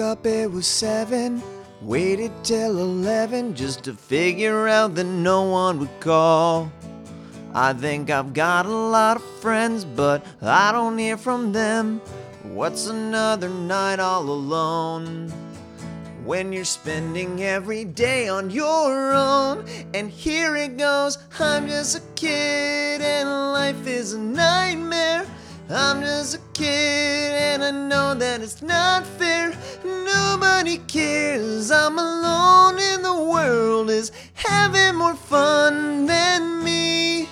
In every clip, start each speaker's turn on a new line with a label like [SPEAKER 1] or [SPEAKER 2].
[SPEAKER 1] up, it was seven. Waited till eleven just to figure out that no one would call. I think I've got a lot of friends, but I don't hear from them. What's another night all alone? When you're spending every day on your own, and here it goes, I'm just a kid, and life is a nightmare. I'm just a kid, and I know that it's not fair. Nobody cares, I'm alone, and the world is having more fun than me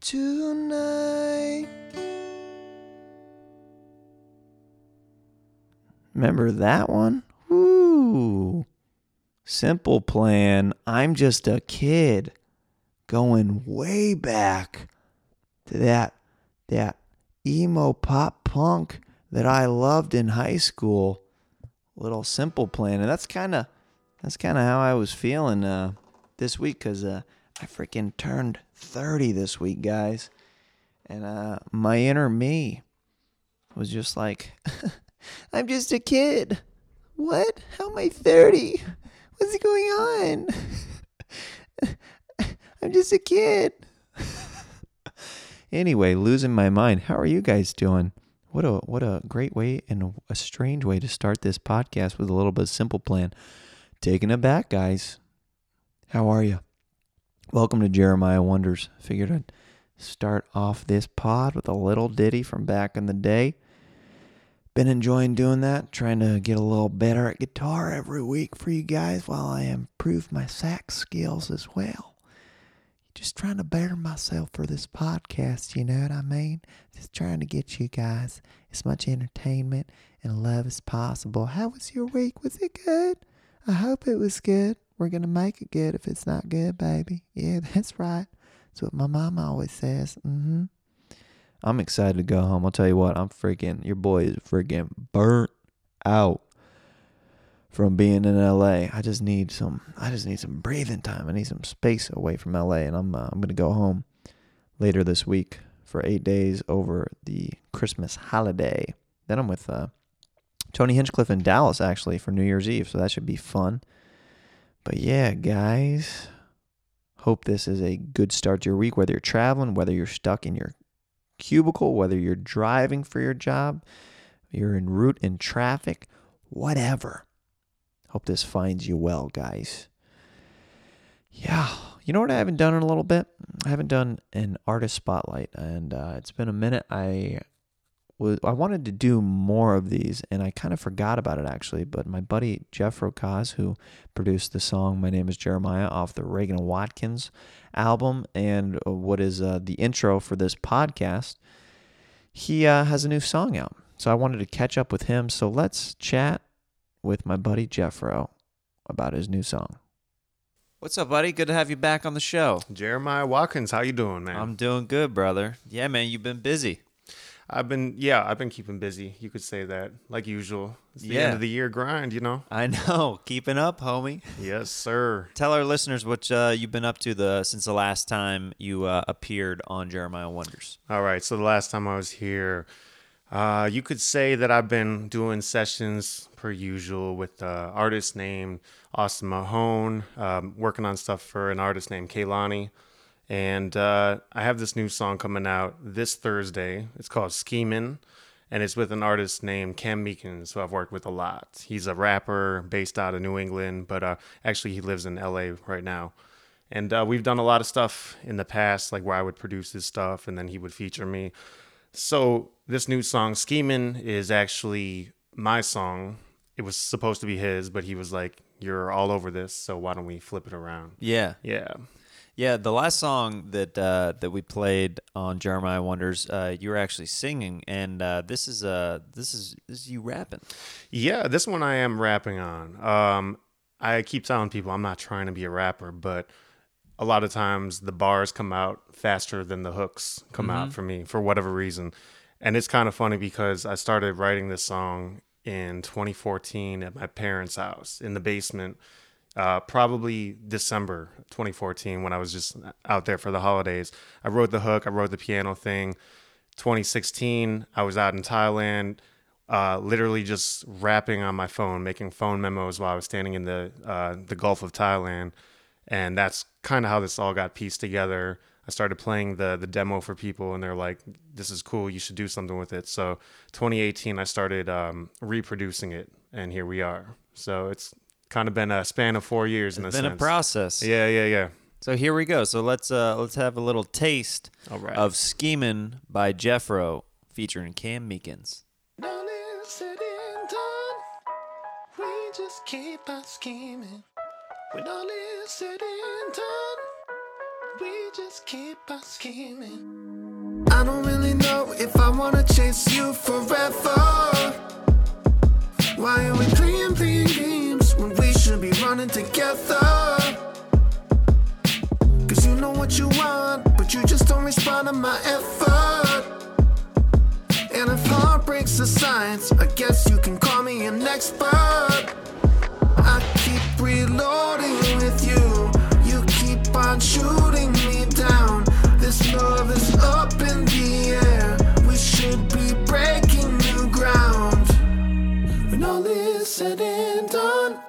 [SPEAKER 1] tonight. Remember that one? Ooh. Simple plan. I'm just a kid going way back to that that emo pop punk that I loved in high school. Little simple plan. And that's kind of that's kind of how I was feeling uh this week cuz uh I freaking turned 30 this week, guys. And uh my inner me was just like I'm just a kid. What? How am I 30? What's going on? I'm just a kid. anyway, losing my mind. How are you guys doing? What a what a great way and a strange way to start this podcast with a little bit of simple plan. Taking it back, guys. How are you? Welcome to Jeremiah Wonders. Figured I'd start off this pod with a little ditty from back in the day been enjoying doing that, trying to get a little better at guitar every week for you guys while I improve my sax skills as well. Just trying to better myself for this podcast, you know what I mean? Just trying to get you guys as much entertainment and love as possible. How was your week? Was it good? I hope it was good. We're going to make it good if it's not good, baby. Yeah, that's right. That's what my mom always says. Mm hmm. I'm excited to go home. I'll tell you what, I'm freaking, your boy is freaking burnt out from being in LA. I just need some, I just need some breathing time. I need some space away from LA. And I'm, uh, I'm going to go home later this week for eight days over the Christmas holiday. Then I'm with uh, Tony Hinchcliffe in Dallas actually for New Year's Eve. So that should be fun. But yeah, guys, hope this is a good start to your week, whether you're traveling, whether you're stuck in your cubicle, whether you're driving for your job, you're en route in traffic, whatever. Hope this finds you well, guys. Yeah. You know what I haven't done in a little bit? I haven't done an artist spotlight, and uh, it's been a minute. I was I wanted to do more of these, and I kind of forgot about it actually. But my buddy Jeff Rokaz, who produced the song "My Name Is Jeremiah" off the Reagan and Watkins album, and uh, what is uh, the intro for this podcast, he uh, has a new song out. So I wanted to catch up with him. So let's chat with my buddy Jeffro about his new song. What's up, buddy? Good to have you back on the show.
[SPEAKER 2] Jeremiah Watkins, how you doing, man?
[SPEAKER 1] I'm doing good, brother. Yeah, man, you've been busy.
[SPEAKER 2] I've been yeah, I've been keeping busy. You could say that, like usual. It's the
[SPEAKER 1] Yeah.
[SPEAKER 2] end of the year grind, you know.
[SPEAKER 1] I know. Keeping up, homie.
[SPEAKER 2] Yes, sir.
[SPEAKER 1] Tell our listeners what uh, you've been up to the since the last time you uh, appeared on Jeremiah Wonders.
[SPEAKER 2] All right. So the last time I was here, uh, you could say that I've been doing sessions per usual with uh, artist named Austin Mahone, um, working on stuff for an artist named Kaylani. And uh, I have this new song coming out this Thursday. It's called Schemin', and it's with an artist named Cam Meekins, who I've worked with a lot. He's a rapper based out of New England, but uh, actually he lives in LA right now. And uh, we've done a lot of stuff in the past, like where I would produce his stuff and then he would feature me. So this new song, Schemin', is actually my song. It was supposed to be his, but he was like, You're all over this, so why don't we flip it around?
[SPEAKER 3] Yeah,
[SPEAKER 2] Yeah.
[SPEAKER 3] yeah. The last song that uh, that we played on Jeremiah Wonders, uh, you were actually singing, and uh, this is uh, this is this is you rapping.
[SPEAKER 2] Yeah, this one I am rapping on. Um, I keep telling people I'm not trying to be a rapper, but a lot of times the bars come out faster than the hooks come out for me for whatever reason. And it's kind of funny because I started writing this song in 2014 at my parents' house in the basement, uh, probably December 2014 when I was just out there for the holidays. I wrote the hook, I wrote the piano thing. 2016, I was out in Thailand uh, literally just rapping on my phone, making phone memos while I was standing in the uh, the Gulf of Thailand, and that's kind of how this all got pieced together. I started playing the the demo for people, and they're like, "This is cool. You should do something with it." So, 2018, I started um, reproducing it, and here we are. So it's kind of been a span of four years in a
[SPEAKER 3] It's been
[SPEAKER 2] sense.
[SPEAKER 3] a process.
[SPEAKER 2] Yeah, yeah, yeah.
[SPEAKER 3] So here we go. So let's uh let's have a little taste
[SPEAKER 2] All right.
[SPEAKER 3] of Schemin' by Jeffro featuring Cam Meekins.
[SPEAKER 4] Now it's said and done. We just keep on scheming. When all is said and done, we just keep on scheming. I don't really know if I wanna chase you forever. Why are we playing, playing games when we should be running together? Cause you know what you want, but you just don't respond to my effort. And if heartbreak's a science, I guess you can call me an expert. I keep reloading with you. You keep on shooting me down. This love is up in the air. We should be breaking new ground. When all is said and done,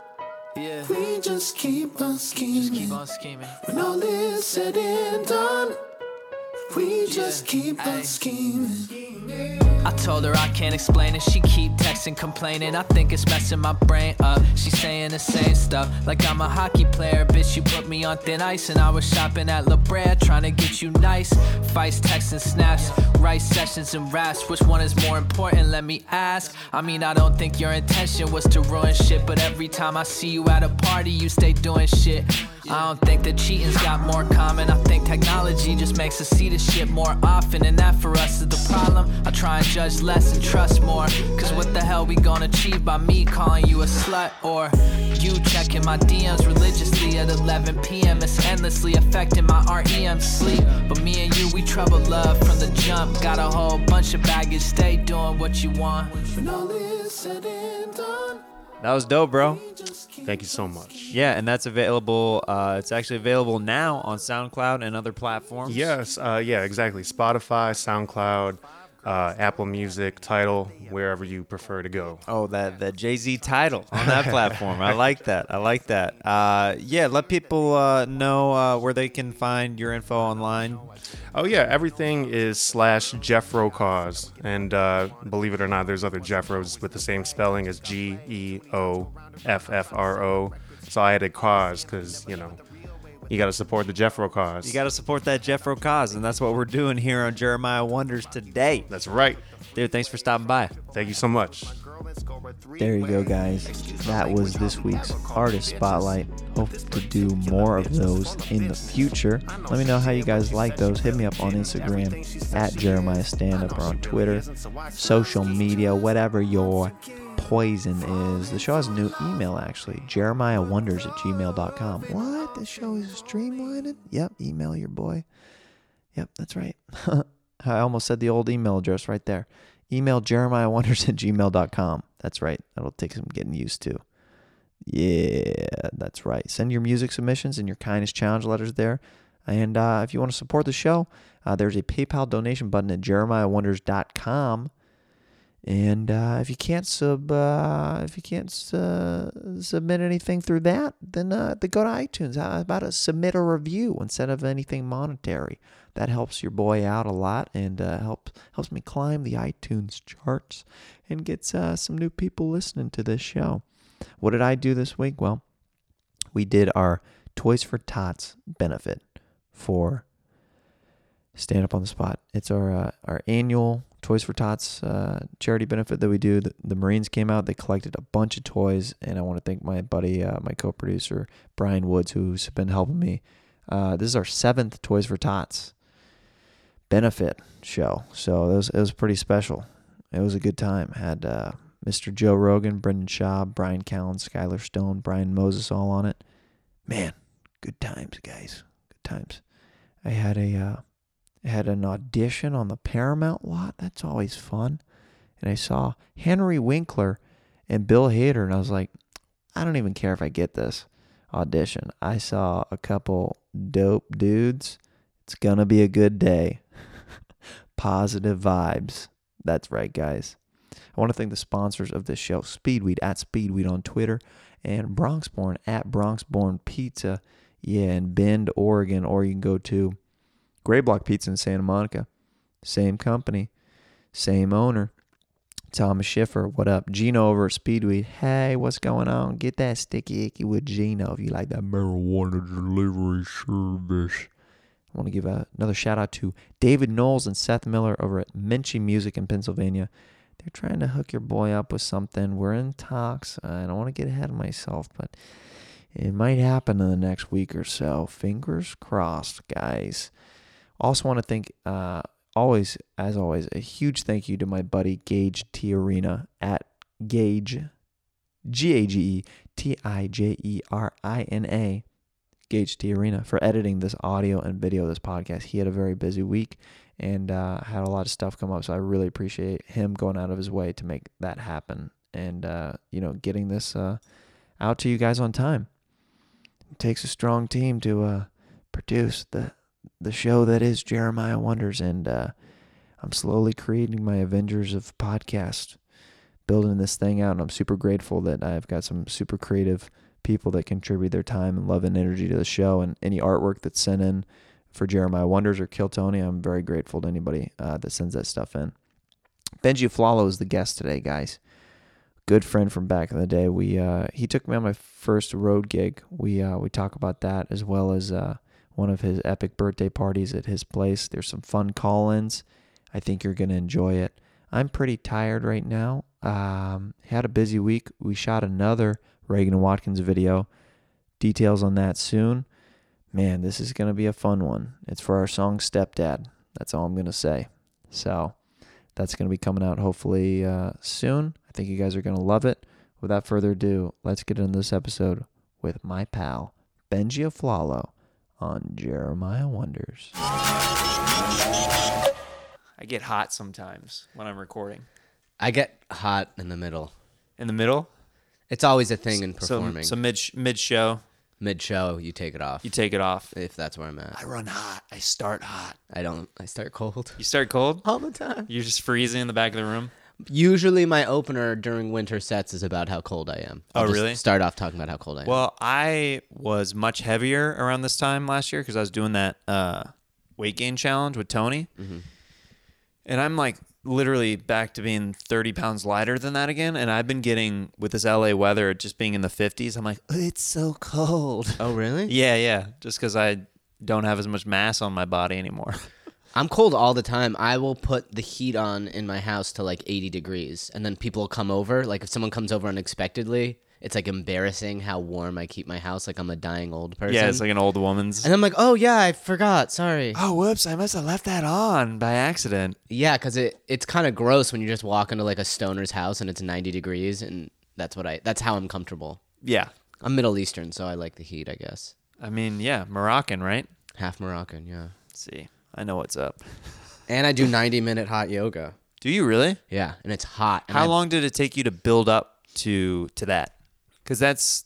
[SPEAKER 5] Yeah,
[SPEAKER 4] we just keep on scheming.
[SPEAKER 5] keep on scheming.
[SPEAKER 4] When all is said and done, we just keep on
[SPEAKER 5] Aye.
[SPEAKER 4] scheming.
[SPEAKER 5] I told her I can't explain it. She keep texting, complaining. I think it's messing my brain up. She saying the same stuff like I'm a hockey player. Bitch, you put me on thin ice, and I was shopping at La Brea trying to get you nice. Fights, texts, and snaps, right sessions and raps. Which one is more important? Let me ask. I mean, I don't think your intention was to ruin shit, but every time I see you at a party, you stay doing shit. I don't think that cheating's got more common. I think technology just makes us see the shit more often, and that for us is the problem. I try and judge less and trust more. Cause what the hell we gonna achieve by me calling you a slut or you checking my DMs religiously at 11 p.m. It's endlessly affecting my REM sleep. But me and you, we trouble love from the jump. Got a whole bunch of baggage, stay doing what you want.
[SPEAKER 4] When all is said and done,
[SPEAKER 3] That was dope, bro.
[SPEAKER 4] just keep
[SPEAKER 2] Thank you so much.
[SPEAKER 3] Yeah, and that's available. Uh, it's actually available now on SoundCloud and other platforms.
[SPEAKER 2] Yes, uh, yeah, exactly. Spotify, SoundCloud, uh, Apple Music, Title, wherever you prefer to go.
[SPEAKER 3] Oh, that that Jay Z title on that platform. I like that. I like that. Uh, yeah, let people uh, know uh, where they can find your info online.
[SPEAKER 2] Oh yeah, everything is slash Jeffro Cause, and uh, believe it or not, there's other Jeffros with the same spelling as G E O F F R O. So I added cause because you know you got to support the Jeffro cause.
[SPEAKER 3] You got to support that Jeffro cause, and that's what we're doing here on Jeremiah Wonders today.
[SPEAKER 2] That's right.
[SPEAKER 3] Dude, thanks for stopping by.
[SPEAKER 2] Thank you so much.
[SPEAKER 1] There you go, guys. That was this week's Artist Spotlight. Hope to do more of those in the future. Let me know how you guys like those. Hit me up on Instagram at Jeremiah Standup or on Twitter, social media, whatever your poison is. The show has a new email, actually jeremiahwonders at gmail.com. What? The show is streamlining? Yep, email your boy. Yep, that's right. I almost said the old email address right there. Email jeremiahwonders at gmail.com. That's right. That'll take some getting used to. Yeah, that's right. Send your music submissions and your kindness challenge letters there. And uh, if you want to support the show, uh, there's a PayPal donation button at jeremiahwonders.com. And uh, if you can't sub, uh, if you can't uh, submit anything through that, then uh, then go to iTunes. How about a submit a review instead of anything monetary? That helps your boy out a lot and uh, helps helps me climb the iTunes charts and gets uh, some new people listening to this show. What did I do this week? Well, we did our Toys for Tots benefit for Stand Up on the Spot. It's our uh, our annual Toys for Tots uh, charity benefit that we do. The, the Marines came out. They collected a bunch of toys, and I want to thank my buddy, uh, my co-producer Brian Woods, who's been helping me. Uh, this is our seventh Toys for Tots benefit show, so it was it was pretty special. It was a good time. Had uh, Mr. Joe Rogan, Brendan Schaub, Brian Callen, Skylar Stone, Brian Moses all on it. Man, good times, guys. Good times. I had a uh, I had an audition on the Paramount lot. That's always fun. And I saw Henry Winkler and Bill Hader, and I was like, I don't even care if I get this audition. I saw a couple dope dudes. It's going to be a good day. Positive vibes. That's right, guys. I want to thank the sponsors of this show Speedweed at Speedweed on Twitter and Bronxborn at Bronxborn Pizza. Yeah, in Bend, Oregon, or you can go to Gray Block Pizza in Santa Monica. Same company, same owner. Thomas Schiffer, what up? Gino over at Speedweed. Hey, what's going on? Get that sticky icky with Gino if you like that marijuana delivery service. I want to give a, another shout out to David Knowles and Seth Miller over at Minchie Music in Pennsylvania. They're trying to hook your boy up with something. We're in talks. I don't want to get ahead of myself, but it might happen in the next week or so. Fingers crossed, guys. Also, want to thank, uh, always, as always, a huge thank you to my buddy Gage T. Arena at Gage, G A G E T I J E R I N A, Gage T. Arena, for editing this audio and video of this podcast. He had a very busy week and uh, had a lot of stuff come up. So I really appreciate him going out of his way to make that happen and, uh, you know, getting this uh, out to you guys on time. It takes a strong team to uh, produce the the show that is Jeremiah Wonders, and uh, I'm slowly creating my Avengers of podcast, building this thing out, and I'm super grateful that I've got some super creative people that contribute their time and love and energy to the show, and any artwork that's sent in for Jeremiah Wonders or Kill Tony, I'm very grateful to anybody uh, that sends that stuff in. Benji Flalo is the guest today, guys. Good friend from back in the day. We uh, he took me on my first road gig. We uh, we talk about that as well as uh, one of his epic birthday parties at his place. There's some fun call ins. I think you're going to enjoy it. I'm pretty tired right now. Um, had a busy week. We shot another Reagan and Watkins video. Details on that soon. Man, this is going to be a fun one. It's for our song Stepdad. That's all I'm going to say. So that's going to be coming out hopefully uh, soon. I think you guys are going to love it. Without further ado, let's get into this episode with my pal, Benji Aflalo on Jeremiah Wonders.
[SPEAKER 3] I get hot sometimes when I'm recording.
[SPEAKER 6] I get hot in the middle.
[SPEAKER 3] In the middle,
[SPEAKER 6] It's always a thing in
[SPEAKER 3] so-
[SPEAKER 6] performing.
[SPEAKER 3] So, mid mid show,
[SPEAKER 6] Mid show, you take it off.
[SPEAKER 3] you take it off.
[SPEAKER 6] if that's where I'm at.
[SPEAKER 3] I run hot. I start hot.
[SPEAKER 6] I don't. I start cold
[SPEAKER 3] You start cold.
[SPEAKER 6] all the time.
[SPEAKER 3] You're just freezing in the back of the room.
[SPEAKER 6] Usually, my opener during winter sets is about how cold I am. I'll
[SPEAKER 3] Oh,
[SPEAKER 6] just
[SPEAKER 3] really?
[SPEAKER 6] Start off talking about how cold I am.
[SPEAKER 3] Well, I was much heavier around this time last year because I was doing that uh, weight gain challenge with Tony,
[SPEAKER 6] Mm-hmm.
[SPEAKER 3] and I'm like literally back to being 30 pounds lighter than that again. And I've been getting with this LA weather just being in the 50s. I'm like, it's so cold.
[SPEAKER 6] oh, really?
[SPEAKER 3] yeah, yeah, just because I don't have as much mass on my body anymore.
[SPEAKER 6] I'm cold all the time. I will put the heat on in my house to like 80 degrees, and then people will come over. Like if someone comes over unexpectedly, it's like embarrassing how warm I keep my house. Like I'm a dying old person.
[SPEAKER 3] yeah, it's like an old woman's.
[SPEAKER 6] and I'm like, oh yeah, I forgot. Sorry.
[SPEAKER 3] Oh, whoops! I must have left that on by accident.
[SPEAKER 6] Yeah, because it it's kind of gross when you just walk into like a stoner's house and it's ninety degrees, and that's what I that's how I'm comfortable.
[SPEAKER 3] Yeah,
[SPEAKER 6] I'm Middle Eastern, so I like the heat, I guess.
[SPEAKER 3] I mean, yeah, Moroccan, right?
[SPEAKER 6] Half Moroccan, yeah.
[SPEAKER 3] see, I know what's up.
[SPEAKER 6] And I do ninety minute hot yoga.
[SPEAKER 3] Do you really?
[SPEAKER 6] Yeah, and it's hot. and
[SPEAKER 3] How
[SPEAKER 6] I-
[SPEAKER 3] long did it take you to build up to to that? Because that's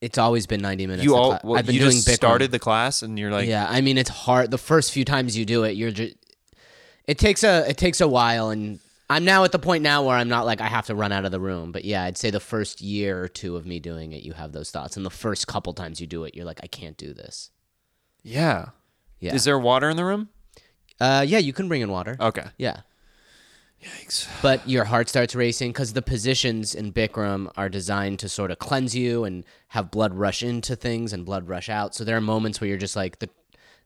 [SPEAKER 6] It's always been ninety minutes.
[SPEAKER 3] you
[SPEAKER 6] That's
[SPEAKER 3] all.
[SPEAKER 6] hot.
[SPEAKER 3] Well,
[SPEAKER 6] I've been
[SPEAKER 3] you
[SPEAKER 6] doing
[SPEAKER 3] just
[SPEAKER 6] Bikram.
[SPEAKER 3] started the class, and you're like,
[SPEAKER 6] yeah, I mean it's hard. The first few times you do it, you're just. It takes a it takes a while, and I'm now at the point now where I'm not like I have to run out of the room. But yeah, I'd say the first year or two of me doing it, you have those thoughts, and the first couple times you do it, you're like, I can't do this.
[SPEAKER 3] yeah,
[SPEAKER 6] Yeah.
[SPEAKER 3] Is there water in the room?
[SPEAKER 6] Uh, yeah, you can bring in water.
[SPEAKER 3] Okay.
[SPEAKER 6] Yeah. Yikes. But your heart starts racing because the positions in Bikram are designed to sort of cleanse you and have blood rush into things and blood rush out. So there are moments where you're just like the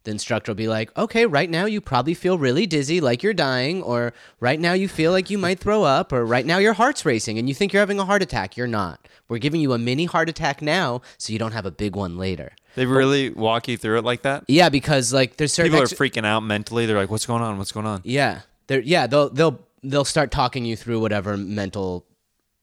[SPEAKER 6] the instructor will be like, "Okay, right now you probably feel really dizzy, like you're dying, or right now you feel like you might throw up, or right now your heart's racing and you think you're having a heart attack. You're not. We're giving you a mini heart attack now, so you don't have a big one later."
[SPEAKER 3] They really walk you through it like that.
[SPEAKER 6] Yeah, because like there's certain
[SPEAKER 3] People are
[SPEAKER 6] ex-
[SPEAKER 3] freaking out mentally. They're like, "What's going on? What's going on?"
[SPEAKER 6] Yeah, they're yeah they'll they'll they'll start talking you through whatever mental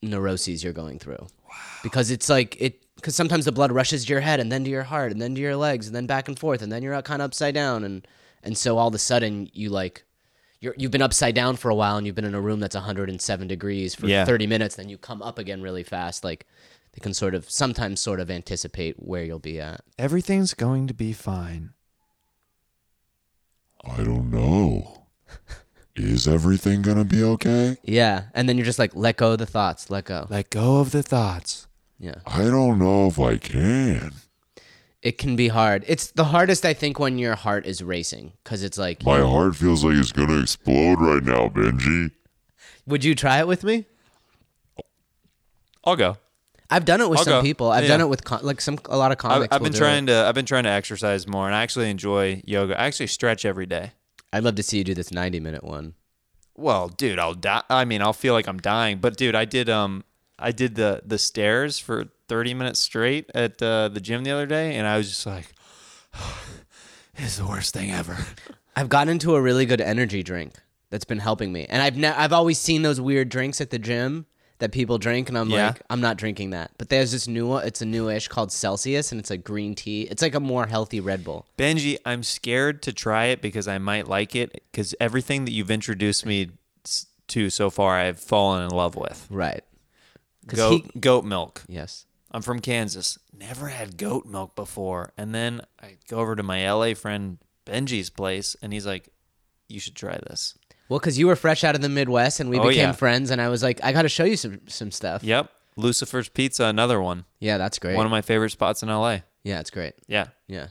[SPEAKER 6] neuroses you're going through. Wow. Because it's like it because sometimes the blood rushes to your head and then to your heart and then to your legs and then back and forth and then you're kind of upside down and and so all of a sudden you like. You're, you've been upside down for a while and you've been in a room that's 107 degrees for
[SPEAKER 3] Yeah.
[SPEAKER 6] 30 minutes then you come up again really fast like they can sort of sometimes sort of anticipate where you'll be at
[SPEAKER 1] Everything's going to be fine.
[SPEAKER 7] I don't know. is everything gonna be okay?
[SPEAKER 6] Yeah. And then you're just like, let go of the thoughts. Let go.
[SPEAKER 3] Let go of the thoughts.
[SPEAKER 6] Yeah.
[SPEAKER 7] I don't know if I can.
[SPEAKER 6] It can be hard. It's the hardest, I think, when your heart is racing because it's like,
[SPEAKER 7] My heart feels like it's gonna explode right now, Benji.
[SPEAKER 6] would you try it with me?
[SPEAKER 3] I'll go.
[SPEAKER 6] I've done it with
[SPEAKER 3] I'll
[SPEAKER 6] some
[SPEAKER 3] go.
[SPEAKER 6] people. I've done
[SPEAKER 3] Yeah.
[SPEAKER 6] it with con- like some a lot of
[SPEAKER 3] I,
[SPEAKER 6] comics.
[SPEAKER 3] I've
[SPEAKER 6] will
[SPEAKER 3] been
[SPEAKER 6] do
[SPEAKER 3] trying
[SPEAKER 6] It.
[SPEAKER 3] to. I've been trying to exercise more, and I actually enjoy yoga. I actually stretch every day.
[SPEAKER 6] I'd love to see you do this 90 minute one.
[SPEAKER 3] Well, dude, I'll die. I mean, I'll feel like I'm dying. But dude, I did um, I did the the stairs for 30 minutes straight at uh, the gym the other day, and I was just like, "This is the worst thing ever."
[SPEAKER 6] I've gotten into a really good energy drink that's been helping me, and I've ne- I've always seen those weird drinks at the gym that people drink, and I'm
[SPEAKER 3] Yeah.
[SPEAKER 6] like, I'm not drinking that. But there's this new one. It's a newish called Celsius, and it's like green tea. It's like a more healthy Red Bull.
[SPEAKER 3] Benji, I'm scared to try it because I might like it because everything that you've introduced me s- to so far, I've fallen in love with.
[SPEAKER 6] Right. 'Cause
[SPEAKER 3] Goat,
[SPEAKER 6] he-
[SPEAKER 3] goat milk.
[SPEAKER 6] Yes.
[SPEAKER 3] I'm from Kansas. Never had goat milk before. And then I go over to my LA friend Benji's place, and he's like, "You should try this."
[SPEAKER 6] Well, because you were fresh out of the Midwest, and we
[SPEAKER 3] Oh,
[SPEAKER 6] became
[SPEAKER 3] yeah.
[SPEAKER 6] friends, and I was like, I got to show you some some stuff.
[SPEAKER 3] Yep, Lucifer's Pizza, another one.
[SPEAKER 6] Yeah, that's great.
[SPEAKER 3] One of my favorite spots in LA.
[SPEAKER 6] yeah, it's great.
[SPEAKER 3] Yeah.
[SPEAKER 6] Yeah.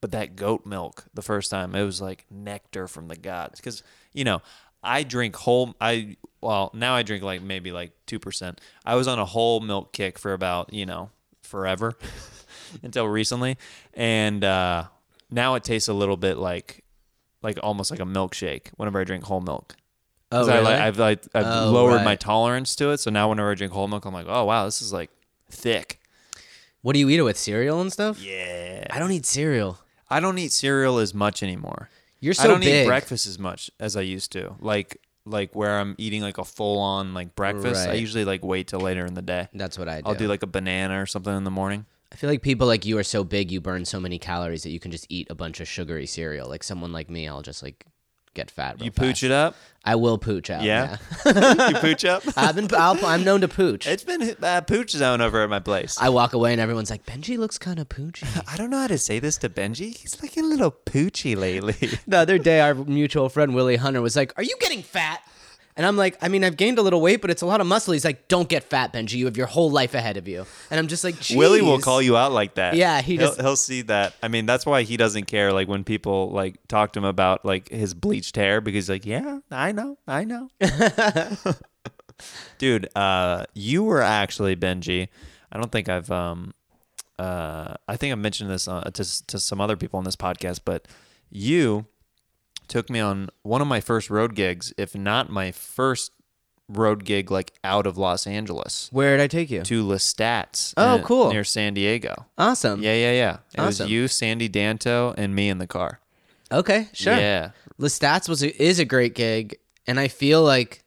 [SPEAKER 3] But that goat milk the first time, it was like nectar from the gods. Because, you know, I drink whole, I, well, now I drink like maybe like 2%. I was on a whole milk kick for about, you know, forever until recently. And uh, now it tastes a little bit like, like almost like a milkshake whenever I drink whole milk.
[SPEAKER 6] Oh,
[SPEAKER 3] 'Cause I, like,
[SPEAKER 6] really?
[SPEAKER 3] I've like I've
[SPEAKER 6] Oh,
[SPEAKER 3] lowered my
[SPEAKER 6] right.
[SPEAKER 3] tolerance to it, so now whenever I drink whole milk, I'm like, oh wow, this is like thick.
[SPEAKER 6] What do you eat it with? Cereal and stuff?
[SPEAKER 3] Yeah.
[SPEAKER 6] I don't eat cereal.
[SPEAKER 3] I don't eat cereal as much anymore.
[SPEAKER 6] You're so
[SPEAKER 3] I don't
[SPEAKER 6] big.
[SPEAKER 3] eat breakfast as much as I used to. Like like where I'm eating like a full on like breakfast. I
[SPEAKER 6] Right.
[SPEAKER 3] usually like wait till later in the day.
[SPEAKER 6] That's what I do.
[SPEAKER 3] I'll do like a banana or something in the morning.
[SPEAKER 6] I feel like people like you are so big, you burn so many calories that you can just eat a bunch of sugary cereal. Like someone like me, I'll just like get fat. Real
[SPEAKER 3] You pooch it up.
[SPEAKER 6] I will pooch out.
[SPEAKER 3] Yeah.
[SPEAKER 6] Yeah.
[SPEAKER 3] you pooch up.
[SPEAKER 6] I've been. I'll, I'm known to pooch.
[SPEAKER 3] It's been uh, pooch zone over at my place. I,
[SPEAKER 6] I walk away and everyone's like, Benji looks kind of poochy.
[SPEAKER 3] don't know how to say this to Benji. He's looking a little poochy lately.
[SPEAKER 6] the other day, our mutual friend Willie Hunter was like, "Are you getting fat?" And I'm like, "I mean, I've gained a little weight, but it's a lot of muscle." He's like, "Don't get fat, Benji. You have your whole life ahead of you." And I'm just like,
[SPEAKER 3] Willie will
[SPEAKER 6] "Jeez."
[SPEAKER 3] call you out like that.
[SPEAKER 6] Yeah, he
[SPEAKER 3] he'll,
[SPEAKER 6] just-
[SPEAKER 3] he'll see that. I mean, that's why he doesn't care. Like when people like talk to him about like his bleached hair, because he's like, yeah, I know, I know. Dude, uh, you were actually Benji. I don't think I've um, uh, I think I mentioned this uh, to to some other people on this podcast, but you took me on one of my first road gigs, if not my first road gig, like out of Los Angeles
[SPEAKER 6] Where did I take you?
[SPEAKER 3] to Lestat's.
[SPEAKER 6] Oh,
[SPEAKER 3] uh,
[SPEAKER 6] cool.
[SPEAKER 3] Near San Diego.
[SPEAKER 6] Awesome.
[SPEAKER 3] Yeah, yeah, yeah. It
[SPEAKER 6] Awesome.
[SPEAKER 3] was you, Sandy Danto, and me in the car.
[SPEAKER 6] Okay. Sure.
[SPEAKER 3] Yeah.
[SPEAKER 6] Lestats was a, is a great gig, and I feel like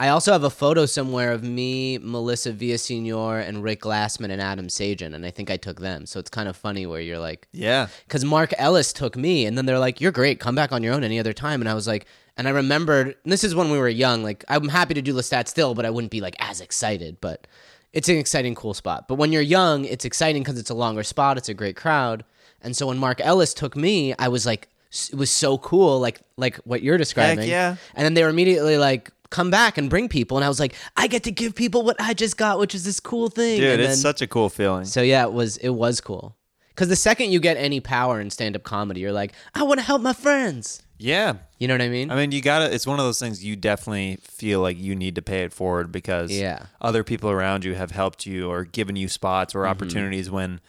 [SPEAKER 6] I also have a photo somewhere of me, Melissa Villasenor, and Rick Glassman and Adam Sajan, and I think I took them. So it's kind of funny where you're like,
[SPEAKER 3] Yeah.
[SPEAKER 6] because Mark Ellis took me, and then they're like, "You're great. Come back on your own any other time." And I was like, and I remembered and this is when we were young. Like I'm happy to do Lestat still, but I wouldn't be like as excited. But it's an exciting, cool spot. But when you're young, it's exciting because it's a longer spot. It's a great crowd. And so when Mark Ellis took me, I was like, s- it was so cool. Like like what you're describing.
[SPEAKER 3] yeah.
[SPEAKER 6] And then they were immediately like. Come back and bring people, and I was like, I get to give people what I just got, which is this cool thing.
[SPEAKER 3] Dude,
[SPEAKER 6] and
[SPEAKER 3] it's
[SPEAKER 6] then-
[SPEAKER 3] such a cool feeling.
[SPEAKER 6] so yeah, it was it was cool. Cause the second you get any power in stand up comedy, you're like, I want to help my friends.
[SPEAKER 3] Yeah.
[SPEAKER 6] You know what I mean?
[SPEAKER 3] I mean, you gotta, it's one of those things you definitely feel like you need to pay it forward because
[SPEAKER 6] Yeah.
[SPEAKER 3] other people around you have helped you or given you spots or
[SPEAKER 6] Mm-hmm.
[SPEAKER 3] opportunities when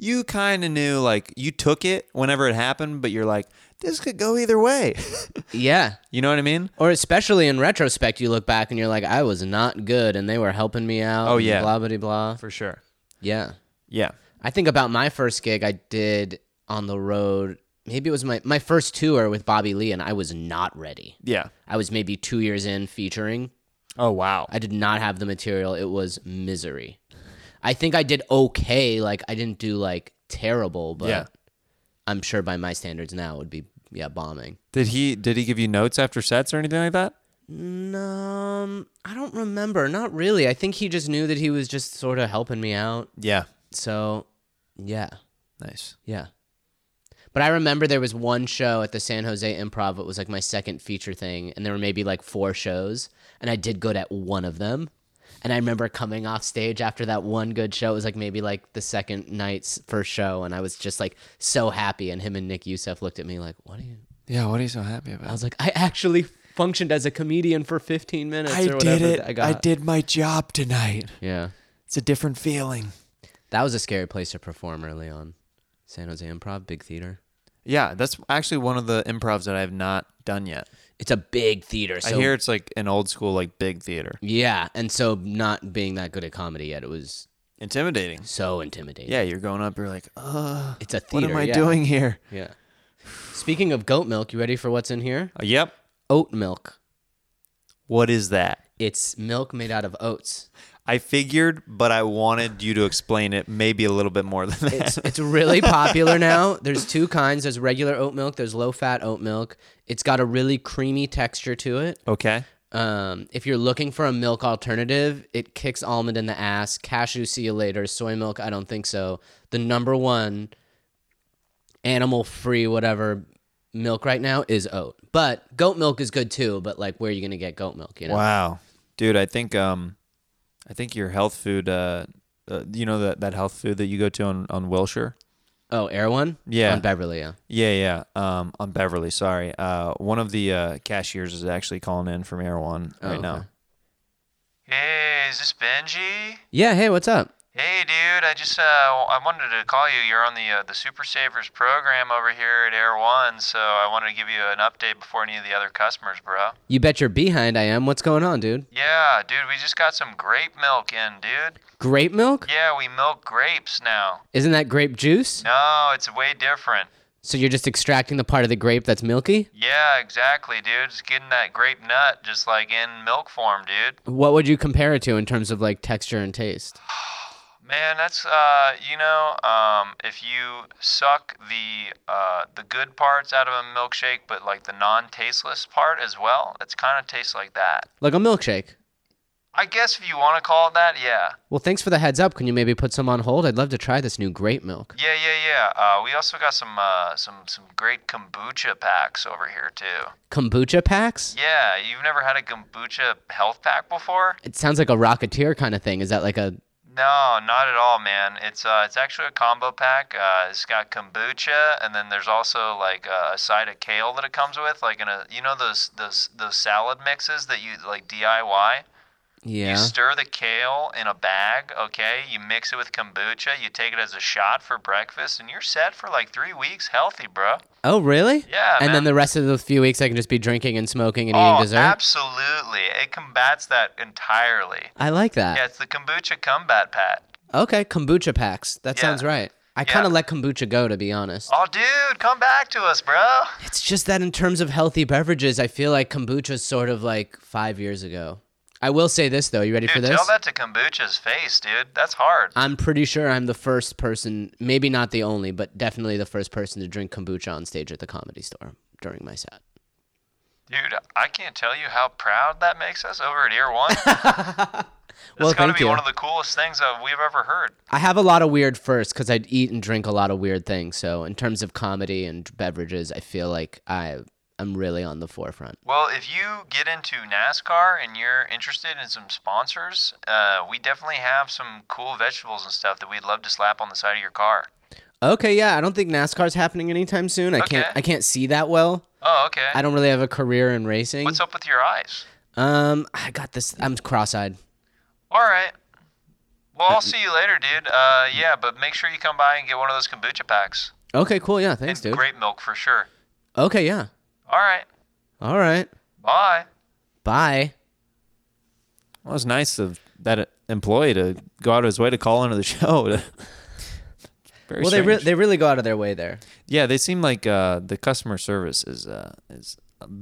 [SPEAKER 3] you kind of knew, like, you took it whenever it happened, but you're like, this could go either way.
[SPEAKER 6] yeah.
[SPEAKER 3] you know what I mean?
[SPEAKER 6] Or especially in retrospect, you look back and you're like, I was not good, and they were helping me out.
[SPEAKER 3] Oh,
[SPEAKER 6] and
[SPEAKER 3] yeah.
[SPEAKER 6] blah blah blah.
[SPEAKER 3] For sure.
[SPEAKER 6] Yeah.
[SPEAKER 3] Yeah.
[SPEAKER 6] I think about my first gig I did on the road. Maybe it was my my first tour with Bobby Lee, and I was not ready.
[SPEAKER 3] Yeah.
[SPEAKER 6] I was maybe two years in featuring.
[SPEAKER 3] Oh, wow.
[SPEAKER 6] I did not have the material. It was misery. I think I did okay. Like I didn't do like terrible, but
[SPEAKER 3] Yeah.
[SPEAKER 6] I'm sure by my standards now it would be yeah bombing.
[SPEAKER 3] Did he did he give you notes after sets or anything like that?
[SPEAKER 6] Um, I don't remember. Not really. I think he just knew that he was just sort of helping me out.
[SPEAKER 3] Yeah.
[SPEAKER 6] So yeah,
[SPEAKER 3] Nice.
[SPEAKER 6] yeah. But But I remember there was one show at the San Jose Improv. It was like my second feature thing, and there were maybe like four shows, and I did good at one of them. And I remember coming off stage after that one good show. It was like maybe like the second night's first show, and I was just like so happy. And him and Nick Youssef looked at me like, "What are you?"
[SPEAKER 8] Yeah, what are you so happy
[SPEAKER 6] I
[SPEAKER 8] about?
[SPEAKER 6] was like, "I actually functioned as a comedian for 15 minutes." or whatever I got.
[SPEAKER 8] did my job tonight.
[SPEAKER 6] Yeah,
[SPEAKER 8] It's a different feeling.
[SPEAKER 6] that was a scary place to perform early on. San Jose Improv, big theater.
[SPEAKER 8] Yeah, that's actually one of the improvs that I have not done yet.
[SPEAKER 6] It's a big theater. So
[SPEAKER 8] I hear it's like an old school, like big theater.
[SPEAKER 6] Yeah, and so not being that good at comedy yet, it was
[SPEAKER 8] Intimidating.
[SPEAKER 6] so intimidating.
[SPEAKER 8] Yeah, you're going up, you're like, uh,
[SPEAKER 6] it's a
[SPEAKER 8] what
[SPEAKER 6] theater.
[SPEAKER 8] am I
[SPEAKER 6] yeah.
[SPEAKER 8] doing here?
[SPEAKER 6] Yeah. Speaking of goat milk, you ready for what's in here?
[SPEAKER 8] Uh, yep.
[SPEAKER 6] Oat milk.
[SPEAKER 8] What is that?
[SPEAKER 6] It's milk made out of oats.
[SPEAKER 8] I figured, but I wanted you to explain it maybe a little bit more than that.
[SPEAKER 6] It's it's really popular now. There's two kinds. There's regular oat milk. There's low fat oat milk. It's got a really creamy texture to it.
[SPEAKER 8] okay.
[SPEAKER 6] Um, if you're looking for a milk alternative, it kicks almond in the ass. Cashew, see you later. Soy milk, I don't think so. The number one animal free, whatever milk right now is oat. But goat milk is good too, but like where are you gonna get goat milk? You know?
[SPEAKER 8] Wow, dude, I think um, I think your health food, uh, uh you know that that health food that you go to on on Wilshire.
[SPEAKER 6] Oh, Air One?
[SPEAKER 8] Yeah.
[SPEAKER 6] On Beverly, yeah.
[SPEAKER 8] Yeah, yeah. Um, on Beverly, sorry. Uh, one of the uh, cashiers is actually calling in from Air One right
[SPEAKER 6] Oh, okay.
[SPEAKER 8] now.
[SPEAKER 3] Hey, is this Benji?
[SPEAKER 6] Yeah, hey, what's up?
[SPEAKER 3] Hey, dude, I just uh, I wanted to call you. You're on the uh, the Super Savers program over here at Air One, so I wanted to give you an update before any of the other customers, bro.
[SPEAKER 6] You bet you're behind I am. What's going on, dude?
[SPEAKER 3] Yeah, dude, we just got some grape milk in, dude.
[SPEAKER 6] Grape milk?
[SPEAKER 3] Yeah, we milk grapes now.
[SPEAKER 6] Isn't that grape juice?
[SPEAKER 3] No, it's way different.
[SPEAKER 6] So you're just extracting the part of the grape that's milky?
[SPEAKER 3] Yeah, exactly, dude. It's getting that grape nut just like in milk form, dude.
[SPEAKER 6] What would you compare it to in terms of like texture and taste?
[SPEAKER 3] Man, that's uh, you know, um, if you suck the uh, the good parts out of a milkshake, but like the non-tasteless part as well, it's kind of tastes like that.
[SPEAKER 6] Like a milkshake.
[SPEAKER 3] I guess if you want to call it that, yeah,
[SPEAKER 6] Well, thanks for the heads up. Can you maybe put some on hold? I'd love to try this new grape milk.
[SPEAKER 3] yeah, yeah, yeah. Uh, we also got some uh, some some great kombucha packs over here too.
[SPEAKER 6] Kombucha packs?
[SPEAKER 3] Yeah, you've never had a kombucha health pack before?
[SPEAKER 6] It sounds like a Rocketeer kind of thing. Is that like a.
[SPEAKER 3] No, not at all, man. It's uh, it's actually a combo pack. Uh, it's got kombucha, and then there's also like uh, a side of kale that it comes with, like in a you know those those those salad mixes that you like DIY. You
[SPEAKER 6] Yeah.
[SPEAKER 3] stir the kale in a bag, okay? You mix it with kombucha. You take it as a shot for breakfast, and you're set for like three weeks, healthy, bro.
[SPEAKER 6] Oh, really?
[SPEAKER 3] Yeah,
[SPEAKER 6] And
[SPEAKER 3] man.
[SPEAKER 6] then the rest of the few weeks, I can just be drinking and smoking and
[SPEAKER 3] oh,
[SPEAKER 6] eating dessert.
[SPEAKER 3] absolutely! It combats that entirely.
[SPEAKER 6] I like that.
[SPEAKER 3] Yeah, it's the kombucha combat pat.
[SPEAKER 6] Okay, kombucha packs. That
[SPEAKER 3] Yeah.
[SPEAKER 6] sounds right. I kind of
[SPEAKER 3] Yeah.
[SPEAKER 6] let kombucha go, to be honest.
[SPEAKER 3] Oh, dude, come back to us, bro.
[SPEAKER 6] It's just that in terms of healthy beverages, I feel like kombucha's sort of like five years ago. I will say this, though. You ready for
[SPEAKER 3] Dude,
[SPEAKER 6] this?
[SPEAKER 3] tell that to kombucha's face, dude. That's hard.
[SPEAKER 6] I'm pretty sure I'm the first person, maybe not the only, but definitely the first person to drink kombucha on stage at the comedy store during my set.
[SPEAKER 3] Dude, I can't tell you how proud that makes us over at Ear One.
[SPEAKER 6] well,
[SPEAKER 3] It's got to
[SPEAKER 6] thank
[SPEAKER 3] be
[SPEAKER 6] you.
[SPEAKER 3] one of the coolest things that we've ever heard.
[SPEAKER 6] I have a lot of weird first because I eat and drink a lot of weird things. So in terms of comedy and beverages, I feel like I I'm really on the forefront.
[SPEAKER 3] Well, if you get into NASCAR and you're interested in some sponsors, uh, we definitely have some cool vegetables and stuff that we'd love to slap on the side of your car.
[SPEAKER 6] Okay, yeah, I don't think NASCAR's happening anytime soon. I can't
[SPEAKER 3] Okay.
[SPEAKER 6] I can't see that well.
[SPEAKER 3] Oh, okay.
[SPEAKER 6] I don't really have a career in racing.
[SPEAKER 3] What's up with your eyes?
[SPEAKER 6] Um, I got this. I'm cross-eyed.
[SPEAKER 3] All right. Well, I'll see you later, dude. Uh, yeah, but make sure you come by and get one of those kombucha packs.
[SPEAKER 6] Okay, cool. Yeah, thanks,
[SPEAKER 3] and
[SPEAKER 6] dude.
[SPEAKER 3] grape milk for sure.
[SPEAKER 6] Okay, yeah.
[SPEAKER 3] All right.
[SPEAKER 6] All right.
[SPEAKER 3] Bye.
[SPEAKER 6] Bye.
[SPEAKER 8] Well, it's nice of that employee to go out of his way to call into the show. Very
[SPEAKER 6] well, they re-
[SPEAKER 8] strange.
[SPEAKER 6] they really go out of their way there.
[SPEAKER 8] yeah, they seem like uh, the customer service is uh, is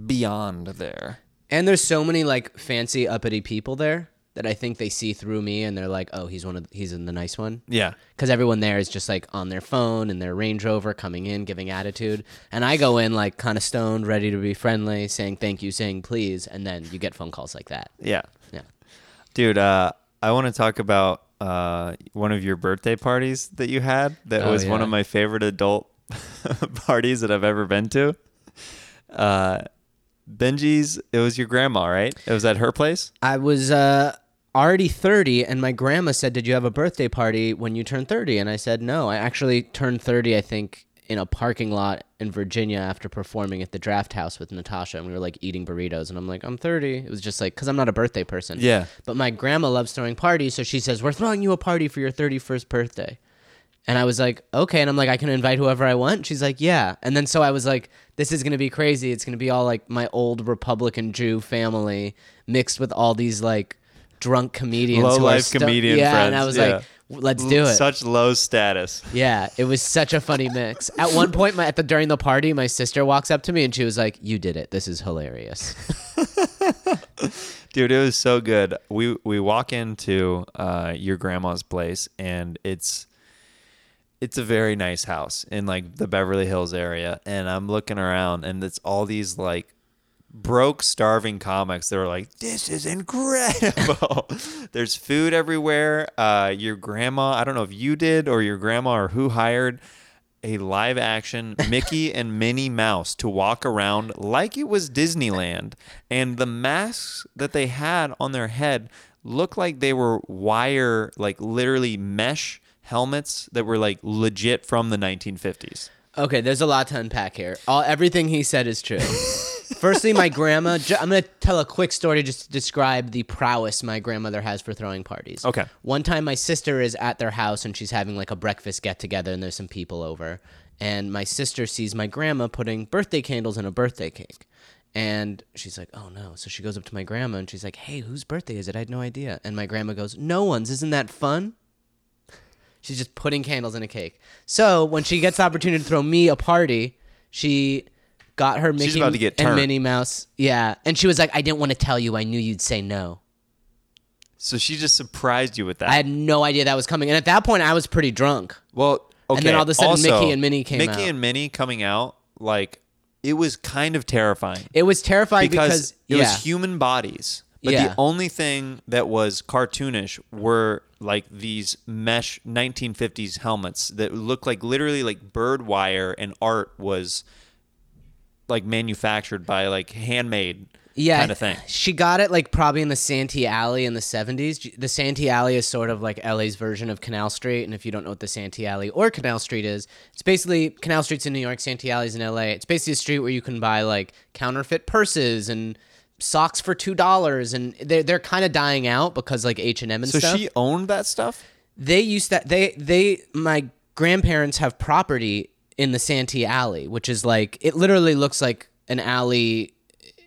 [SPEAKER 8] beyond there.
[SPEAKER 6] And there's so many like fancy uppity people there that I think they see through me and they're like, "Oh, he's one of the, he's in the nice one."
[SPEAKER 8] Yeah,
[SPEAKER 6] Cuz everyone there is just like on their phone in their Range Rover coming in giving attitude, and I go in like kind of stoned, ready to be friendly, saying thank you, saying please, and then you get phone calls like that.
[SPEAKER 8] yeah,
[SPEAKER 6] Yeah.
[SPEAKER 8] dude. Uh, I want to talk about uh, one of your birthday parties that you had. That
[SPEAKER 6] Oh,
[SPEAKER 8] was one
[SPEAKER 6] yeah.
[SPEAKER 8] of my favorite adult
[SPEAKER 3] parties that I've ever been to. Uh, Benji's, it was your grandma, right? It was at her place.
[SPEAKER 6] I was uh, already 30, and my grandma said, Did you have a birthday party when you turned 30? And I said, No. I actually turned 30, I think, in a parking lot in Virginia after performing at the draft house with Natasha, and we were like eating burritos. And I'm like, I'm 30. It was just like, because I'm not a birthday person.
[SPEAKER 3] Yeah.
[SPEAKER 6] But my grandma loves throwing parties, so she says, We're throwing you a party for your 31st birthday. And I was like, okay. And I'm like, I can invite whoever I want. She's like, yeah. And then so I was like, this is going to be crazy. It's going to be all like my old Republican Jew family mixed with all these like drunk comedians. who are
[SPEAKER 3] Low-life
[SPEAKER 6] still-
[SPEAKER 3] comedian
[SPEAKER 6] Yeah. And I
[SPEAKER 3] friends,
[SPEAKER 6] was
[SPEAKER 3] yeah.
[SPEAKER 6] like, let's do it.
[SPEAKER 3] Such low status.
[SPEAKER 6] yeah. It was such a funny mix. At one point, my, at the, during the party, my sister walks up to me and she was like, you did it. This is hilarious.
[SPEAKER 3] Dude, it was so good. We we walk into uh, your grandma's place, and it's it's a very nice house in like the Beverly Hills area. And I'm looking around, and it's all these like broke, starving comics that are like, "This is incredible." There's food everywhere. Uh, your grandma, I don't know if you did or your grandma or who hired. A live action Mickey and Minnie Mouse to walk around like it was Disneyland. And the masks that they had on their head looked like they were wire, like literally mesh helmets that were like legit from the 1950s.
[SPEAKER 6] Okay, there's a lot to unpack here. All everything he said is true. Firstly, my grandma. Ju- I'm gonna tell a quick story just to describe the prowess my grandmother has for throwing parties.
[SPEAKER 3] Okay.
[SPEAKER 6] One time, my sister is at their house and she's having like a breakfast get together, and there's some people over, and my sister sees my grandma putting birthday candles in a birthday cake. And she's like, oh no. So she goes up to my grandma and she's like, hey, whose birthday is it? I had no idea. And my grandma goes, no one's. Isn't that fun? She's just putting candles in a cake. So when she gets the opportunity to throw me a party, she got her Mickey
[SPEAKER 3] about to get
[SPEAKER 6] and
[SPEAKER 3] turned.
[SPEAKER 6] Minnie Mouse. Yeah, and she was like, "I didn't want to tell you. I knew you'd say no.
[SPEAKER 3] So she just surprised you with that.
[SPEAKER 6] I had no idea that was coming." And at that point, I was pretty drunk.
[SPEAKER 3] well, okay.
[SPEAKER 6] And then all of a sudden,
[SPEAKER 3] also,
[SPEAKER 6] Mickey and Minnie came
[SPEAKER 3] Mickey
[SPEAKER 6] out.
[SPEAKER 3] and Minnie coming out, like, it was kind of terrifying.
[SPEAKER 6] It was terrifying because,
[SPEAKER 3] because, it
[SPEAKER 6] yeah,
[SPEAKER 3] was human bodies. But
[SPEAKER 6] Yeah.
[SPEAKER 3] the only thing that was cartoonish were like these mesh 1950s helmets that looked like literally like bird wire and art was like manufactured by like handmade
[SPEAKER 6] yeah,
[SPEAKER 3] kind of thing.
[SPEAKER 6] She got it like probably in the Santee Alley in the '70s. The Santee Alley is sort of like LA's version of Canal Street. And if you don't know what the Santee Alley or Canal Street is, it's basically Canal Street's in New York, Santee Alley's in LA. It's basically a street where you can buy like counterfeit purses and socks for two dollars, and they're they're kind of dying out because like H and M and
[SPEAKER 3] So
[SPEAKER 6] stuff.
[SPEAKER 3] she owned that stuff?
[SPEAKER 6] they used that they they my grandparents have property in the Santee Alley, which is like it literally looks like an alley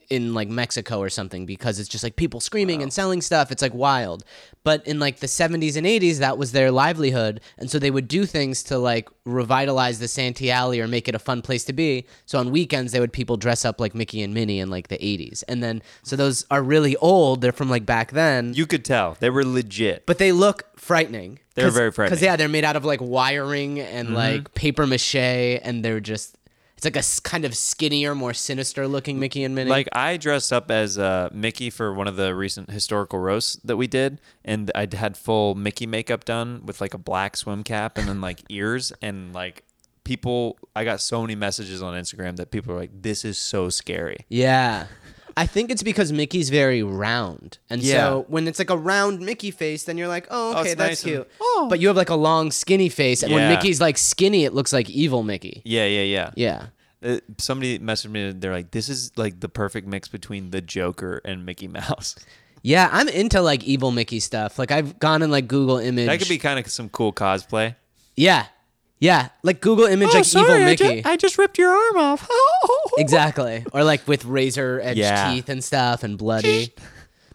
[SPEAKER 6] in like Mexico or something because it's just like people screaming and selling stuff. It's like wild. But in like the 70s and 80s, that was their livelihood. And so they would do things to like revitalize the Santee Alley or make it a fun place to be. So on weekends, they would people dress up like Mickey and Minnie in like the 80s. And then, so those are really old. They're from like back then.
[SPEAKER 3] You could tell. They were legit.
[SPEAKER 6] But they look frightening.
[SPEAKER 3] They're very frightening. Mm-hmm.
[SPEAKER 6] Because yeah, they're made out of like wiring and like paper mache, and they're just it's like a s- kind of skinnier, more sinister looking Mickey and Minnie.
[SPEAKER 3] Like I dressed up as uh, Mickey for one of the recent historical roasts that we did, and I had full Mickey makeup done with like a black swim cap and then like ears and like people. I got so many messages on Instagram that people are like, "This is so scary."
[SPEAKER 6] yeah. I think it's because Mickey's very round, and
[SPEAKER 3] Yeah.
[SPEAKER 6] so when it's like a round Mickey face, then you're like, oh, okay,
[SPEAKER 3] it's
[SPEAKER 6] that's
[SPEAKER 3] nice and-
[SPEAKER 6] cute. But you have like a long, skinny face, and when
[SPEAKER 3] Yeah.
[SPEAKER 6] Mickey's like skinny, it looks like evil Mickey.
[SPEAKER 3] Yeah, yeah, yeah.
[SPEAKER 6] Yeah.
[SPEAKER 3] Uh, somebody messaged me. They're like, "This is like the perfect mix between the Joker and Mickey Mouse."
[SPEAKER 6] Yeah, I'm into like evil Mickey stuff. Like I've gone and like Google image.
[SPEAKER 3] That could be kind of some cool cosplay.
[SPEAKER 6] Yeah. Yeah. Like Google image like evil Mickey.
[SPEAKER 3] Oh, just ripped your arm off. Oh,
[SPEAKER 6] Exactly. Or like with razor edged
[SPEAKER 3] Yeah.
[SPEAKER 6] teeth and stuff and bloody.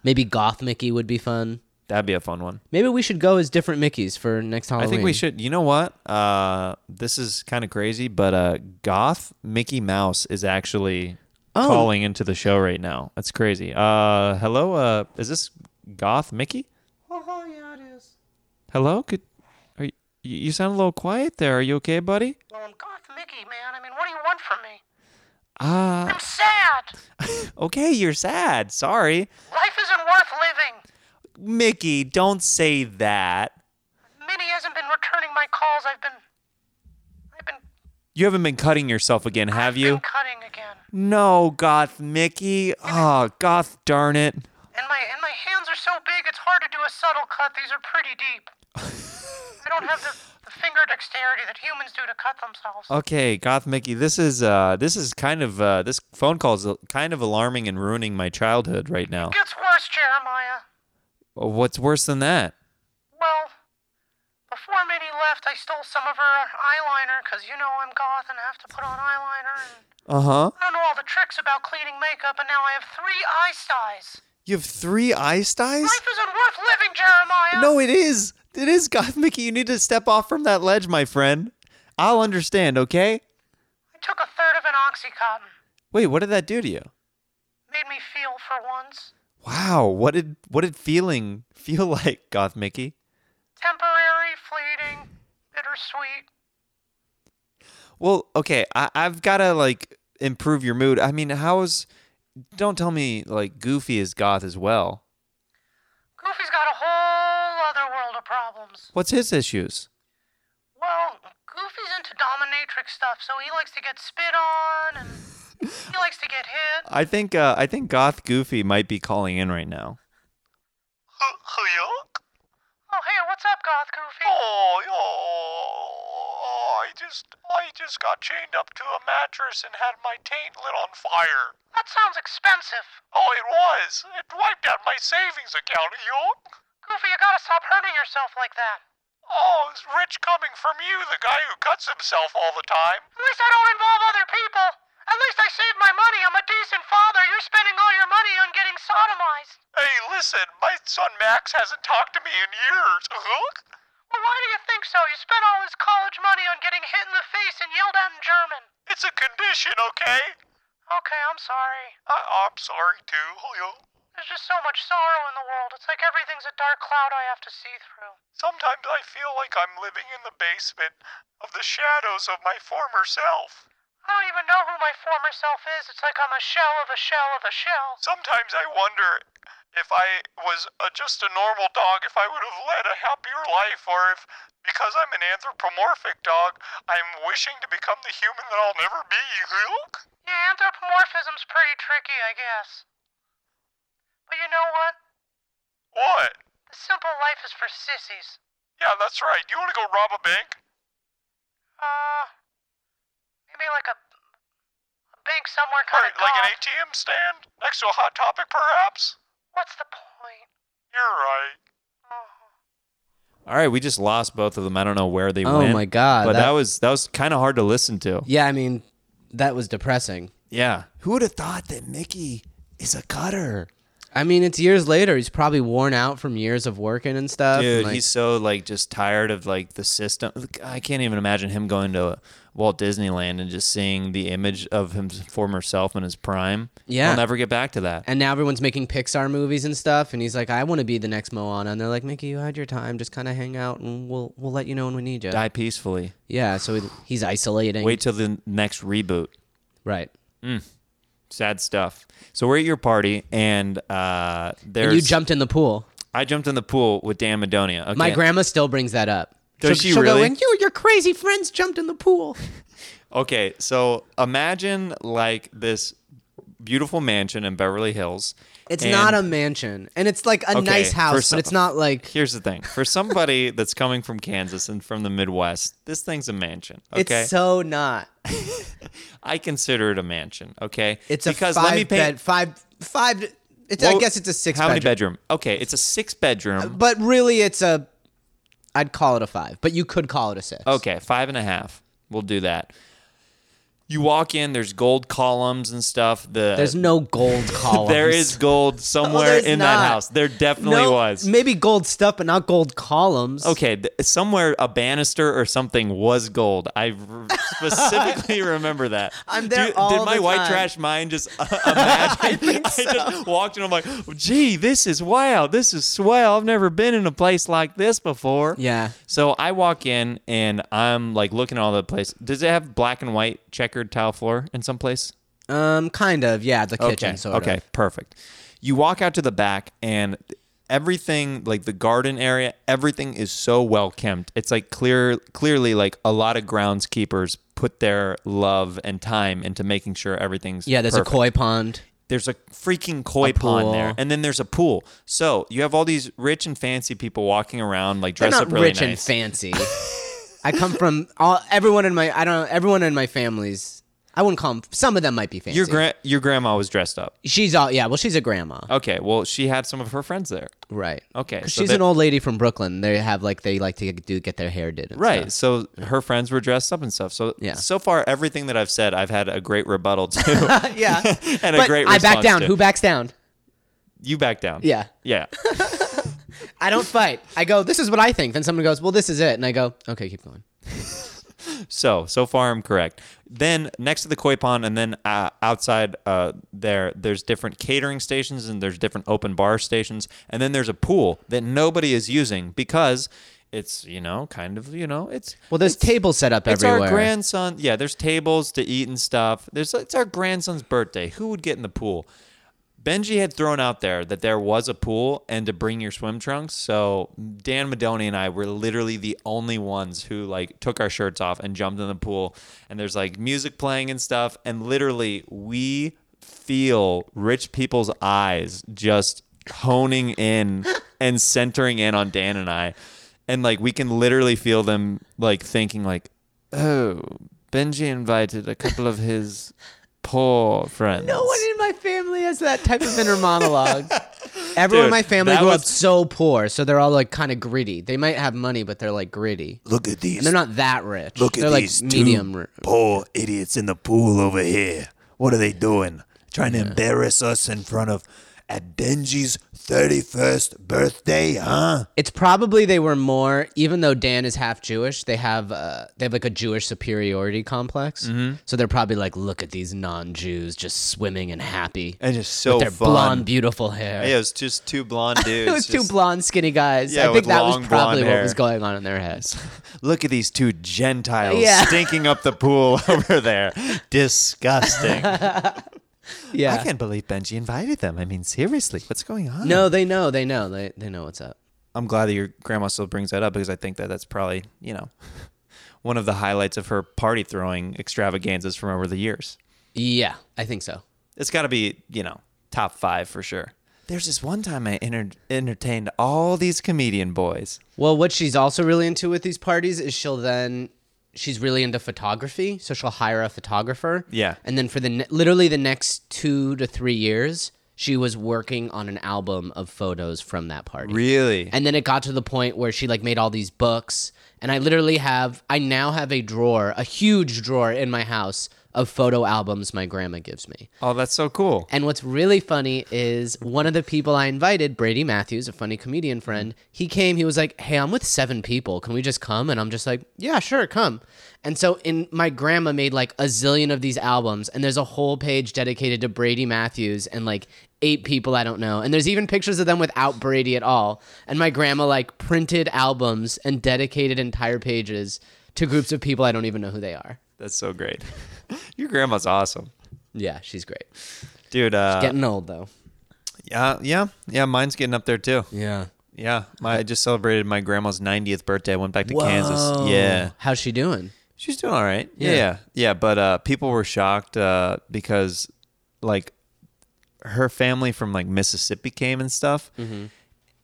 [SPEAKER 6] Maybe goth Mickey would be fun.
[SPEAKER 3] That'd be a fun one.
[SPEAKER 6] Maybe we should go as different Mickeys for next
[SPEAKER 3] I
[SPEAKER 6] Halloween.
[SPEAKER 3] think we should. You know what? Uh, this is kind of crazy, but uh, goth Mickey Mouse is actually calling into the show right now. That's crazy. Uh, hello. Uh, is this goth Mickey? Oh, yeah, it is. Hello. Could are you, you sound a little quiet there? Are you okay, buddy?
[SPEAKER 9] Well, I'm Goth Mickey, man. I mean, what do you want from me?
[SPEAKER 3] Uh,
[SPEAKER 9] I'm sad.
[SPEAKER 3] okay. You're sad. Sorry,
[SPEAKER 9] Life isn't worth living.
[SPEAKER 3] Mickey. Don't say that.
[SPEAKER 9] Minnie hasn't been returning my calls. I've been. I've been
[SPEAKER 3] You haven't been cutting yourself again, have
[SPEAKER 9] I've
[SPEAKER 3] you?
[SPEAKER 9] Been cutting again,
[SPEAKER 3] No, goth Mickey. Oh, goth darn it.
[SPEAKER 9] and my and my hands are so big it's hard to do a subtle cut. These are pretty deep. I don't have the, the finger dexterity that humans do to cut themselves.
[SPEAKER 3] Okay, goth Mickey. This is uh, this is kind of uh, this phone call is kind of alarming and ruining my childhood right now.
[SPEAKER 9] Gets worse, Jeremiah.
[SPEAKER 3] Oh, What's worse than that?
[SPEAKER 9] Well, before Minnie left, I stole some of her eyeliner because you know I'm goth and I have to put on eyeliner. And
[SPEAKER 3] Uh huh.
[SPEAKER 9] I don't know all the tricks about cleaning makeup, and now I have three eye styes.
[SPEAKER 3] You have three eye styes?
[SPEAKER 9] Life isn't worth living, Jeremiah.
[SPEAKER 3] No, it is. It is goth Mickey. You need to step off from that ledge, my friend. I'll understand. Okay.
[SPEAKER 9] I took a third of an oxycontin.
[SPEAKER 3] Wait, what did that do to you?
[SPEAKER 9] Made me feel for once.
[SPEAKER 3] Wow. What did what did feeling feel like, goth Mickey?
[SPEAKER 9] Temporary, fleeting, bittersweet.
[SPEAKER 3] Well, okay, I, I've got to like improve your mood. I mean, how's don't tell me like Goofy is goth as well.
[SPEAKER 9] Goofy's got a whole other world of problems.
[SPEAKER 3] What's his issues?
[SPEAKER 9] Well, Goofy's into dominatrix stuff, so he likes to get spit on and he likes to get hit.
[SPEAKER 3] I think uh, I think goth Goofy might be calling in right now.
[SPEAKER 9] Oh, hey, what's up, Goth Goofy?
[SPEAKER 10] Oh, oh, I just, I just got chained up to a mattress and had my taint lit on fire.
[SPEAKER 9] That sounds expensive.
[SPEAKER 10] Oh, it was. It wiped out my savings account. Yonk.
[SPEAKER 9] Goofy, you gotta stop hurting yourself like that.
[SPEAKER 10] Oh, it's rich coming from you, the guy who cuts himself all the time.
[SPEAKER 9] At least I don't involve other people. At least I saved my money. I'm a decent father. You're spending all your money on getting sodomized.
[SPEAKER 10] Hey, listen, my son Max hasn't talked to me in years. Hook?
[SPEAKER 9] Well, why do you think so? You spent all his college money on getting hit in the face and yelled at in German.
[SPEAKER 10] It's a condition, okay?
[SPEAKER 9] Okay, I'm sorry.
[SPEAKER 10] eh? I, I'm sorry too. Hoyo.
[SPEAKER 9] There's just so much sorrow in the world. It's like everything's a dark cloud I have to see through.
[SPEAKER 10] Sometimes I feel like I'm living in the basement of the shadows of my former self.
[SPEAKER 9] I don't even know who my former self is. It's like I'm a shell of a shell of a shell.
[SPEAKER 10] Sometimes I wonder if I was a, just a normal dog, if I would have led a happier life, or if, because I'm an anthropomorphic dog, I'm wishing to become the human that I'll never be. Hook?
[SPEAKER 9] Yeah, anthropomorphism's pretty tricky, I guess. But you know what?
[SPEAKER 10] What?
[SPEAKER 9] The simple life is for sissies.
[SPEAKER 10] Yeah, that's right. Do you want to go rob a bank?
[SPEAKER 9] Uh, maybe like a, a bank somewhere
[SPEAKER 10] Or
[SPEAKER 9] kind of
[SPEAKER 10] like an
[SPEAKER 9] goth.
[SPEAKER 10] ATM stand? Next to a hot topic, perhaps?
[SPEAKER 9] What's the point?
[SPEAKER 10] You're right.
[SPEAKER 9] Oh.
[SPEAKER 3] All right, we just lost both of them. I don't know where they
[SPEAKER 6] Oh
[SPEAKER 3] went.
[SPEAKER 6] my God,
[SPEAKER 3] But that,
[SPEAKER 6] that-
[SPEAKER 3] was that was kind of hard to listen to.
[SPEAKER 6] Yeah, I mean, that was depressing.
[SPEAKER 3] Yeah.
[SPEAKER 1] Who would have thought that Mickey is a cutter?
[SPEAKER 6] I mean, it's years later. He's probably worn out from years of working and stuff. and,
[SPEAKER 3] Dude,
[SPEAKER 6] like-
[SPEAKER 3] he's so like just tired of like the system. Look, I can't even imagine him going to Walt Disneyland and just seeing the image of his former self in his prime.
[SPEAKER 6] Yeah.
[SPEAKER 3] I'll never get back to that.
[SPEAKER 6] and now everyone's making Pixar movies and stuff, and he's like, "I want to be the next Moana," and they're like, "Mickey, you had your time. Just kind of hang out, and we'll we'll let you know when we need you."
[SPEAKER 3] Die peacefully.
[SPEAKER 6] Yeah, so he- he's isolating.
[SPEAKER 3] Wait till the next reboot. Mm.
[SPEAKER 6] right?
[SPEAKER 3] Sad stuff. So we're at your party, and uh, there's
[SPEAKER 6] And you jumped in the pool.
[SPEAKER 3] I jumped in the pool with Dan Madonia. Okay.
[SPEAKER 6] My grandma still brings that up.
[SPEAKER 3] Does
[SPEAKER 6] she'll,
[SPEAKER 3] she
[SPEAKER 6] she'll go,
[SPEAKER 3] really?
[SPEAKER 6] and you, and your crazy friends jumped in the pool.
[SPEAKER 3] Okay, so imagine like this beautiful mansion in Beverly Hills.
[SPEAKER 6] It's
[SPEAKER 3] and-
[SPEAKER 6] not a mansion, and it's like a
[SPEAKER 3] Okay,
[SPEAKER 6] nice
[SPEAKER 3] for
[SPEAKER 6] house,
[SPEAKER 3] some-
[SPEAKER 6] but it's not like
[SPEAKER 3] Here's the thing: for somebody that's coming from Kansas and from the Midwest, this thing's a mansion. Okay,
[SPEAKER 6] it's so not.
[SPEAKER 3] I consider it a mansion. Okay,
[SPEAKER 6] It's
[SPEAKER 3] because
[SPEAKER 6] a five
[SPEAKER 3] let me paint.
[SPEAKER 6] bed, five five. It's, I
[SPEAKER 3] Well,
[SPEAKER 6] guess it's a six.
[SPEAKER 3] How many
[SPEAKER 6] bedroom.
[SPEAKER 3] bedroom? Okay, it's a six bedroom.
[SPEAKER 6] But really, it's a. I'd call it a five, but you could call it a six.
[SPEAKER 3] Okay, five and a half. We'll do that. You walk in. There's gold columns and stuff. The
[SPEAKER 6] There's no gold columns.
[SPEAKER 3] there is gold somewhere
[SPEAKER 6] there's
[SPEAKER 3] in
[SPEAKER 6] not.
[SPEAKER 3] that house. There definitely
[SPEAKER 6] no,
[SPEAKER 3] was.
[SPEAKER 6] maybe gold stuff, but not gold columns.
[SPEAKER 3] Okay, th- somewhere a banister or something was gold. I r- specifically remember that.
[SPEAKER 6] I'm there
[SPEAKER 3] Do-
[SPEAKER 6] all
[SPEAKER 3] Did my
[SPEAKER 6] the
[SPEAKER 3] white
[SPEAKER 6] time.
[SPEAKER 3] trash mind just uh, imagine? I, just walked in. I'm like, gee, this is wow. This is swell. I've never been in a place like this before.
[SPEAKER 6] Yeah.
[SPEAKER 3] So I walk in and I'm like looking at all the place. Does it have black and white checkered tile floor in some place?
[SPEAKER 6] Um, kind of. Yeah, the kitchen.
[SPEAKER 3] Okay.
[SPEAKER 6] Sort
[SPEAKER 3] okay.
[SPEAKER 6] Of.
[SPEAKER 3] Perfect. You walk out to the back and everything like the garden area, everything is so well kept. It's like clear clearly like a lot of groundskeepers put their love and time into making sure everything's
[SPEAKER 6] Yeah, there's
[SPEAKER 3] perfect.
[SPEAKER 6] a koi pond.
[SPEAKER 3] there's a freaking koi pond there,
[SPEAKER 6] pool.
[SPEAKER 3] and then there's a pool. So you have all these rich and fancy people walking around like
[SPEAKER 6] They're
[SPEAKER 3] dressed
[SPEAKER 6] not
[SPEAKER 3] up really
[SPEAKER 6] rich and
[SPEAKER 3] nice.
[SPEAKER 6] fancy. I come from all everyone in my I don't everyone in my family's. I wouldn't call them. Some of them might be fancy.
[SPEAKER 3] your gra- your grandma was dressed up.
[SPEAKER 6] She's all yeah. Well, she's a grandma,
[SPEAKER 3] Okay, well she had some of her friends there.
[SPEAKER 6] right?
[SPEAKER 3] Okay,
[SPEAKER 6] 'Cause
[SPEAKER 3] so
[SPEAKER 6] she's
[SPEAKER 3] that-
[SPEAKER 6] an old lady from Brooklyn. They have like they like to do get their hair did. And
[SPEAKER 3] Right. So
[SPEAKER 6] stuff.
[SPEAKER 3] her friends were dressed up and stuff. So
[SPEAKER 6] Yeah.
[SPEAKER 3] so far everything that I've said, I've had a great rebuttal to
[SPEAKER 6] Yeah.
[SPEAKER 3] and a
[SPEAKER 6] but
[SPEAKER 3] great
[SPEAKER 6] I back
[SPEAKER 3] response
[SPEAKER 6] down.
[SPEAKER 3] to.
[SPEAKER 6] Who backs down?
[SPEAKER 3] you back down.
[SPEAKER 6] Yeah.
[SPEAKER 3] Yeah.
[SPEAKER 6] I don't fight. I go. This is what I think. Then someone goes, "Well, this is it," and I go, "Okay, keep going."
[SPEAKER 3] So so far I'm correct. Then next to the koi pond and then uh, outside uh, there there's different catering stations and there's different open bar stations and then there's a pool that nobody is using because it's you know kind of you know it's
[SPEAKER 6] Well, there's tables set up
[SPEAKER 3] It's
[SPEAKER 6] everywhere.
[SPEAKER 3] our grandson. Yeah, there's tables to eat and stuff. There's it's our grandson's birthday. Who would get in the pool? Benji had thrown out there that there was a pool and to bring your swim trunks. So Dan Madoni and I were literally the only ones who like took our shirts off and jumped in the pool. And there's like music playing and stuff. And literally we feel rich people's eyes just honing in and centering in on Dan and I. And like we can literally feel them like thinking like, oh, Benji invited a couple of his poor friends.
[SPEAKER 6] No one in my family has that type of inner monologue. Everyone in
[SPEAKER 3] Dude,
[SPEAKER 6] my family
[SPEAKER 3] that
[SPEAKER 6] grew up
[SPEAKER 3] was-
[SPEAKER 6] so poor, so they're all like kind of gritty. They might have money, but they're like gritty.
[SPEAKER 4] Look at these
[SPEAKER 6] And they're not that rich.
[SPEAKER 4] Look at
[SPEAKER 6] they're like
[SPEAKER 4] these
[SPEAKER 6] medium.
[SPEAKER 4] two
[SPEAKER 6] ri-
[SPEAKER 4] poor idiots in the pool over here. What are they doing? Trying to embarrass us in front of at Denji's 31st birthday, huh?
[SPEAKER 6] It's probably they were more. Even though Dan is half Jewish, they have uh, they have like a Jewish superiority complex.
[SPEAKER 3] Mm-hmm.
[SPEAKER 6] So they're probably like, look at these non-Jews just swimming and happy.
[SPEAKER 3] And just so
[SPEAKER 6] with their
[SPEAKER 3] fun.
[SPEAKER 6] blonde, beautiful hair.
[SPEAKER 3] Yeah, it was just two blonde dudes.
[SPEAKER 6] it was two
[SPEAKER 3] just,
[SPEAKER 6] blonde, skinny guys.
[SPEAKER 3] Yeah,
[SPEAKER 6] I think
[SPEAKER 3] with
[SPEAKER 6] that was
[SPEAKER 3] long blonde
[SPEAKER 6] probably what
[SPEAKER 3] hair.
[SPEAKER 6] was going on in their heads.
[SPEAKER 3] Look at these two Gentiles
[SPEAKER 6] Yeah.
[SPEAKER 3] stinking up the pool over there. Disgusting.
[SPEAKER 6] Yeah.
[SPEAKER 3] I can't believe Benji invited them. I mean, seriously, what's going on?
[SPEAKER 6] No, they know. They know. They they know what's up.
[SPEAKER 3] I'm glad that your grandma still brings that up because I think that that's probably, you know, one of the highlights of her party throwing extravaganzas from over the years.
[SPEAKER 6] Yeah, I think so.
[SPEAKER 3] It's got to be, you know, top five for sure. There's this one time I enter- entertained all these comedian boys.
[SPEAKER 6] Well, what she's also really into with these parties is she'll then she's really into photography, so she'll hire a photographer.
[SPEAKER 3] Yeah.
[SPEAKER 6] And then for the ne- literally the next 2 to 3 years, she was working on an album of photos from that party.
[SPEAKER 3] Really?
[SPEAKER 6] And then it got to the point where she like made all these books and I literally have I now have a drawer, a huge drawer in my house of photo albums my grandma gives me.
[SPEAKER 3] oh, that's so cool.
[SPEAKER 6] And what's really funny is one of the people I invited, Brady Matthews, a funny comedian friend, he came, he was like, Hey, I'm with seven people. Can we just come? And I'm just like, Yeah, sure, come. And so in my grandma made like a zillion of these albums, and there's a whole page dedicated to Brady Matthews and like eight people I don't know. And there's even pictures of them without Brady at all. And my grandma like printed albums and dedicated entire pages to groups of people I don't even know who they are.
[SPEAKER 3] That's so great. your grandma's awesome.
[SPEAKER 6] Yeah, she's great.
[SPEAKER 3] Dude, uh,
[SPEAKER 6] Getting old though.
[SPEAKER 3] yeah, yeah, yeah, mine's getting up there too.
[SPEAKER 6] Yeah.
[SPEAKER 3] Yeah, my, I just celebrated my grandma's 90th birthday. I went back to Kansas. Yeah.
[SPEAKER 6] How's she doing?
[SPEAKER 3] She's doing all right. Yeah.
[SPEAKER 6] Yeah.
[SPEAKER 3] Yeah. yeah, but uh, people were shocked uh, because, like, her family from, like, Mississippi came and stuff.
[SPEAKER 6] Mm-hmm.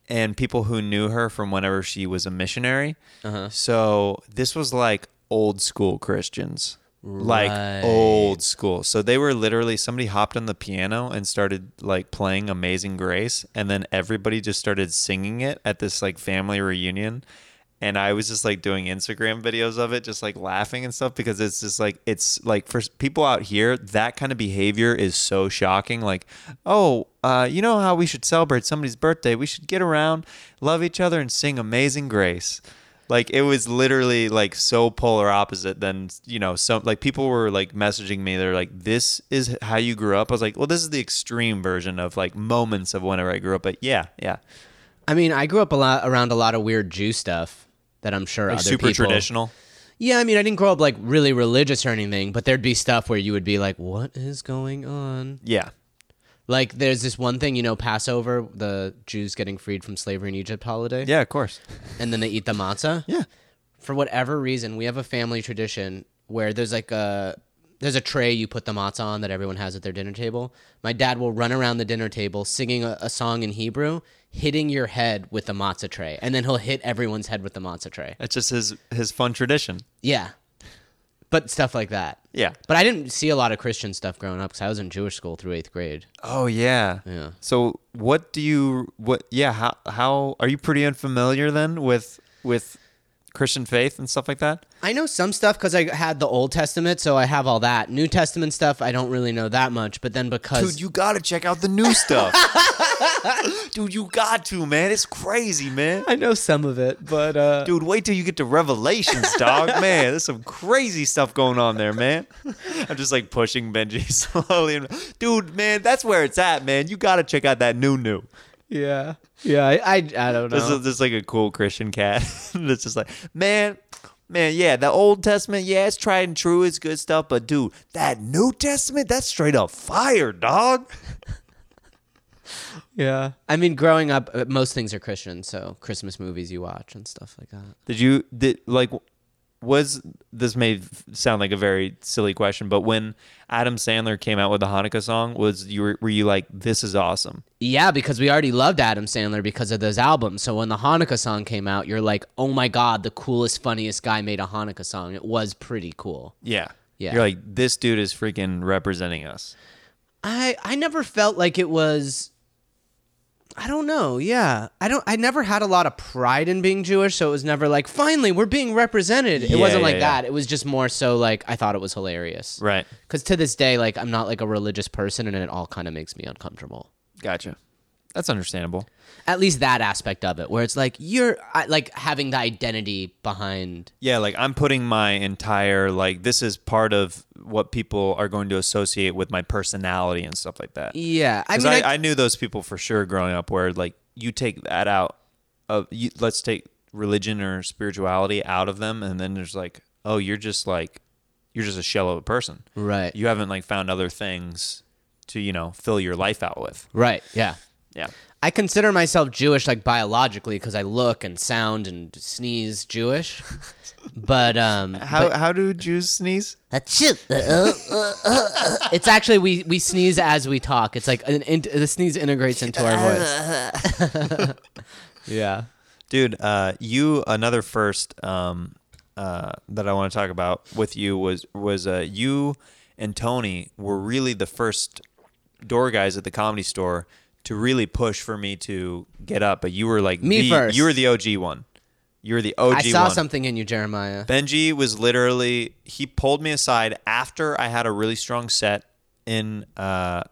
[SPEAKER 3] And people who knew her from whenever she was a missionary.
[SPEAKER 6] Uh-huh.
[SPEAKER 3] So this was like old school Christians. Like old school. So they were literally somebody hopped on the piano and started like playing Amazing Grace and then everybody just started singing it at this like family reunion and I was just like doing Instagram videos of it, just like laughing and stuff because it's just like it's like for s- people out here, that kind of behavior is so shocking. Like, oh, uh, you know how we should celebrate somebody's birthday? We should get around, love each other, and sing "Amazing Grace." Like it was literally like so polar opposite than you know some like people were like messaging me they're like this is how you grew up I was like well this is the extreme version of like moments of whenever I grew up but yeah yeah
[SPEAKER 6] I mean, I grew up a lot around a lot of weird Jew stuff that I'm sure
[SPEAKER 3] like
[SPEAKER 6] other
[SPEAKER 3] super
[SPEAKER 6] people-
[SPEAKER 3] traditional
[SPEAKER 6] Yeah, I mean, I didn't grow up like really religious or anything, but there'd be stuff where you would be like, "What is going on?"
[SPEAKER 3] yeah
[SPEAKER 6] Like, there's this one thing, you know, Passover, the Jews getting freed from slavery in Egypt holiday,
[SPEAKER 3] yeah of course
[SPEAKER 6] and then they eat the matzah.
[SPEAKER 3] yeah
[SPEAKER 6] For whatever reason, we have a family tradition where there's like a there's a tray you put the matzah on that everyone has at their dinner table. My dad will run around the dinner table singing a, a song in Hebrew, hitting your head with the matzah tray, and then he'll hit everyone's head with the matzah tray.
[SPEAKER 3] That's just his his fun tradition.
[SPEAKER 6] Yeah, but stuff like that.
[SPEAKER 3] Yeah.
[SPEAKER 6] But I didn't see a lot of Christian stuff growing up because I was in Jewish school through eighth grade.
[SPEAKER 3] Oh yeah.
[SPEAKER 6] Yeah.
[SPEAKER 3] So what do you what yeah, how how are you pretty unfamiliar then with with Christian faith and stuff like that?
[SPEAKER 6] I know some stuff because I had the Old Testament, so I have all that. New Testament stuff, I don't really know that much. But then because
[SPEAKER 3] Dude, you gotta check out the new stuff. Dude, you got to, man. It's crazy, man.
[SPEAKER 6] I know some of it, but uh,
[SPEAKER 3] Dude, wait till you get to Revelations, dog. Man, there's some crazy stuff going on there, man. I'm just like pushing Benji slowly. Dude, man, that's where it's at, man. You gotta check out that new new.
[SPEAKER 6] yeah, yeah, I, I, I don't know.
[SPEAKER 3] This is just like a cool Christian cat. that's just like, man, man, yeah, the Old Testament, yeah, it's tried and true, it's good stuff, but dude, that New Testament, that's straight up fire, dog.
[SPEAKER 6] yeah, I mean, growing up, uh, most things are Christian, so Christmas movies you watch and stuff like that.
[SPEAKER 3] Did you did like was this may f- sound like a very silly question, but when Adam Sandler came out with the Hanukkah song, was you were, were you like this is awesome?
[SPEAKER 6] Yeah, because we already loved Adam Sandler because of those albums. So when the Hanukkah song came out, you're like, oh my god, the coolest, funniest guy made a Hanukkah song. It was pretty cool.
[SPEAKER 3] Yeah.
[SPEAKER 6] Yeah.
[SPEAKER 3] You're like this dude is freaking representing us.
[SPEAKER 6] I I never felt like it was I don't know. Yeah. I don't I never had a lot of pride in being Jewish, so it was never like finally we're being represented.
[SPEAKER 3] Yeah,
[SPEAKER 6] it wasn't
[SPEAKER 3] yeah,
[SPEAKER 6] like
[SPEAKER 3] yeah.
[SPEAKER 6] that. It was just more so like I thought it was hilarious.
[SPEAKER 3] Right.
[SPEAKER 6] Cuz to this day like I'm not like a religious person and it all kind of makes me uncomfortable.
[SPEAKER 3] Gotcha. That's understandable.
[SPEAKER 6] At least that aspect of it where it's like you're I, like having the identity behind
[SPEAKER 3] Yeah, like I'm putting my entire like this is part of what people are going to associate with my personality and stuff like that.
[SPEAKER 6] Yeah. I
[SPEAKER 3] 'Cause
[SPEAKER 6] mean I,
[SPEAKER 3] I, knew those people for sure growing up. Where like you take that out of you, let's take religion or spirituality out of them, and then there's like, oh, you're just like you're just a shell of a person.
[SPEAKER 6] Right.
[SPEAKER 3] You haven't like found other things to you know fill your life out with.
[SPEAKER 6] right. Yeah.
[SPEAKER 3] Yeah.
[SPEAKER 6] I consider myself Jewish, like biologically, because I look and sound and sneeze Jewish. but um,
[SPEAKER 3] How how do Jews sneeze?
[SPEAKER 6] it's actually we we sneeze as we talk. It's like an in, the sneeze integrates into our voice. yeah.
[SPEAKER 3] Dude, uh, you another first um, uh, that I want to talk about with you was was uh, you and Tony were really the first door guys at the comedy store to really push for me to get up, but you were like
[SPEAKER 6] Me
[SPEAKER 3] the,
[SPEAKER 6] first.
[SPEAKER 3] You were the OG one. You were the OG.
[SPEAKER 6] I saw
[SPEAKER 3] one.
[SPEAKER 6] something in you, Jeremiah.
[SPEAKER 3] Benji was literally he pulled me aside after I had a really strong set in uh,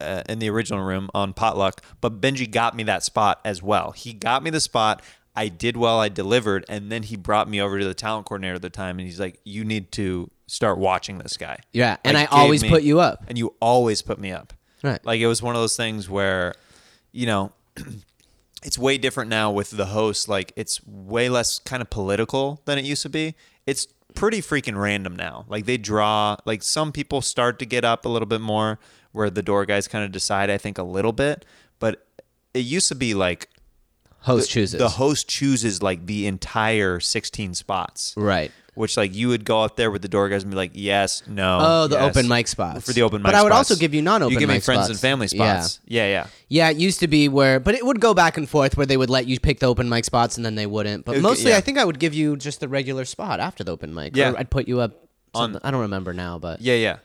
[SPEAKER 3] uh in the original room on potluck, but Benji got me that spot as well. He got me the spot. I did well, I delivered, and then he brought me over to the talent coordinator at the time and he's like, "You need to start watching this guy."
[SPEAKER 6] Yeah, and
[SPEAKER 3] Like,
[SPEAKER 6] I
[SPEAKER 3] gave
[SPEAKER 6] always
[SPEAKER 3] me-
[SPEAKER 6] put you up.
[SPEAKER 3] And you always put me up.
[SPEAKER 6] Right.
[SPEAKER 3] Like it was one of those things where, you know, it's way different now with the host. Like it's way less kind of political than it used to be. It's pretty freaking random now. Like they draw, like some people start to get up a little bit more where the door guys kind of decide, I think, a little bit. But it used to be like
[SPEAKER 6] Host chooses.
[SPEAKER 3] the host chooses like the entire 16 spots.
[SPEAKER 6] right.
[SPEAKER 3] Which like you would go up there with the door guys and be like, yes, no.
[SPEAKER 6] Oh, the
[SPEAKER 3] yes.
[SPEAKER 6] open mic spots.
[SPEAKER 3] for the open mic.
[SPEAKER 6] But I would
[SPEAKER 3] spots.
[SPEAKER 6] also give you non-open
[SPEAKER 3] You give me
[SPEAKER 6] mic
[SPEAKER 3] friends
[SPEAKER 6] spots.
[SPEAKER 3] and family
[SPEAKER 6] Yeah.
[SPEAKER 3] spots. Yeah, yeah.
[SPEAKER 6] Yeah, it used to be where, but it would go back and forth where they would let you pick the open mic spots and then they wouldn't. But
[SPEAKER 3] Okay,
[SPEAKER 6] mostly,
[SPEAKER 3] yeah.
[SPEAKER 6] I think I would give you just the regular spot after the open mic.
[SPEAKER 3] Yeah.
[SPEAKER 6] Or I'd put you up.
[SPEAKER 3] On-
[SPEAKER 6] On, I don't remember now, but
[SPEAKER 3] Yeah, yeah.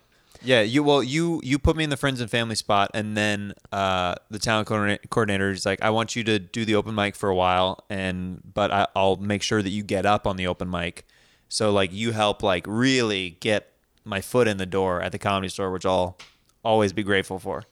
[SPEAKER 3] Yeah, you well, you you put me in the friends and family spot, and then uh, the talent coordina- coordinator is like, "I want you to do the open mic for a while, and but I, I'll make sure that you get up on the open mic." So like you help like really get my foot in the door at the comedy store, which I'll always be grateful for.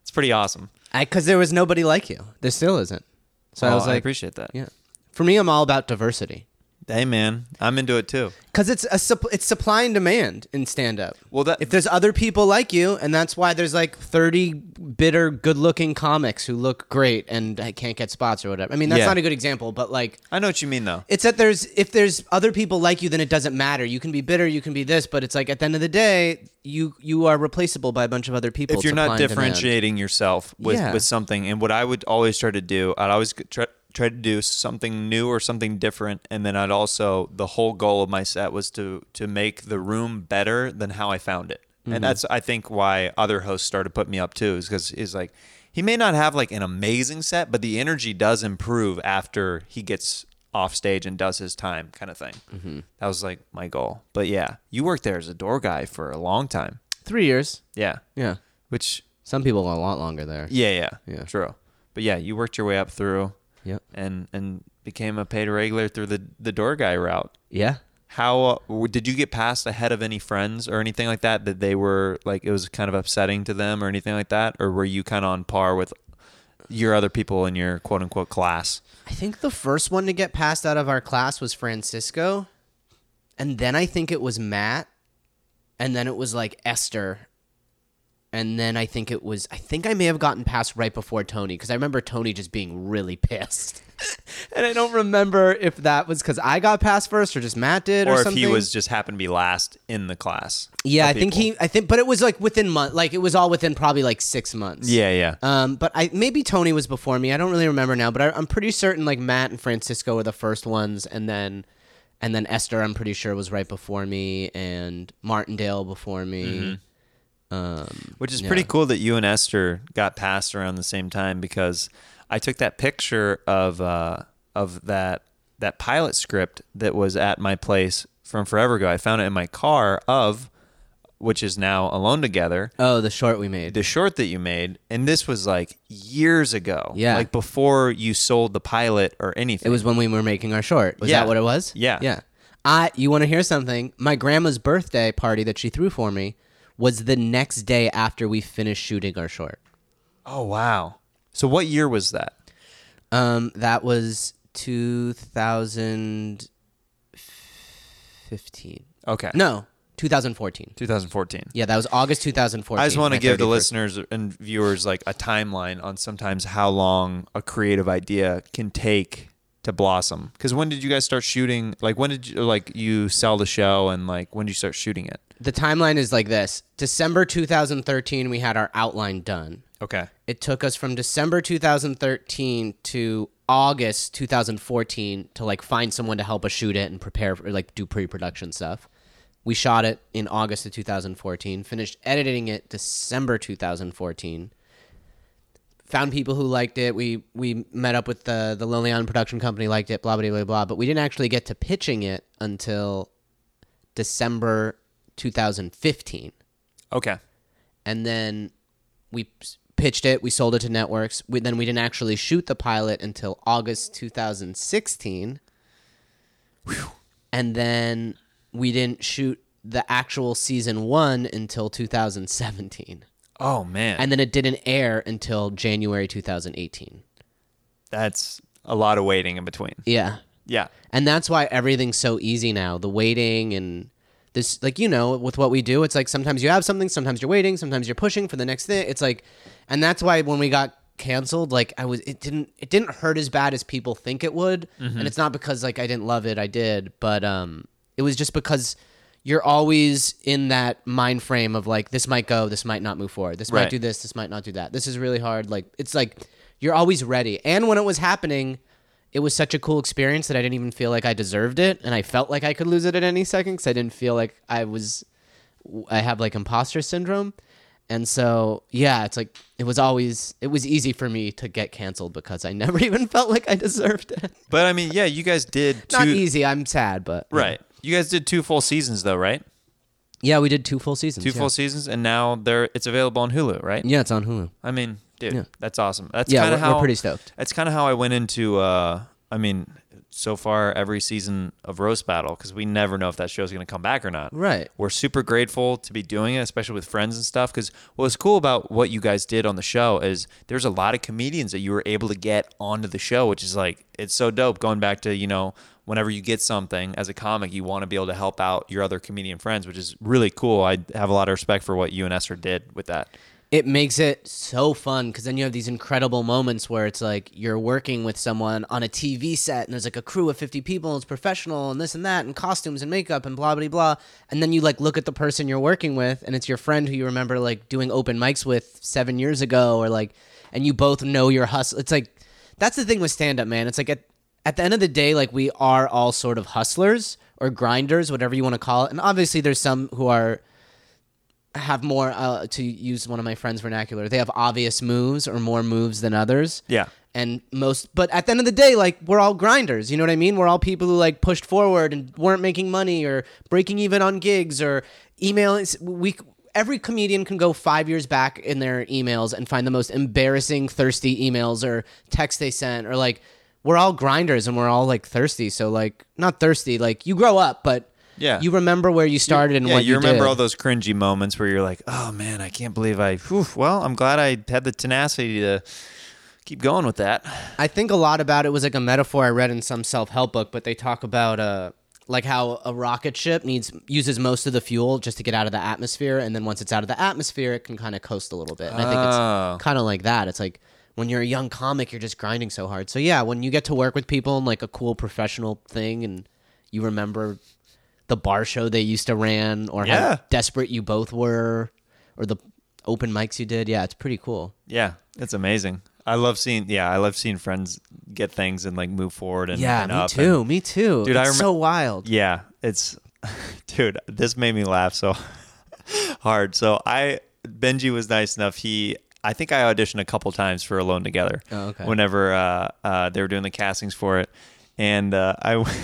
[SPEAKER 3] It's pretty awesome.
[SPEAKER 6] because there was nobody like you. There still isn't. So I
[SPEAKER 3] Oh,
[SPEAKER 6] was like,
[SPEAKER 3] appreciate that.
[SPEAKER 6] yeah. For me, I'm all about diversity
[SPEAKER 3] Hey man, I'm into it too.
[SPEAKER 6] because it's a supp- it's supply and demand in stand up.
[SPEAKER 3] Well, that-
[SPEAKER 6] if there's other people like you, and that's why there's like 30 bitter, good looking comics who look great and uh, can't get spots or whatever. I mean, that's
[SPEAKER 3] Yeah.
[SPEAKER 6] not a good example, but like.
[SPEAKER 3] I know what you mean though.
[SPEAKER 6] It's that there's if there's other people like you, then it doesn't matter. You can be bitter, you can be this, but it's like at the end of the day, you you are replaceable by a bunch of other people.
[SPEAKER 3] if you're
[SPEAKER 6] Supply
[SPEAKER 3] not
[SPEAKER 6] and demand.
[SPEAKER 3] differentiating yourself with,
[SPEAKER 6] Yeah.
[SPEAKER 3] with something and what i would always try to do i'd always g- try, try to do something new or something different, and then I'd also the whole goal of my set was to to make the room better than how I found it,
[SPEAKER 6] Mm-hmm.
[SPEAKER 3] and that's I think why other hosts started putting me up too, is because he's like he may not have like an amazing set, but the energy does improve after he gets off stage and does his time kind of thing.
[SPEAKER 6] Mm-hmm.
[SPEAKER 3] That was like my goal. But yeah, you worked there as a door guy for a long time.
[SPEAKER 6] Three years.
[SPEAKER 3] Yeah.
[SPEAKER 6] Yeah.
[SPEAKER 3] Which
[SPEAKER 6] Some people a lot longer there.
[SPEAKER 3] yeah, yeah,
[SPEAKER 6] Yeah.
[SPEAKER 3] true. But yeah, you worked your way up through,
[SPEAKER 6] Yep.
[SPEAKER 3] and and became a paid regular through the the door guy route.
[SPEAKER 6] Yeah.
[SPEAKER 3] How uh, w- did you get past ahead of any friends or anything like that that they were like it was kind of upsetting to them or anything like that, or were you kind of on par with your other people in your quote unquote class?
[SPEAKER 6] I think the first one to get passed out of our class was Francisco. And then I think it was Matt. And then it was like Esther. And then I think it was, I think I may have gotten passed right before Tony because I remember Tony just being really pissed. and I don't remember if that was because I got passed first or just Matt did or,
[SPEAKER 3] Or if
[SPEAKER 6] something.
[SPEAKER 3] he was just happened to be last in the class?
[SPEAKER 6] Yeah,
[SPEAKER 3] for
[SPEAKER 6] I think
[SPEAKER 3] people?
[SPEAKER 6] he, I think, but it was like within month, like it was all within probably like six months.
[SPEAKER 3] Yeah, yeah.
[SPEAKER 6] Um, but I maybe Tony was before me. I don't really remember now, but I, I'm pretty certain like Matt and Francisco were the first ones, and then and then Esther, I'm pretty sure was right before me, and Martindale before me. Um,
[SPEAKER 3] Mm-hmm. Which is pretty cool that you and Esther got passed around the same time because I took that picture of uh, of that that pilot script that was at my place from forever ago. I found it in my car of which is now alone together.
[SPEAKER 6] oh, the short we made.
[SPEAKER 3] The short that you made, and this was like years ago.
[SPEAKER 6] Yeah.
[SPEAKER 3] Like before you sold the pilot or anything.
[SPEAKER 6] It was when we were making our short. Was
[SPEAKER 3] Yeah.
[SPEAKER 6] that what it was?
[SPEAKER 3] Yeah.
[SPEAKER 6] Yeah. I you want to hear something? My grandma's birthday party that she threw for me was the next day after we finished shooting our short.
[SPEAKER 3] Oh wow. So what year was that?
[SPEAKER 6] Um, that was 2015.
[SPEAKER 3] Okay.
[SPEAKER 6] No, 2014.
[SPEAKER 3] 2014.
[SPEAKER 6] Yeah, that was August 2014.
[SPEAKER 3] I just want
[SPEAKER 6] my
[SPEAKER 3] to give the
[SPEAKER 6] 31st.
[SPEAKER 3] listeners and viewers like a timeline on sometimes how long a creative idea can take to blossom. Because when did you guys start shooting? Like when did you like you sell the show and like when did you start shooting it?
[SPEAKER 6] The timeline is like this: December 2013, we had our outline done.
[SPEAKER 3] Okay.
[SPEAKER 6] It took us from December 2013 to August 2014 to like find someone to help us shoot it and prepare for like do pre-production stuff. We shot it in August of 2014, finished editing it December 2014. Found people who liked it. We we met up with the the Lonely Island production company, liked it, blah blah blah blah. But we didn't actually get to pitching it until December 2015
[SPEAKER 3] Okay.
[SPEAKER 6] and then we s- pitched it. We sold it to networks. We, then we didn't actually shoot the pilot until August 2016. And then we didn't shoot the actual season one until 2017.
[SPEAKER 3] Oh man.
[SPEAKER 6] And then it didn't air until January 2018.
[SPEAKER 3] that's a lot of waiting in between.
[SPEAKER 6] Yeah.
[SPEAKER 3] Yeah.
[SPEAKER 6] And that's why everything's so easy now. The waiting and this, like, you know, with what we do, it's like sometimes you have something, sometimes you're waiting, sometimes you're pushing for the next thing. It's like, and that's why when we got canceled, like, I was, it didn't, it didn't hurt as bad as people think it would.
[SPEAKER 3] Mm-hmm.
[SPEAKER 6] And it's not because, like, I didn't love it, I did, but, um, it was just because you're always in that mind frame of like, this might go, this might not move forward, this might
[SPEAKER 3] Right.
[SPEAKER 6] do this, this might not do that. This is really hard. Like, it's like, you're always ready. And when it was happening, it was such a cool experience that I didn't even feel like I deserved it, and I felt like I could lose it at any second because I didn't feel like I was, I have like imposter syndrome, and so yeah, it's like it was always it was easy for me to get canceled because I never even felt like I deserved it.
[SPEAKER 3] But I mean, yeah, you guys did two
[SPEAKER 6] Not easy. I'm sad, but
[SPEAKER 3] Right. You guys did two full seasons though, right?
[SPEAKER 6] Yeah, we did two full seasons.
[SPEAKER 3] Two
[SPEAKER 6] yeah.
[SPEAKER 3] full seasons and now they're it's available on Hulu, right?
[SPEAKER 6] Yeah, it's on Hulu.
[SPEAKER 3] I mean, dude, that's awesome. That's
[SPEAKER 6] Yeah,
[SPEAKER 3] kind of
[SPEAKER 6] we're- we're
[SPEAKER 3] how
[SPEAKER 6] pretty stoked.
[SPEAKER 3] That's kind of how I went into. Uh, I mean, so far every season of Roast Battle because we never know if that show's going to come back or not.
[SPEAKER 6] Right.
[SPEAKER 3] We're super grateful to be doing it, especially with friends and stuff. Because what was cool about what you guys did on the show is there's a lot of comedians that you were able to get onto the show, which is like it's so dope. Going back to you know. Whenever you get something as a comic, you want to be able to help out your other comedian friends, which is really cool. I have a lot of respect for what you and Esther did with that.
[SPEAKER 6] it makes it so fun because then you have these incredible moments where it's like you're working with someone on a TV set and there's like a crew of 50 people and it's professional and this and that and costumes and makeup and blah blah blah and then you like look at the person you're working with and it's your friend who you remember like doing open mics with 7 years ago or like and you both know your hustle it's like that's the thing with stand up, man. It's like at, at the end of the day, like we are all sort of hustlers or grinders, whatever you want to call it. And obviously, there's some who are have more uh, to use one of my friends' vernacular. They have obvious moves or more moves than others.
[SPEAKER 3] Yeah.
[SPEAKER 6] And most, but at the end of the day, like we're all grinders. You know what I mean? We're all people who like pushed forward and weren't making money or breaking even on gigs or emailing. We every comedian can go five years back in their emails and find the most embarrassing, thirsty emails or texts they sent or like. We're all grinders and we're all like thirsty. So like not thirsty, like you grow up, but
[SPEAKER 3] Yeah.
[SPEAKER 6] you remember where you started and
[SPEAKER 3] yeah,
[SPEAKER 6] what
[SPEAKER 3] you,
[SPEAKER 6] you,
[SPEAKER 3] remember
[SPEAKER 6] did.
[SPEAKER 3] all those cringy moments where you're like, "Oh man, I can't believe I." Whew, well, I'm glad I had the tenacity to keep going with that.
[SPEAKER 6] I think a lot about it was like a metaphor I read in some self help book, but they talk about uh like how a rocket ship needs uses most of the fuel just to get out of the atmosphere, and then once it's out of the atmosphere, it can kind of coast a little bit. And I think
[SPEAKER 3] Oh.
[SPEAKER 6] it's kind of like that. It's like when you're a young comic, you're just grinding so hard. So yeah, when you get to work with people in like a cool professional thing, and you remember the bar show they used to ran, or
[SPEAKER 3] Yeah.
[SPEAKER 6] how desperate you both were, or the open mics you did. Yeah, it's pretty cool.
[SPEAKER 3] Yeah, it's amazing. I love seeing. Yeah, I love seeing friends get things and like move forward and
[SPEAKER 6] Yeah,
[SPEAKER 3] and
[SPEAKER 6] me
[SPEAKER 3] up and-
[SPEAKER 6] too. me too.
[SPEAKER 3] Dude,
[SPEAKER 6] Dude,
[SPEAKER 3] I
[SPEAKER 6] it's
[SPEAKER 3] remem-
[SPEAKER 6] so wild.
[SPEAKER 3] Yeah, it's dude, this made me laugh so hard. So I Benji was nice enough. He I think I auditioned a couple times for Alone Together.
[SPEAKER 6] Oh, okay.
[SPEAKER 3] Whenever uh, uh, they were doing the castings for it, and uh, I w-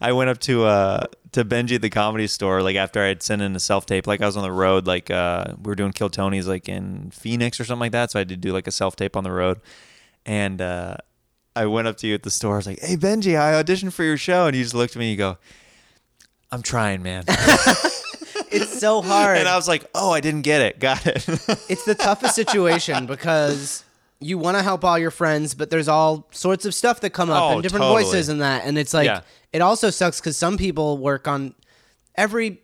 [SPEAKER 3] I went up to uh, to Benji at the comedy store like after I had sent in a self tape. Like I was on the road, like uh, we were doing Kill Tony's like in Phoenix or something like that. So I had to do like a self tape on the road, and uh, I went up to you at the store. I was like, "Hey Benji, I auditioned for your show," and you just looked at me and you go. I'm trying, man.
[SPEAKER 6] It's so hard.
[SPEAKER 3] and I was like, oh, I didn't get it. Got it.
[SPEAKER 6] it's the toughest situation because you want to help all your friends, but there's all sorts of stuff that come up
[SPEAKER 3] Oh,
[SPEAKER 6] and different
[SPEAKER 3] totally.
[SPEAKER 6] voices and that. And it's like
[SPEAKER 3] Yeah.
[SPEAKER 6] it also sucks because some people work on every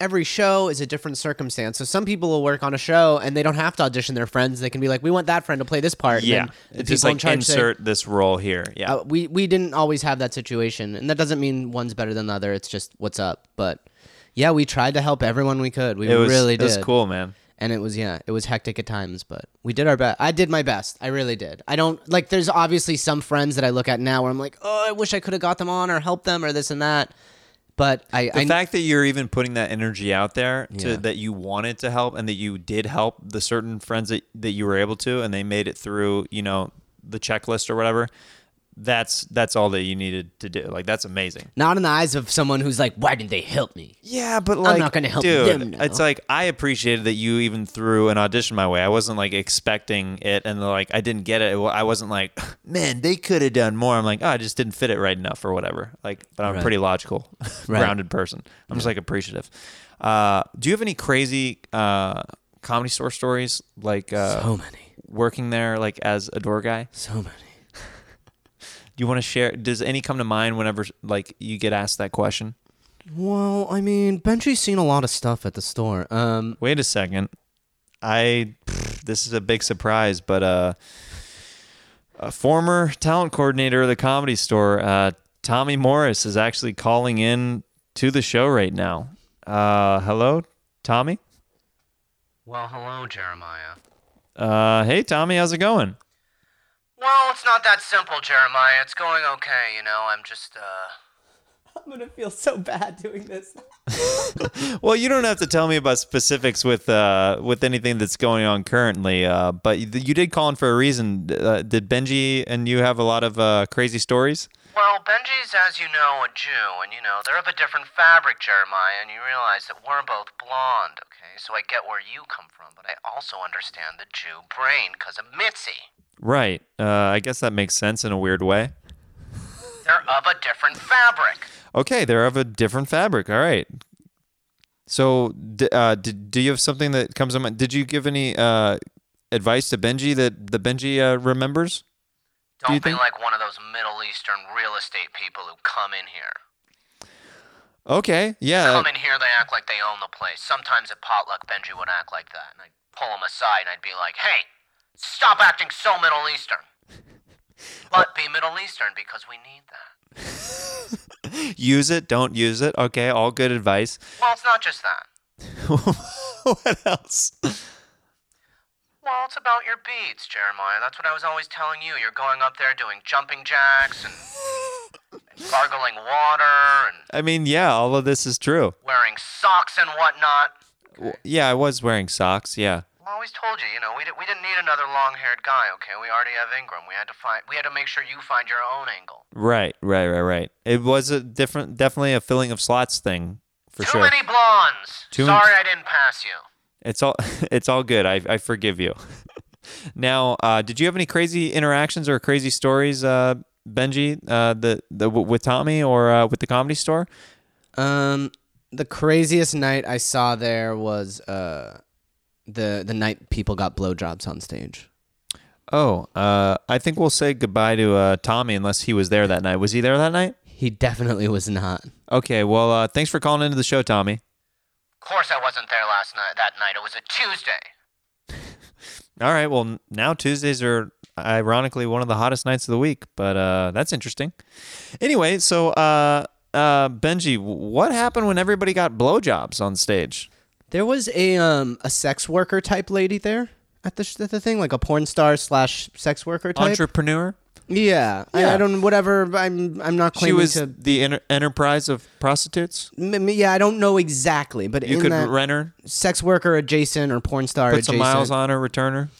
[SPEAKER 6] every show is a different circumstance. So some people will work on a show and they don't have to audition their friends. They can be like, we want that friend to play this part.
[SPEAKER 3] yeah.
[SPEAKER 6] And then the
[SPEAKER 3] It's just
[SPEAKER 6] people in
[SPEAKER 3] like
[SPEAKER 6] charge say,
[SPEAKER 3] insert this role here. Yeah.
[SPEAKER 6] uh, we we didn't always have that situation, and that doesn't mean one's better than the other. It's just what's up. But yeah, we tried to help everyone we could. We
[SPEAKER 3] it was
[SPEAKER 6] really
[SPEAKER 3] it
[SPEAKER 6] did.
[SPEAKER 3] was cool, man.
[SPEAKER 6] and it was yeah, it was hectic at times, but we did our best. I did my best. I really did. I don't like. There's obviously some friends that I look at now where I'm like, oh, I wish I could have got them on or helped them or this and that. But I,
[SPEAKER 3] The
[SPEAKER 6] I
[SPEAKER 3] fact that you're even putting that energy out there to
[SPEAKER 6] Yeah.
[SPEAKER 3] that you wanted to help and that you did help the certain friends that, that you were able to and they made it through, you know, the checklist or whatever. That's that's all that you needed to do. Like that's amazing.
[SPEAKER 6] not in the eyes of someone who's like, why didn't they help me?
[SPEAKER 3] Yeah, but like,
[SPEAKER 6] not gonna help
[SPEAKER 3] dude,
[SPEAKER 6] them now.
[SPEAKER 3] It's like I appreciated that you even threw an audition my way. I wasn't like expecting it, and like I didn't get it. I wasn't like, man, they could have done more. I'm like, oh, I just didn't fit it right enough or whatever. Like, but I'm a pretty logical, grounded person. I'm just like appreciative. Uh, do you have any crazy uh, comedy store stories like uh,
[SPEAKER 6] So many,
[SPEAKER 3] working there, like as a door guy?
[SPEAKER 6] so many.
[SPEAKER 3] Do you want to share? Does any come to mind whenever like you get asked that question?
[SPEAKER 6] Well, I mean, Benji's seen a lot of stuff at the store. Um,
[SPEAKER 3] wait a second i pfft, this is a big surprise but uh a former talent coordinator of the comedy store uh tommy morris is actually calling in to the show right now uh hello tommy
[SPEAKER 6] well, hello, Jeremiah.
[SPEAKER 3] uh hey tommy how's it going
[SPEAKER 9] Well, it's not that simple, Jeremiah. It's going okay, you know. I'm just, uh.
[SPEAKER 6] I'm gonna feel so bad doing this.
[SPEAKER 3] well you don't have to tell me about specifics with uh with anything that's going on currently uh but you you did call in for a reason uh, did benji and you have a lot of uh crazy stories
[SPEAKER 9] Well, Benji's, as you know, a Jew, and you know, they're of a different fabric, Jeremiah, and you realize that we're both blonde, okay? So I get where you come from, but I also understand the Jew brain because of Mitzi.
[SPEAKER 3] right uh i guess that makes sense in a weird way
[SPEAKER 9] They're of a different fabric.
[SPEAKER 3] Okay, they're of a different fabric. All right. So, d- uh, did, do you have something that comes to mind? Did you give any uh, advice to Benji that the Benji uh, remembers? you
[SPEAKER 9] Don't be
[SPEAKER 3] think-
[SPEAKER 9] like one of those Middle Eastern real estate people who come in here.
[SPEAKER 3] Okay, yeah,
[SPEAKER 9] Come in here, they act like they own the place. Sometimes at potluck, Benji would act like that, and I'd pull him aside and I'd be like, hey, stop acting so Middle Eastern. But be Middle Eastern because we need that.
[SPEAKER 3] use it, don't use it. Okay, all good advice.
[SPEAKER 9] Well, it's not just that.
[SPEAKER 3] what else?
[SPEAKER 9] Well, it's about your beats, Jeremiah. That's what I was always telling you. You're going up there doing jumping jacks and, and gargling water and
[SPEAKER 3] I mean, yeah, all of this is true.
[SPEAKER 9] wearing socks and whatnot.
[SPEAKER 3] W- Yeah, I was wearing socks. Yeah.
[SPEAKER 9] I always told you, you know, we, di- we didn't need another long-haired guy. Okay, we already have Ingram. We had to find. We had to make sure you find your own angle.
[SPEAKER 3] Right, right, right, right. It was a different, definitely a filling of slots thing for
[SPEAKER 9] Too
[SPEAKER 3] sure.
[SPEAKER 9] many blondes.
[SPEAKER 3] Too-
[SPEAKER 9] Sorry, I didn't pass you.
[SPEAKER 3] It's all, it's all good. I, I forgive you. now, uh, did you have any crazy interactions or crazy stories, uh, Benji, uh, the, the w- with Tommy or uh, with the comedy store?
[SPEAKER 6] Um, the craziest night I saw there was uh, the the night people got blowjobs on stage.
[SPEAKER 3] Oh, uh, I think we'll say goodbye to uh, Tommy unless he was there that night. Was he there that night?
[SPEAKER 6] He definitely was not.
[SPEAKER 3] Okay. Well, uh, thanks for calling into the show, Tommy.
[SPEAKER 9] Of course, I wasn't there last night. That night, it was a Tuesday.
[SPEAKER 3] All right. Well, n- now Tuesdays are ironically one of the hottest nights of the week, but uh, that's interesting. Anyway, so uh, uh, Benji, w- what happened when everybody got blowjobs on stage?
[SPEAKER 6] There was a um a sex worker type lady there at the sh- at the thing, like a porn star slash sex worker type.
[SPEAKER 3] Entrepreneur.
[SPEAKER 6] yeah, I, I don't whatever. I'm I'm not
[SPEAKER 3] She
[SPEAKER 6] claiming
[SPEAKER 3] was
[SPEAKER 6] to.
[SPEAKER 3] the enter- enterprise of prostitutes.
[SPEAKER 6] M- m- yeah, I don't know exactly, but
[SPEAKER 3] You
[SPEAKER 6] in
[SPEAKER 3] could
[SPEAKER 6] that
[SPEAKER 3] rent her,
[SPEAKER 6] sex worker adjacent or porn star
[SPEAKER 3] put some
[SPEAKER 6] adjacent.
[SPEAKER 3] miles on her, return her.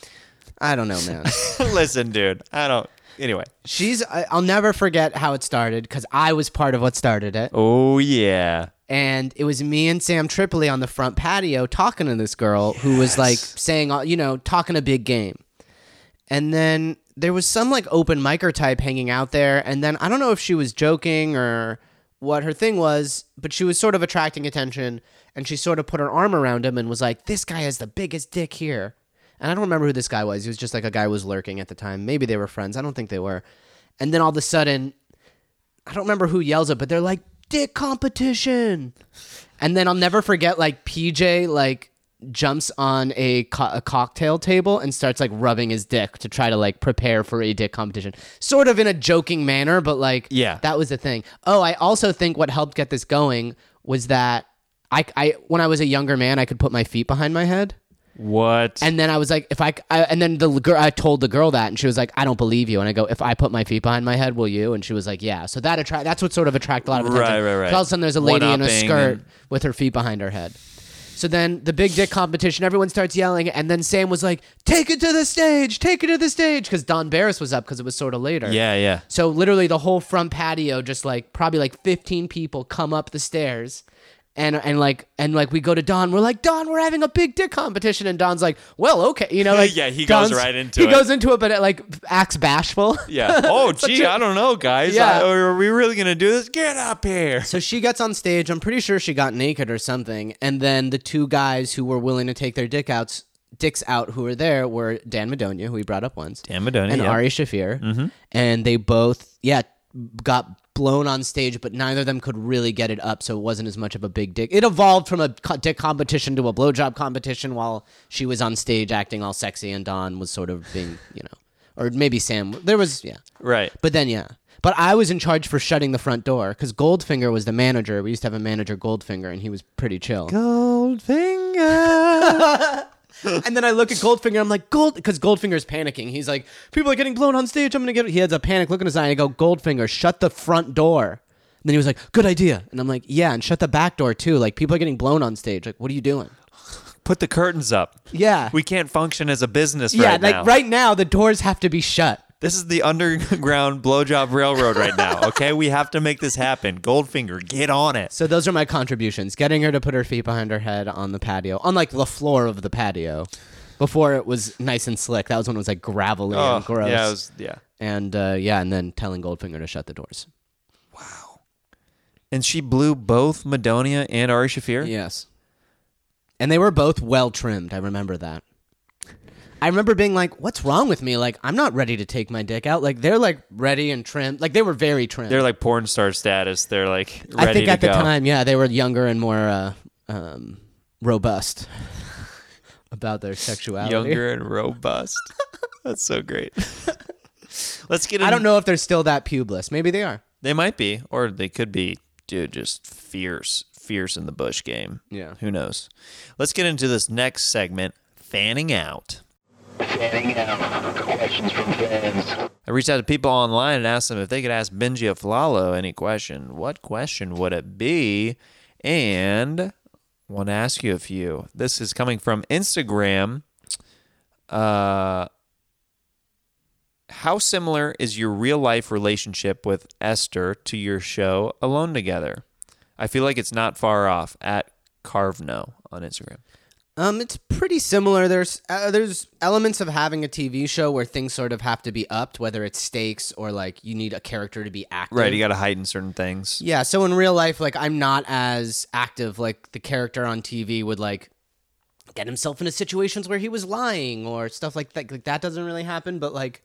[SPEAKER 6] I don't know, man.
[SPEAKER 3] Listen, dude, I don't. Anyway.
[SPEAKER 6] She's. I, I'll never forget how it started because I was part of what started it.
[SPEAKER 3] Oh yeah.
[SPEAKER 6] and it was me and Sam Tripoli on the front patio talking to this girl who was like saying, all you know, talking a big game. And then there was some like open micer type hanging out there. And then I don't know if she was joking or what her thing was, but she was sort of attracting attention. And she sort of put her arm around him and was like, this guy has the biggest dick here. And I don't remember who this guy was. He was just like a guy who was lurking at the time. Maybe they were friends. I don't think they were. And then all of a sudden, I don't remember who yells it, but they're like, dick competition. And then I'll never forget, like, PJ, like, jumps on a, co- a cocktail table and starts, like, rubbing his dick to try to, like, prepare for a dick competition. Sort of in a joking manner, but, like,
[SPEAKER 3] Yeah.
[SPEAKER 6] that was the thing. Oh, I also think what helped get this going was that I, I when I was a younger man, I could put my feet behind my head.
[SPEAKER 3] What?
[SPEAKER 6] And then I was like, if I, I and then the girl, I told the girl that, and she was like, I don't believe you. And I go, if I put my feet behind my head, will you? And she was like, yeah. So that attract, that's what sort of attracted a lot of attention.
[SPEAKER 3] Right, right, right.
[SPEAKER 6] 'Cause All of a sudden, there's a lady in a
[SPEAKER 3] One-upping
[SPEAKER 6] skirt
[SPEAKER 3] and-
[SPEAKER 6] with her feet behind her head. So then the big dick competition, everyone starts yelling, and then Sam was like, take it to the stage, take it to the stage, because Don Barris was up because it was sort of later.
[SPEAKER 3] yeah, yeah.
[SPEAKER 6] So literally the whole front patio, just like probably like fifteen people come up the stairs. And, and like and like we go to Don, we're like Don, we're having a big dick competition, and Don's like, well, okay, you know, like
[SPEAKER 3] Yeah, he goes
[SPEAKER 6] Don's-
[SPEAKER 3] right into
[SPEAKER 6] he
[SPEAKER 3] it.
[SPEAKER 6] goes into it, but it like acts bashful.
[SPEAKER 3] Yeah. Oh, gee, I I don't know, guys.
[SPEAKER 6] Yeah.
[SPEAKER 3] I- are we really gonna do this? Get up here.
[SPEAKER 6] So she gets on stage. I'm pretty sure she got naked or something. And then the two guys who were willing to take their dick outs, dicks out, who were there, were Dan Madonia, who we brought up once,
[SPEAKER 3] Dan Madonia,
[SPEAKER 6] and
[SPEAKER 3] yeah. Mm-hmm.
[SPEAKER 6] Ari Shafir, and they both, yeah, got blown on stage, but neither of them could really get it up, so it wasn't as much of a big dick. It evolved from a co- dick competition to a blowjob competition, while she was on stage acting all sexy, and Don was sort of being, you know, or maybe Sam. There was, yeah.
[SPEAKER 3] Right.
[SPEAKER 6] But then, yeah. But I was in charge for shutting the front door because Goldfinger was the manager. We used to have a manager, Goldfinger, and he was pretty chill.
[SPEAKER 3] Goldfinger.
[SPEAKER 6] and then I look at Goldfinger. I'm like, Gold, because Goldfinger's panicking. He's like, people are getting blown on stage. I'm gonna get. He has a panic look in his eye. And I go, Goldfinger, shut the front door. And then he was like, good idea. And I'm like, yeah, and shut the back door too. Like people are getting blown on stage. Like, what are you doing?
[SPEAKER 3] Put the curtains up.
[SPEAKER 6] Yeah.
[SPEAKER 3] We can't function as a business
[SPEAKER 6] yeah,
[SPEAKER 3] right
[SPEAKER 6] like
[SPEAKER 3] now.
[SPEAKER 6] right now the doors have to be shut.
[SPEAKER 3] This is the underground blowjob railroad right now. Okay, we have to make this happen. Goldfinger, get on it.
[SPEAKER 6] So those are my contributions: getting her to put her feet behind her head on the patio, on like the floor of the patio. Before it was nice and slick. That was when it was like gravelly and gross.
[SPEAKER 3] Yeah, it was, yeah.
[SPEAKER 6] and uh, yeah, and then telling Goldfinger to shut the doors.
[SPEAKER 3] And she blew both Madonia and Ari Shafir.
[SPEAKER 6] Yes. And they were both well trimmed. I remember that. I remember being like, "What's wrong with me? Like, I'm not ready to take my dick out. Like, they're like ready and trimmed. Like, they were very trimmed.
[SPEAKER 3] They're like porn star status. They're like ready
[SPEAKER 6] I think
[SPEAKER 3] to
[SPEAKER 6] at the
[SPEAKER 3] go.
[SPEAKER 6] time, yeah, they were younger and more uh, um, robust about their sexuality.
[SPEAKER 3] younger and robust. That's so great. Let's get.
[SPEAKER 6] I
[SPEAKER 3] in-
[SPEAKER 6] don't know if they're still that pubeless. Maybe they are.
[SPEAKER 3] They might be, or they could be, dude, just fierce, fierce in the bush game.
[SPEAKER 6] Yeah.
[SPEAKER 3] Who knows? Let's get into this next segment fanning out. I reached out to people online and asked them if they could ask Benji Aflalo any question. What question would it be? And want to ask you a few. This is coming from Instagram. Uh, how similar is your real life relationship with Esther to your show Alone Together? I feel like it's not far off at Carvno on Instagram.
[SPEAKER 6] Um, it's pretty similar. There's uh, there's elements of having a TV show where things sort of have to be upped, whether it's stakes or like you need a character to be active.
[SPEAKER 3] Right, you got to heighten certain things.
[SPEAKER 6] Yeah, so in real life, like I'm not as active. Like the character on TV would like get himself into situations where he was lying or stuff like that. Like that doesn't really happen, but like,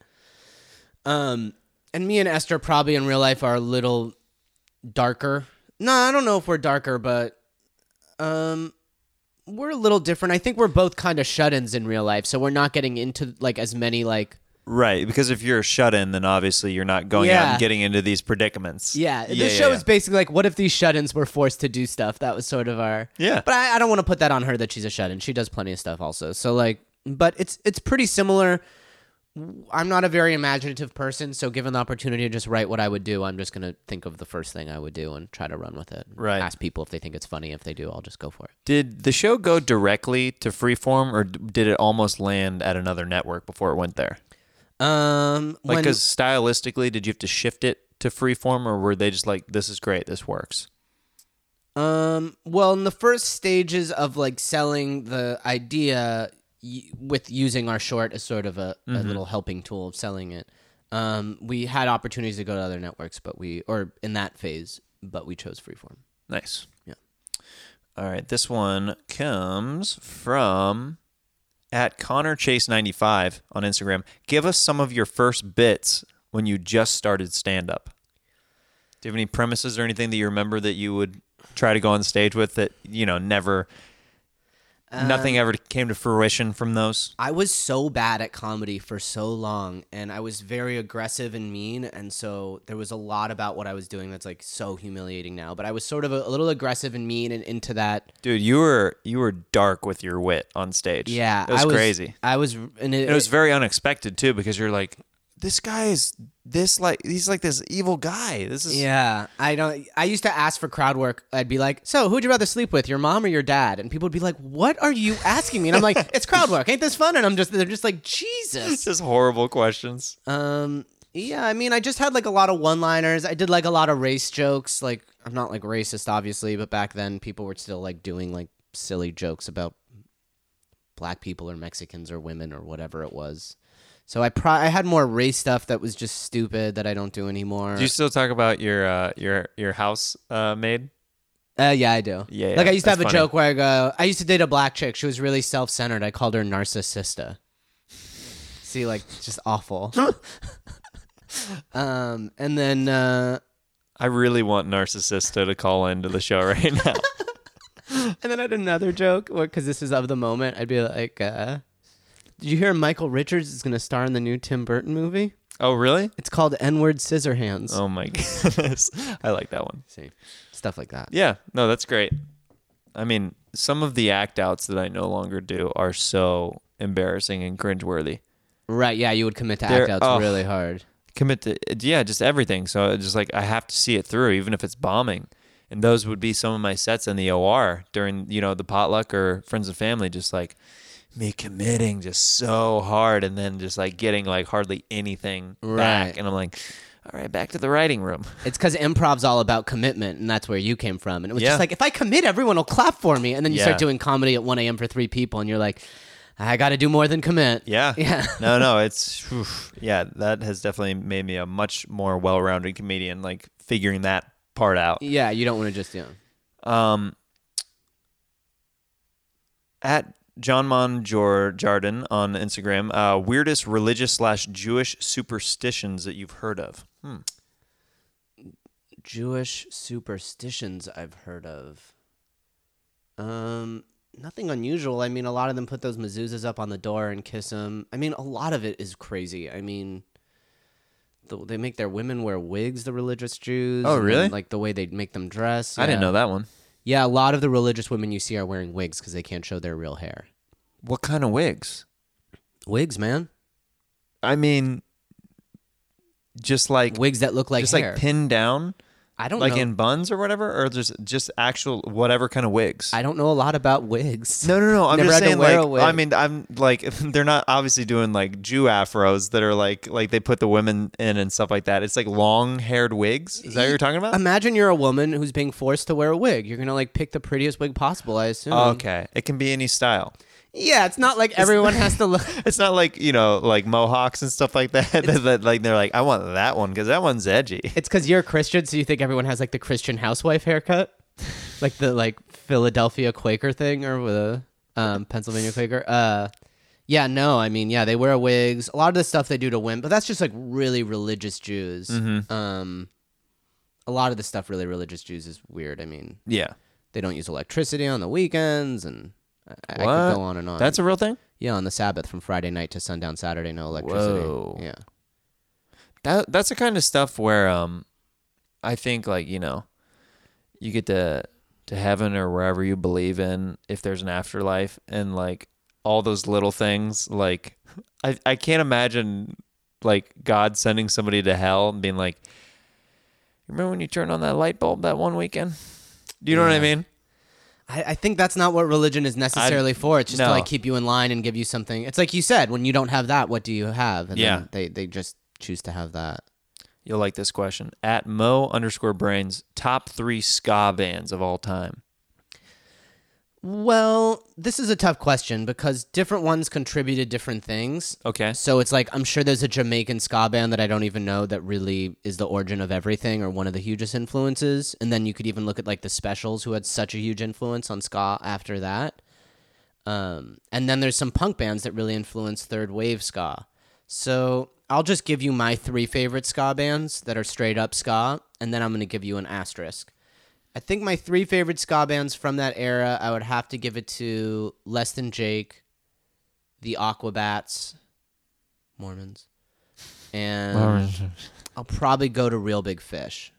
[SPEAKER 6] um, and me and Esther probably in real life are a little darker. No, I don't know if we're darker, but um, we're a little different. I think we're both kind of shut-ins in real life, so we're not getting into like as many like
[SPEAKER 3] Right, because if you're a shut in, then obviously you're not going out
[SPEAKER 6] Yeah.
[SPEAKER 3] and getting into these predicaments.
[SPEAKER 6] Yeah, the show
[SPEAKER 3] yeah.
[SPEAKER 6] is basically like, what if these shut-ins were forced to do stuff? That was sort of our
[SPEAKER 3] Yeah.
[SPEAKER 6] But I, I don't want to put that on her that she's a shut-in. She does plenty of stuff also. So like, but it's it's pretty similar. I'm not a very imaginative person, so given the opportunity to just write what I would do, I'm just gonna think of the first thing I would do and try to run with it.
[SPEAKER 3] Right.
[SPEAKER 6] Ask people if they think it's funny. If they do, I'll just go for it.
[SPEAKER 3] Did the show go directly to Freeform, or d- did it almost land at another network before it went there?
[SPEAKER 6] Um,
[SPEAKER 3] Like,
[SPEAKER 6] when-
[SPEAKER 3] because stylistically, did you have to shift it to Freeform, or were they just like, "This is great, this works"?
[SPEAKER 6] Um, well, in the first stages of like selling the idea y- with using our short as sort of a, a little helping tool of selling it, um, we had opportunities to go to other networks, but we, or in that phase, but we chose Freeform.
[SPEAKER 3] Nice.
[SPEAKER 6] Yeah.
[SPEAKER 3] All right. This one comes from at Connor Chase ninety five on Instagram. Give us some of your first bits when you just started stand up. Do you have any premises or anything that you remember that you would try to go on stage with that you know never, nothing
[SPEAKER 6] Um,
[SPEAKER 3] ever came to fruition from those?
[SPEAKER 6] I was so bad at comedy for so long and I was very aggressive and mean and so there was a lot about what I was doing that's like so humiliating now, but I was sort of a, a little aggressive and mean and into that.
[SPEAKER 3] Dude, you were you were dark with your wit on stage.
[SPEAKER 6] Yeah.
[SPEAKER 3] it was,
[SPEAKER 6] I
[SPEAKER 3] crazy.
[SPEAKER 6] I was, and
[SPEAKER 3] And it was very unexpected too, because you're like, this guy is this like he's like this evil guy. This is
[SPEAKER 6] Yeah, I don't. I used to ask for crowd work. I'd be like, "So, who'd you rather sleep with, your mom or your dad?" And people would be like, "What are you asking me?" And I'm like, "It's crowd work. Ain't this fun?" And I'm just, they're just like, "Jesus."
[SPEAKER 3] just horrible questions.
[SPEAKER 6] Um, yeah. I mean, I just had like a lot of one-liners. I did like a lot of race jokes. Like, I'm not like racist, obviously, but back then people were still like doing like silly jokes about black people or Mexicans or women or whatever it was. So I pro- I had more race stuff that was just stupid that I don't do anymore.
[SPEAKER 3] Do you still talk about your uh, your your house uh, maid?
[SPEAKER 6] Uh, yeah, I do.
[SPEAKER 3] Yeah,
[SPEAKER 6] like
[SPEAKER 3] yeah,
[SPEAKER 6] I used to
[SPEAKER 3] that's
[SPEAKER 6] have a
[SPEAKER 3] funny.
[SPEAKER 6] joke where I go, I used to date a black chick. She was really self centered. I called her narcissista. See, like just awful. um, and then uh,
[SPEAKER 3] I really want Narcissista to call into the show right now.
[SPEAKER 6] and then I had another joke because this is of the moment. I'd be like, uh, "Did you hear Michael Richards is going to star in the new Tim Burton movie?
[SPEAKER 3] oh really?
[SPEAKER 6] It's called N Word Scissorhands."
[SPEAKER 3] Oh my goodness! I like that one.
[SPEAKER 6] See, stuff like that.
[SPEAKER 3] Yeah, no, that's great. I mean, some of the act outs that I no longer do are so embarrassing and cringeworthy.
[SPEAKER 6] Right? Yeah, you would commit to
[SPEAKER 3] There-
[SPEAKER 6] act outs
[SPEAKER 3] oh.
[SPEAKER 6] really hard.
[SPEAKER 3] commit to uh, yeah just everything so it's just like i have to see it through even if it's bombing and those would be some of my sets in the or during you know the potluck or friends and family just like me committing just so hard and then just like getting like hardly anything
[SPEAKER 6] Right.
[SPEAKER 3] back and i'm like all right back to the writing room
[SPEAKER 6] It's because improv's all about commitment, and that's where you came from. And it was
[SPEAKER 3] Yeah.
[SPEAKER 6] just like, if I commit, everyone will clap for me. And then you
[SPEAKER 3] Yeah.
[SPEAKER 6] start doing comedy at 1 a.m. for three people, and you're like, I got to do more than commit.
[SPEAKER 3] yeah
[SPEAKER 6] Yeah.
[SPEAKER 3] no no it's oof. yeah that has definitely made me a much more well-rounded comedian like figuring that part out
[SPEAKER 6] Yeah, you don't want to just, you know.
[SPEAKER 3] Um, at John Mon Jor- Jardin on Instagram, uh, weirdest religious slash Jewish superstitions that you've heard of. Hmm.
[SPEAKER 6] Jewish superstitions I've heard of. Um, nothing unusual. I mean, a lot of them put those mezuzahs up on the door and kiss them. I mean, a lot of it is crazy. I mean, the, they make their women wear wigs, the religious Jews.
[SPEAKER 3] Oh,
[SPEAKER 6] and then,
[SPEAKER 3] really?
[SPEAKER 6] like the way they make them dress.
[SPEAKER 3] I didn't
[SPEAKER 6] Yeah.
[SPEAKER 3] know that one.
[SPEAKER 6] Yeah, a lot of the religious women you see are wearing wigs because they can't show their real hair.
[SPEAKER 3] What kind of wigs?
[SPEAKER 6] Wigs, man.
[SPEAKER 3] I mean, just like
[SPEAKER 6] Wigs that look like
[SPEAKER 3] just
[SPEAKER 6] hair.
[SPEAKER 3] like pinned down,
[SPEAKER 6] I don't
[SPEAKER 3] like
[SPEAKER 6] know.
[SPEAKER 3] in buns or whatever, or just just actual whatever kind of wigs.
[SPEAKER 6] I don't know a lot about wigs.
[SPEAKER 3] no, no, no. I'm
[SPEAKER 6] Never
[SPEAKER 3] just
[SPEAKER 6] had to
[SPEAKER 3] saying,
[SPEAKER 6] wear
[SPEAKER 3] like,
[SPEAKER 6] a wig.
[SPEAKER 3] I mean, I'm like, they're not obviously doing like Jew afros that are like, like they put the women in and stuff like that. It's like long haired wigs. Is that what you're talking about?
[SPEAKER 6] Imagine you're a woman who's being forced to wear a wig. You're gonna like pick the prettiest wig possible, I assume.
[SPEAKER 3] okay, it can be any style.
[SPEAKER 6] Yeah, it's not like everyone has to look.
[SPEAKER 3] It's not like you know, like mohawks and stuff like that. that, that like they're like, I want that one because that one's edgy.
[SPEAKER 6] It's because you're a Christian, so you think everyone has like the Christian housewife haircut, like the like Philadelphia Quaker thing, or with a um, Pennsylvania Quaker. Uh, yeah, no, I mean, yeah, they wear wigs. A lot of the stuff they do to women, but that's just like really religious Jews. Um, a lot of the stuff really religious Jews is weird. I mean,
[SPEAKER 3] Yeah.
[SPEAKER 6] they don't use electricity on the weekends, and I, I could
[SPEAKER 3] What?
[SPEAKER 6] go on and on.
[SPEAKER 3] That's a real thing.
[SPEAKER 6] yeah, on the Sabbath from Friday night to sundown Saturday, no electricity.
[SPEAKER 3] Whoa.
[SPEAKER 6] Yeah.
[SPEAKER 3] That that's the kind of stuff where um, I think like you know, you get to to heaven or wherever you believe in if there's an afterlife and like all those little things like I I can't imagine like God sending somebody to hell and being like, remember when you turned on that light bulb that one weekend? Do you know what I mean?
[SPEAKER 6] I, I think that's not what religion is necessarily for. It's just to
[SPEAKER 3] no.
[SPEAKER 6] like keep you in line and give you something. It's like you said, when you don't have that, what do you have? And
[SPEAKER 3] Yeah.
[SPEAKER 6] then they they just choose to have that.
[SPEAKER 3] You'll like this question. At Mo underscore brains, top three ska bands of all time.
[SPEAKER 6] Well, this is a tough question because different ones contributed different things.
[SPEAKER 3] Okay.
[SPEAKER 6] So it's like I'm sure there's a Jamaican ska band that I don't even know that really is the origin of everything or one of the hugest influences. And then you could even look at like the Specials, who had such a huge influence on ska after that. Um, and then there's some punk bands that really influenced third wave ska. So I'll just give you my three favorite ska bands that are straight up ska, and then I'm going to give you an asterisk. I think my three favorite ska bands from that era, I would have to give it to Less Than Jake, the Aquabats, Mormons, and I'll probably go to Real Big Fish.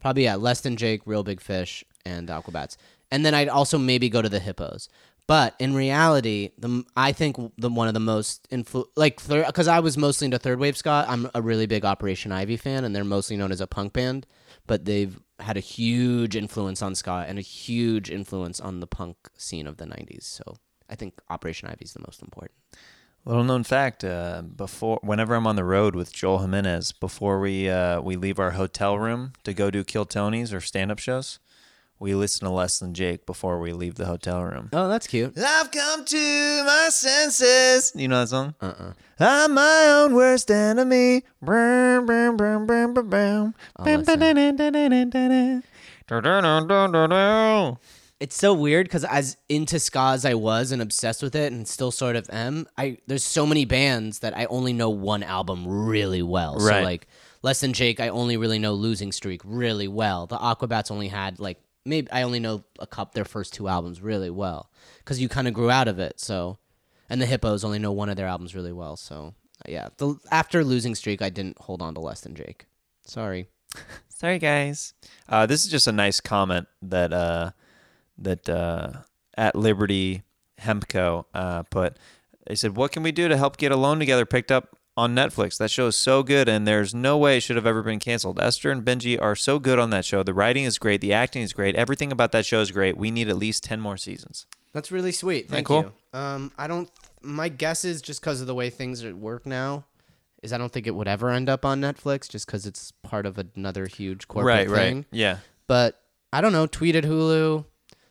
[SPEAKER 6] Probably yeah, Less Than Jake, Real Big Fish, and Aquabats, and then I'd also maybe go to the Hippos. But in reality, the m- I think the one of the most influ like because I was mostly into third wave ska. I'm a really big Operation Ivy fan, and they're mostly known as a punk band, but they've had a huge influence on ska and a huge influence on the punk scene of the '90s. So I think Operation Ivy is the most important.
[SPEAKER 3] Little known fact: uh, before, whenever I'm on the road with Joel Jimenez, before we uh, we leave our hotel room to go do Kill Tonys or stand up shows, we listen to Less Than Jake before we leave the hotel room.
[SPEAKER 6] Oh, that's cute.
[SPEAKER 3] I've come to my senses. You know that song? Uh uh-uh. uh. i am my own worst enemy. Brum, brum, brum, brum, brum, brum. Brum,
[SPEAKER 6] Oh, listen.
[SPEAKER 3] ba-da-da, da-da-da, da-da. Da-da-da-da-da-da.
[SPEAKER 6] it's so weird because as into ska as I was and obsessed with it and still sort of am, I there's so many bands that I only know one album really well. So
[SPEAKER 3] Right.
[SPEAKER 6] like Less Than Jake, I only really know Losing Streak really well. The Aquabats only had like maybe I only know a cup their first two albums really well because you kind of grew out of it. So and the Hippos only know one of their albums really well. So yeah, the after Losing Streak, I didn't hold on to Less Than Jake. Sorry.
[SPEAKER 3] Sorry, guys. Uh, this is just a nice comment that uh, that uh, at Liberty Hempco uh, put. They said, "What can we do to help get Alone Together picked up on Netflix? That show is so good, and there's no way it should have ever been canceled. Esther and Benji are so good on that show. The writing is great, the acting is great, everything about that show is great. We need at least ten more seasons."
[SPEAKER 6] That's really sweet. Thank
[SPEAKER 3] cool?
[SPEAKER 6] you. Um, I don't. My guess is just because of the way things are- work now, is I don't think it would ever end up on Netflix, just because it's part of another huge corporate thing.
[SPEAKER 3] yeah,
[SPEAKER 6] But I don't know. Tweet at Hulu,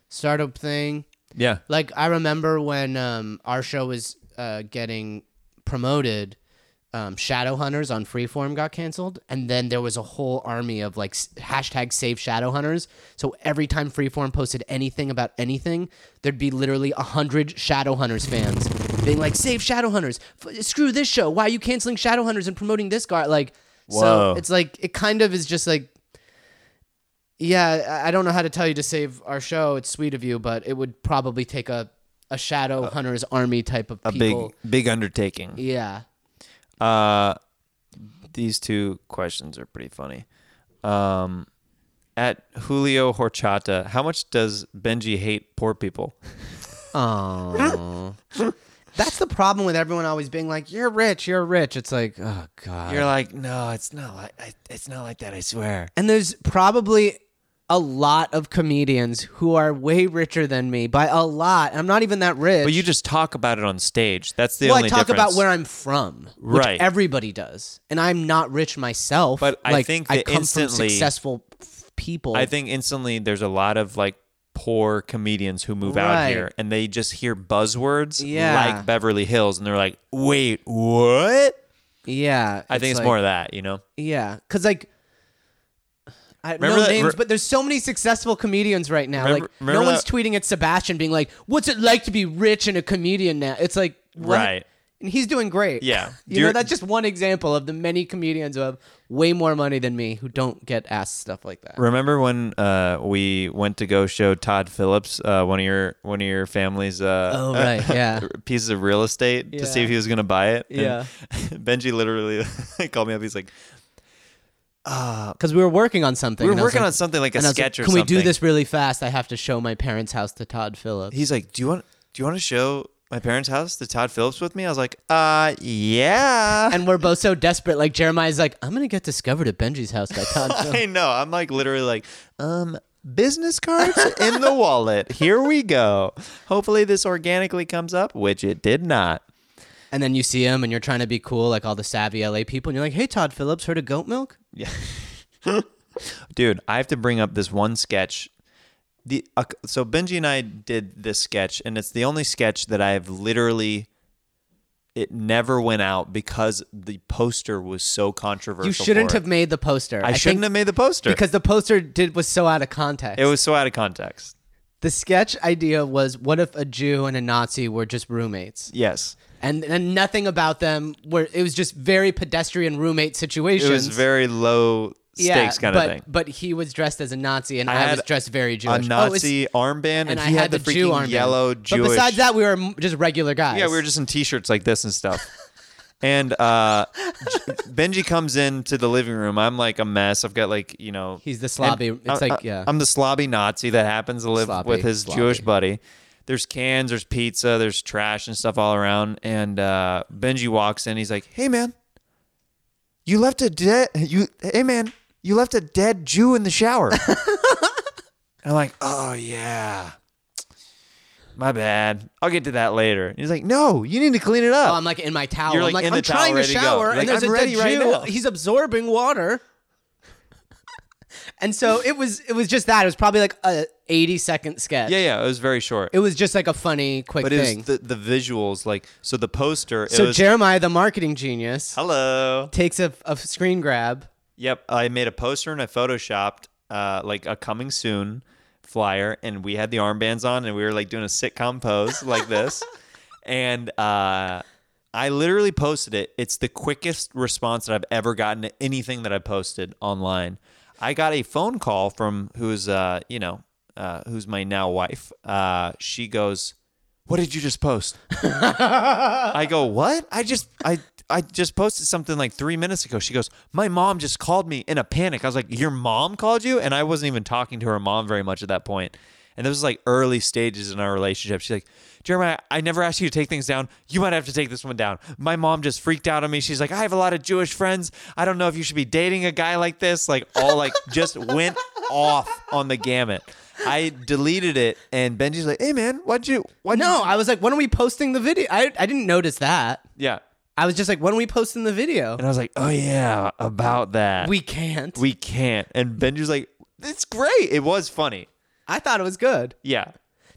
[SPEAKER 6] startup thing.
[SPEAKER 3] yeah.
[SPEAKER 6] Like I remember when um, our show was uh, getting promoted, um, Shadow Hunters on Freeform got canceled, and then there was a whole army of like s- hashtag Save Shadow Hunters. So every time Freeform posted anything about anything, there'd be literally a hundred Shadow Hunters fans being like, "Save Shadow Hunters! F- screw this show! Why are you canceling Shadow Hunters and promoting this guy?" Like,
[SPEAKER 3] Whoa.
[SPEAKER 6] so it's like it kind of is just like yeah, I I don't know how to tell you to save our show. It's sweet of you, but it would probably take a, a shadow hunter's army type of
[SPEAKER 3] A
[SPEAKER 6] people.
[SPEAKER 3] big big undertaking.
[SPEAKER 6] yeah.
[SPEAKER 3] Uh, these two questions are pretty funny. Um, at Julio Horchata, how much does Benji hate poor people?
[SPEAKER 6] Aww. That's the problem with everyone always being like, "You're rich, you're rich." It's like, oh god.
[SPEAKER 3] You're like, no, it's not like I, it's not like that. I swear.
[SPEAKER 6] and there's probably a lot of comedians who are way richer than me by a lot. I'm not even that rich.
[SPEAKER 3] But you just talk about it on stage. That's the
[SPEAKER 6] well,
[SPEAKER 3] only
[SPEAKER 6] I talk
[SPEAKER 3] difference.
[SPEAKER 6] about where I'm from, which
[SPEAKER 3] Right.
[SPEAKER 6] Everybody does, and I'm not rich myself.
[SPEAKER 3] But I
[SPEAKER 6] Like,
[SPEAKER 3] think
[SPEAKER 6] I
[SPEAKER 3] that
[SPEAKER 6] come from
[SPEAKER 3] instantly-
[SPEAKER 6] successful f- people.
[SPEAKER 3] I think instantly there's a lot of like poor comedians who move
[SPEAKER 6] Right.
[SPEAKER 3] out here and they just hear buzzwords
[SPEAKER 6] Yeah.
[SPEAKER 3] like Beverly Hills and they're like, wait, what?
[SPEAKER 6] yeah,
[SPEAKER 3] I think it's
[SPEAKER 6] like-
[SPEAKER 3] more of that, you know?
[SPEAKER 6] Yeah, because like. I
[SPEAKER 3] Remember
[SPEAKER 6] no
[SPEAKER 3] that-
[SPEAKER 6] names,
[SPEAKER 3] re-
[SPEAKER 6] but there's so many successful comedians right now.
[SPEAKER 3] Remember-
[SPEAKER 6] like no
[SPEAKER 3] remember
[SPEAKER 6] one's
[SPEAKER 3] that-
[SPEAKER 6] tweeting at Sebastian being like, "What's it like to be rich and a comedian now?" It's like, what?
[SPEAKER 3] Right.
[SPEAKER 6] And he's doing great.
[SPEAKER 3] Yeah.
[SPEAKER 6] you know
[SPEAKER 3] You're-
[SPEAKER 6] that's just one example of the many comedians who have way more money than me who don't get asked stuff like that.
[SPEAKER 3] Remember when uh, we went to go show Todd Phillips, uh, one of your one of your family's uh,
[SPEAKER 6] Oh, right, yeah.
[SPEAKER 3] pieces of real estate to see
[SPEAKER 6] Yeah.
[SPEAKER 3] if he was gonna buy it? And
[SPEAKER 6] Yeah.
[SPEAKER 3] Benji literally called me up. He's like,
[SPEAKER 6] Because uh, we were working on something.
[SPEAKER 3] We were
[SPEAKER 6] and I was
[SPEAKER 3] working
[SPEAKER 6] like-
[SPEAKER 3] on something like a
[SPEAKER 6] and I was
[SPEAKER 3] sketch or
[SPEAKER 6] Can we do
[SPEAKER 3] something."
[SPEAKER 6] this really fast? I have to show my parents' house to Todd Phillips.
[SPEAKER 3] he's like, do you want do you want to show my parents' house to Todd Phillips with me? I was like, uh, yeah.
[SPEAKER 6] and we're both so desperate. Like Jeremiah's like, I'm gonna get discovered at Benji's house by Todd Phillips.
[SPEAKER 3] I know. I'm like literally like, um, business cards in the wallet. Here we go. Hopefully this organically comes up, which it did not.
[SPEAKER 6] And then you see him and you're trying to be cool, like all the savvy LA people, and you're like, Hey Todd Phillips, heard of goat milk?
[SPEAKER 3] Dude, I have to bring up this one sketch. The uh, so Benji and I did this sketch, and it's the only sketch that I've literally. It never went out because the poster was so controversial.
[SPEAKER 6] You shouldn't
[SPEAKER 3] for it.
[SPEAKER 6] have made the poster.
[SPEAKER 3] I, shouldn't
[SPEAKER 6] think-
[SPEAKER 3] have made the poster
[SPEAKER 6] because the poster did was so out of context.
[SPEAKER 3] it was so out of context.
[SPEAKER 6] the sketch idea was what if a Jew and a Nazi were just roommates?
[SPEAKER 3] Yes,
[SPEAKER 6] And and nothing about them were it was just very pedestrian roommate
[SPEAKER 3] it
[SPEAKER 6] situations.
[SPEAKER 3] was very low
[SPEAKER 6] yeah,
[SPEAKER 3] stakes kind
[SPEAKER 6] but,
[SPEAKER 3] of thing.
[SPEAKER 6] But he was dressed as a Nazi and
[SPEAKER 3] I
[SPEAKER 6] I,
[SPEAKER 3] had
[SPEAKER 6] was dressed very
[SPEAKER 3] a
[SPEAKER 6] Jewish. Oh, it's-
[SPEAKER 3] Nazi armband, and,
[SPEAKER 6] and I
[SPEAKER 3] he had, the, freaking
[SPEAKER 6] Jew armband.
[SPEAKER 3] yellow Jewish.
[SPEAKER 6] But besides that, we were m- just regular guys.
[SPEAKER 3] yeah, we were just in t-shirts like this and stuff. and uh, J- Benji comes into the living room. I'm like a mess. I've got like you know.
[SPEAKER 6] He's the slobby-
[SPEAKER 3] and
[SPEAKER 6] it's
[SPEAKER 3] I-
[SPEAKER 6] like,
[SPEAKER 3] I-
[SPEAKER 6] yeah.
[SPEAKER 3] I'm the slobby Nazi that happens to live
[SPEAKER 6] Sloppy,
[SPEAKER 3] with his
[SPEAKER 6] sloppy.
[SPEAKER 3] Jewish buddy. There's cans, there's pizza, there's trash and stuff all around. And uh, Benji walks in. He's like, "Hey man, you left a dead you. Hey man, you left a dead Jew in the shower." and I'm like, "Oh yeah." My bad. I'll get to that later. And he's like, "No, you need to clean it up."
[SPEAKER 6] Oh, I'm like in my towel.
[SPEAKER 3] You're,
[SPEAKER 6] I'm
[SPEAKER 3] like,
[SPEAKER 6] like,
[SPEAKER 3] in
[SPEAKER 6] I'm
[SPEAKER 3] the towel,
[SPEAKER 6] trying to
[SPEAKER 3] ready to go.
[SPEAKER 6] shower,
[SPEAKER 3] You're
[SPEAKER 6] and
[SPEAKER 3] like,
[SPEAKER 6] there's
[SPEAKER 3] "I'm
[SPEAKER 6] a
[SPEAKER 3] ready
[SPEAKER 6] Jew.
[SPEAKER 3] right now."
[SPEAKER 6] He's absorbing water. and so it was. It was just that. It was probably like a 80 second sketch.
[SPEAKER 3] yeah, yeah. It was very short.
[SPEAKER 6] It was just like a funny, quick
[SPEAKER 3] but it
[SPEAKER 6] thing.
[SPEAKER 3] was the, the visuals, like so the poster.
[SPEAKER 6] so
[SPEAKER 3] it was,
[SPEAKER 6] Jeremiah, the marketing genius,
[SPEAKER 3] hello.
[SPEAKER 6] takes a, a screen grab.
[SPEAKER 3] Yep, I made a poster and I photoshopped uh, like a coming soon flyer, and we had the armbands on, and we were like doing a sitcom pose like this, and uh, I literally posted it. It's the quickest response that I've ever gotten to anything that I posted online. I got a phone call from who's uh, you know uh, who's my now wife. Uh, she goes, "What did you just post?" I go, "What? I just I I just posted something like 3 minutes ago." She goes, "My mom just called me in a panic." I was like, "Your mom called you?" And I wasn't even talking to her mom very much at that point. And this was like early stages in our relationship. She's like, Jeremiah, I never asked you to take things down. You might have to take this one down. My mom just freaked out on me. She's like, I have a lot of Jewish friends. I don't know if you should be dating a guy like this. Like, all like just went off on the gamut. I deleted it, and Benji's like, "Eh, "Hey man, why'd you? Why'd you
[SPEAKER 6] No, I was like, when are we posting the video? I, I didn't notice that.
[SPEAKER 3] yeah.
[SPEAKER 6] I was just like, when are we posting the video?
[SPEAKER 3] And I was like, oh yeah, about that.
[SPEAKER 6] We can't.
[SPEAKER 3] we can't. And Benji's like, it's great. It was funny.
[SPEAKER 6] I thought it was good.
[SPEAKER 3] Yeah.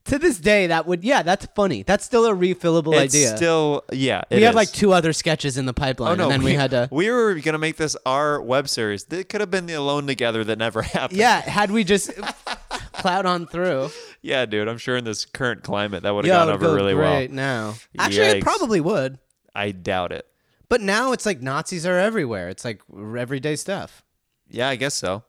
[SPEAKER 6] To this day, that would yeah, that's funny. That's still a refillable
[SPEAKER 3] it's
[SPEAKER 6] idea.
[SPEAKER 3] still yeah. it
[SPEAKER 6] we had
[SPEAKER 3] is.
[SPEAKER 6] like two other sketches in the pipeline,
[SPEAKER 3] Oh no,
[SPEAKER 6] and then we, had to.
[SPEAKER 3] We were gonna make this our web series. It could have been the Alone Together that never happened.
[SPEAKER 6] yeah, had we just plowed on through,
[SPEAKER 3] Yeah, dude. I'm sure in this current climate that would
[SPEAKER 6] yeah,
[SPEAKER 3] have
[SPEAKER 6] it
[SPEAKER 3] gone
[SPEAKER 6] would
[SPEAKER 3] over
[SPEAKER 6] go
[SPEAKER 3] really
[SPEAKER 6] great
[SPEAKER 3] well.
[SPEAKER 6] now. Actually, it
[SPEAKER 3] Yikes.
[SPEAKER 6] probably would.
[SPEAKER 3] I doubt it.
[SPEAKER 6] But now it's like Nazis are everywhere. It's like everyday stuff.
[SPEAKER 3] Yeah, I guess so.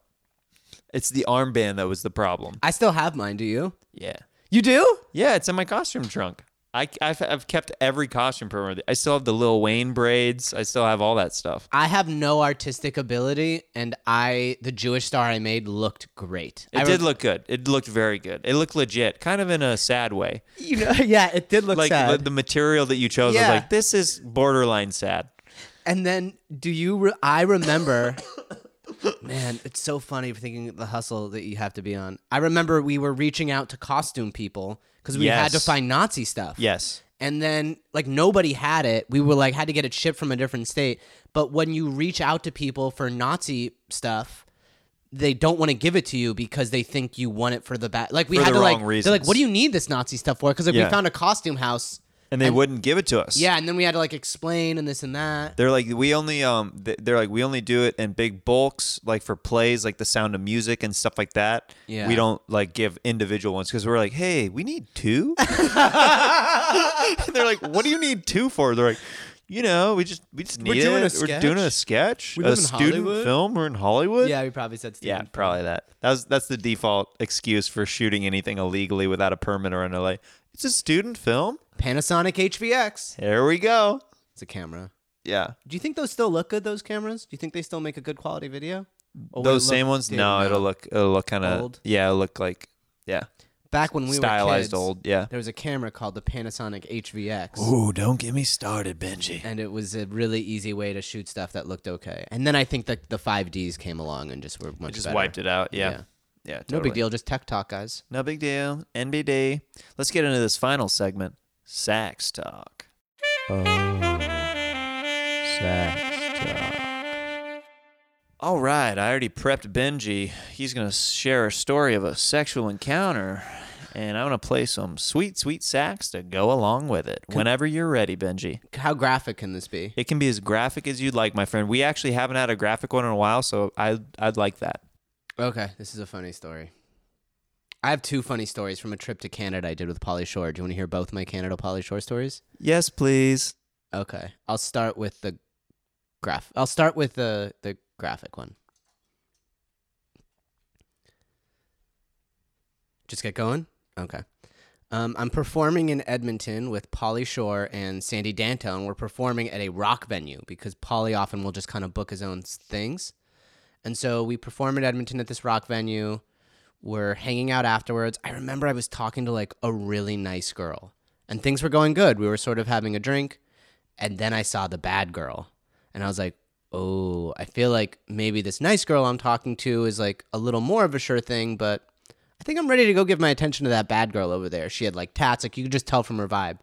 [SPEAKER 3] It's the armband that was the problem.
[SPEAKER 6] I still have mine. Do you?
[SPEAKER 3] Yeah.
[SPEAKER 6] You do?
[SPEAKER 3] Yeah, it's in my costume trunk. I, I've, I've kept every costume from her. I still have the Lil Wayne braids. I still have all that stuff.
[SPEAKER 6] I have no artistic ability, and I the Jewish star I made looked great.
[SPEAKER 3] It
[SPEAKER 6] I
[SPEAKER 3] did
[SPEAKER 6] re-
[SPEAKER 3] look good. It looked very good. It looked legit, kind of in a sad way.
[SPEAKER 6] you know, yeah, it did look
[SPEAKER 3] like
[SPEAKER 6] sad.
[SPEAKER 3] the- the material that you chose
[SPEAKER 6] Yeah.
[SPEAKER 3] was like this is borderline sad.
[SPEAKER 6] And then do you? Re- I remember. Man, it's so funny thinking of the hustle that you have to be on. I remember we were reaching out to costume people because we had to
[SPEAKER 3] Yes.
[SPEAKER 6] find Nazi stuff.
[SPEAKER 3] Yes.
[SPEAKER 6] And then like nobody had it. We were like had to get it shipped from a different state. But when you reach out to people for Nazi stuff, they don't want to give it to you because they think you want it for the bad. Like we
[SPEAKER 3] For
[SPEAKER 6] had
[SPEAKER 3] the
[SPEAKER 6] to
[SPEAKER 3] wrong
[SPEAKER 6] like they're like,
[SPEAKER 3] reasons.
[SPEAKER 6] what do you need this Nazi stuff for? Because like
[SPEAKER 3] Yeah.
[SPEAKER 6] we found a costume house.
[SPEAKER 3] And they wouldn't give it to us.
[SPEAKER 6] Yeah, and then we had to like explain and this and that.
[SPEAKER 3] They're like we only um th- they're like we only do it in big bulks like for plays like the sound of music and stuff like that.
[SPEAKER 6] Yeah.
[SPEAKER 3] We don't like give individual ones cuz we're like, "Hey, we need two? And they're like, "What do you need two for?" They're like, "You know, we just we just
[SPEAKER 6] We're
[SPEAKER 3] need
[SPEAKER 6] doing a
[SPEAKER 3] it. We're doing a sketch.
[SPEAKER 6] We
[SPEAKER 3] a
[SPEAKER 6] live in
[SPEAKER 3] student
[SPEAKER 6] Hollywood."
[SPEAKER 3] film. We're in Hollywood."
[SPEAKER 6] Yeah, we probably said
[SPEAKER 3] Yeah,
[SPEAKER 6] Steven.
[SPEAKER 3] probably that. That was that's the default excuse for shooting anything illegally without a permit or an LA. It's a student film.
[SPEAKER 6] Panasonic HVX.
[SPEAKER 3] Here we go.
[SPEAKER 6] It's a camera.
[SPEAKER 3] Yeah.
[SPEAKER 6] Do you think those still look good? Those cameras? Do you think they still make a good quality video? Or would it
[SPEAKER 3] Those
[SPEAKER 6] Oh, look
[SPEAKER 3] same ones?
[SPEAKER 6] dated
[SPEAKER 3] No,
[SPEAKER 6] now?
[SPEAKER 3] it'll look it'll look kind of
[SPEAKER 6] Old?
[SPEAKER 3] yeah, it'll look like yeah,
[SPEAKER 6] back when we were
[SPEAKER 3] stylized
[SPEAKER 6] kids,
[SPEAKER 3] old. Yeah.
[SPEAKER 6] There was a camera called the Panasonic HVX.
[SPEAKER 3] Ooh, don't get me started, Benji.
[SPEAKER 6] And it was a really easy way to shoot stuff that looked okay. And then I think that the five Ds came along and just were much
[SPEAKER 3] Just
[SPEAKER 6] better.
[SPEAKER 3] wiped it out. Yeah.
[SPEAKER 6] Yeah.
[SPEAKER 3] Yeah.
[SPEAKER 6] No
[SPEAKER 3] totally.
[SPEAKER 6] big deal, just tech talk, guys.
[SPEAKER 3] No big deal. NBD. Let's get into this final segment. Sax talk. All right, I already prepped Benji. He's going to share a story of a sexual encounter, and I'm going to play some sweet, sweet sax to go along with it. Whenever you're ready, Benji.
[SPEAKER 6] How graphic can this be?
[SPEAKER 3] It can be as graphic as you'd like, my friend. We actually haven't had a graphic one in a while, so I, I'd like that.
[SPEAKER 6] Okay, this is a funny story. I have two funny stories from a trip to Canada I did with Polly Shore. Do you want to hear both my Canada Polly Shore stories?
[SPEAKER 3] Yes, please.
[SPEAKER 6] Okay. I'll start with the graph. I'll start with the the graphic one. Just get going. Okay. Um, I'm performing in Edmonton with Polly Shore and Sandy Danton. We're performing at a rock venue because Polly often will just kind of book his own s- things. And so we perform in Edmonton at this rock venue. We're hanging out afterwards. I remember I was talking to like a really nice girl and things were going good. We were sort of having a drink. And then I saw the bad girl and I was like, oh, I feel like maybe this nice girl I'm talking to is like a little more of a sure thing, but I think I'm ready to go give my attention to that bad girl over there. She had like tats, like you could just tell from her vibe.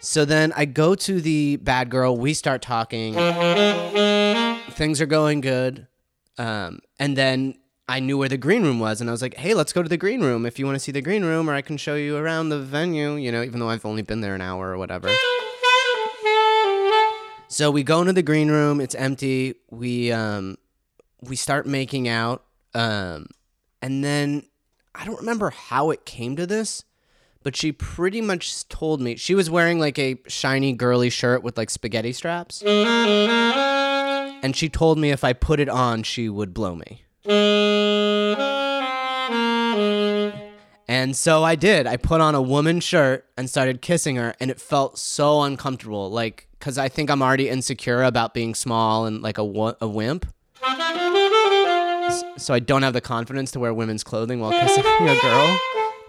[SPEAKER 6] So then I go to the bad girl. We start talking. Things are going good. Um, and then I knew where the green room was, and I was like, "Hey, let's go to the green room if you want to see the green room, or I can show you around the venue." You know, even though I've only been there an hour or whatever. So we go into the green room. It's empty. We um, we start making out, um, and then I don't remember how it came to this, but she pretty much told me she was wearing like a shiny girly shirt with like spaghetti straps. And she told me if I put it on, she would blow me. And so I did. I put on a woman's shirt and started kissing her, and it felt so uncomfortable. Like, because I think I'm already insecure about being small and like a, wo- a wimp. S- So I don't have the confidence to wear women's clothing while kissing a girl.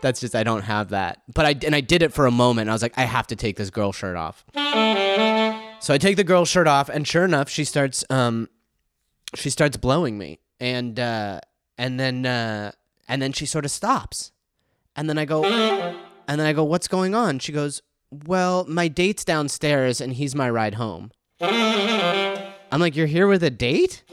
[SPEAKER 6] That's just, I don't have that. But I, and I did it for a moment. I was like, I have to take this girl shirt off. So I take the girl's shirt off, and sure enough, she starts um, she starts blowing me, and uh, and then uh, and then she sort of stops, and then I go, and then I go, what's going on? She goes, well, my date's downstairs, and he's my ride home. I'm like, you're here with a date?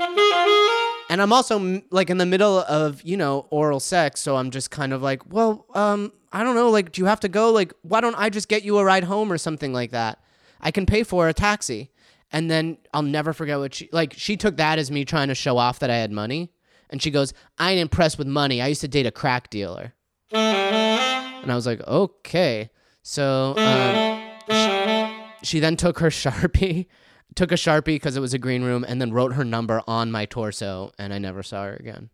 [SPEAKER 6] And I'm also m- like in the middle of, you know, oral sex, so I'm just kind of like, well, um, I don't know, like do you have to go? Like why don't I just get you a ride home or something like that? I can pay for a taxi. And then I'll never forget what she like she took that as me trying to show off that I had money. And she goes, I ain't impressed with money. I used to date a crack dealer. And I was like, okay. So um, sh- she then took her Sharpie, took a Sharpie because it was a green room, and then wrote her number on my torso, and I never saw her again.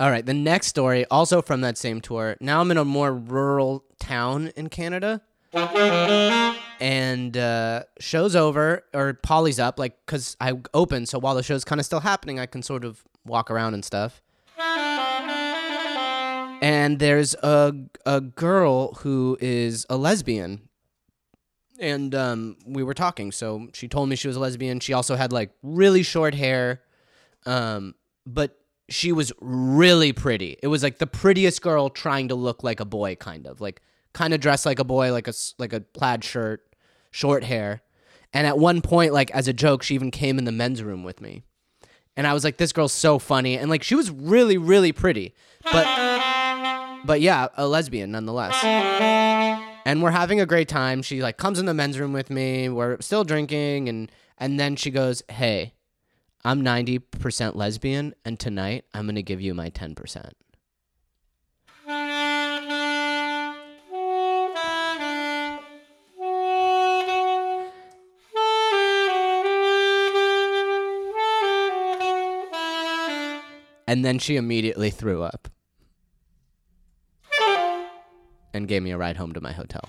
[SPEAKER 6] All right, the next story, also from that same tour. Now I'm in a more rural town in Canada. And uh, show's over, or Polly's up, like, because I open, so while the show's kind of still happening, I can sort of walk around and stuff. And there's a, a girl who is a lesbian. And um, we were talking, so she told me she was a lesbian. She also had, like, really short hair. Um, but she was really pretty. It was like the prettiest girl trying to look like a boy, kind of like kind of dressed like a boy, like a s- like a plaid shirt, short hair. And at one point, like as a joke, she even came in the men's room with me, and I was like, "This girl's so funny," and like she was really, really pretty, but but yeah, a lesbian nonetheless. And we're having a great time. She like comes in the men's room with me. We're still drinking, and and then she goes, "Hey." I'm 90% lesbian, and tonight I'm going to give you my 10%. And then she immediately threw up and gave me a ride home to my hotel.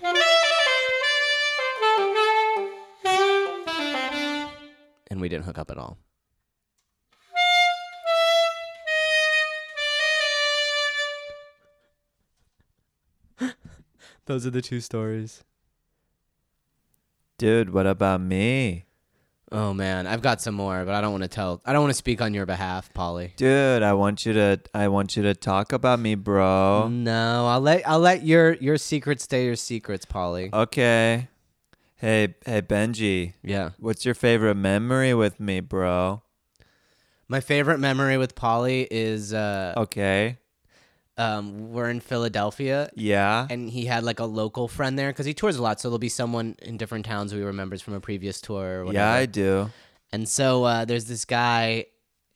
[SPEAKER 6] And we didn't hook up at all. Those are the two stories.
[SPEAKER 3] Dude, what about me?
[SPEAKER 6] Oh man, I've got some more, but I don't want to tell. I don't want to speak on your behalf, Polly.
[SPEAKER 3] Dude, I want you to I want you to talk about me, bro.
[SPEAKER 6] No, I'll let I'll let your your secrets stay your secrets, Polly.
[SPEAKER 3] Okay. Hey, hey Benji.
[SPEAKER 6] yeah.
[SPEAKER 3] What's your favorite memory with me, bro?
[SPEAKER 6] My favorite memory with Polly is uh
[SPEAKER 3] Okay.
[SPEAKER 6] um we're in Philadelphia
[SPEAKER 3] Yeah.
[SPEAKER 6] and he had like a local friend there cuz he tours a lot, so there'll be someone in different towns who he remembers from a previous tour or whatever.
[SPEAKER 3] Yeah, I do.
[SPEAKER 6] And so uh, there's this guy,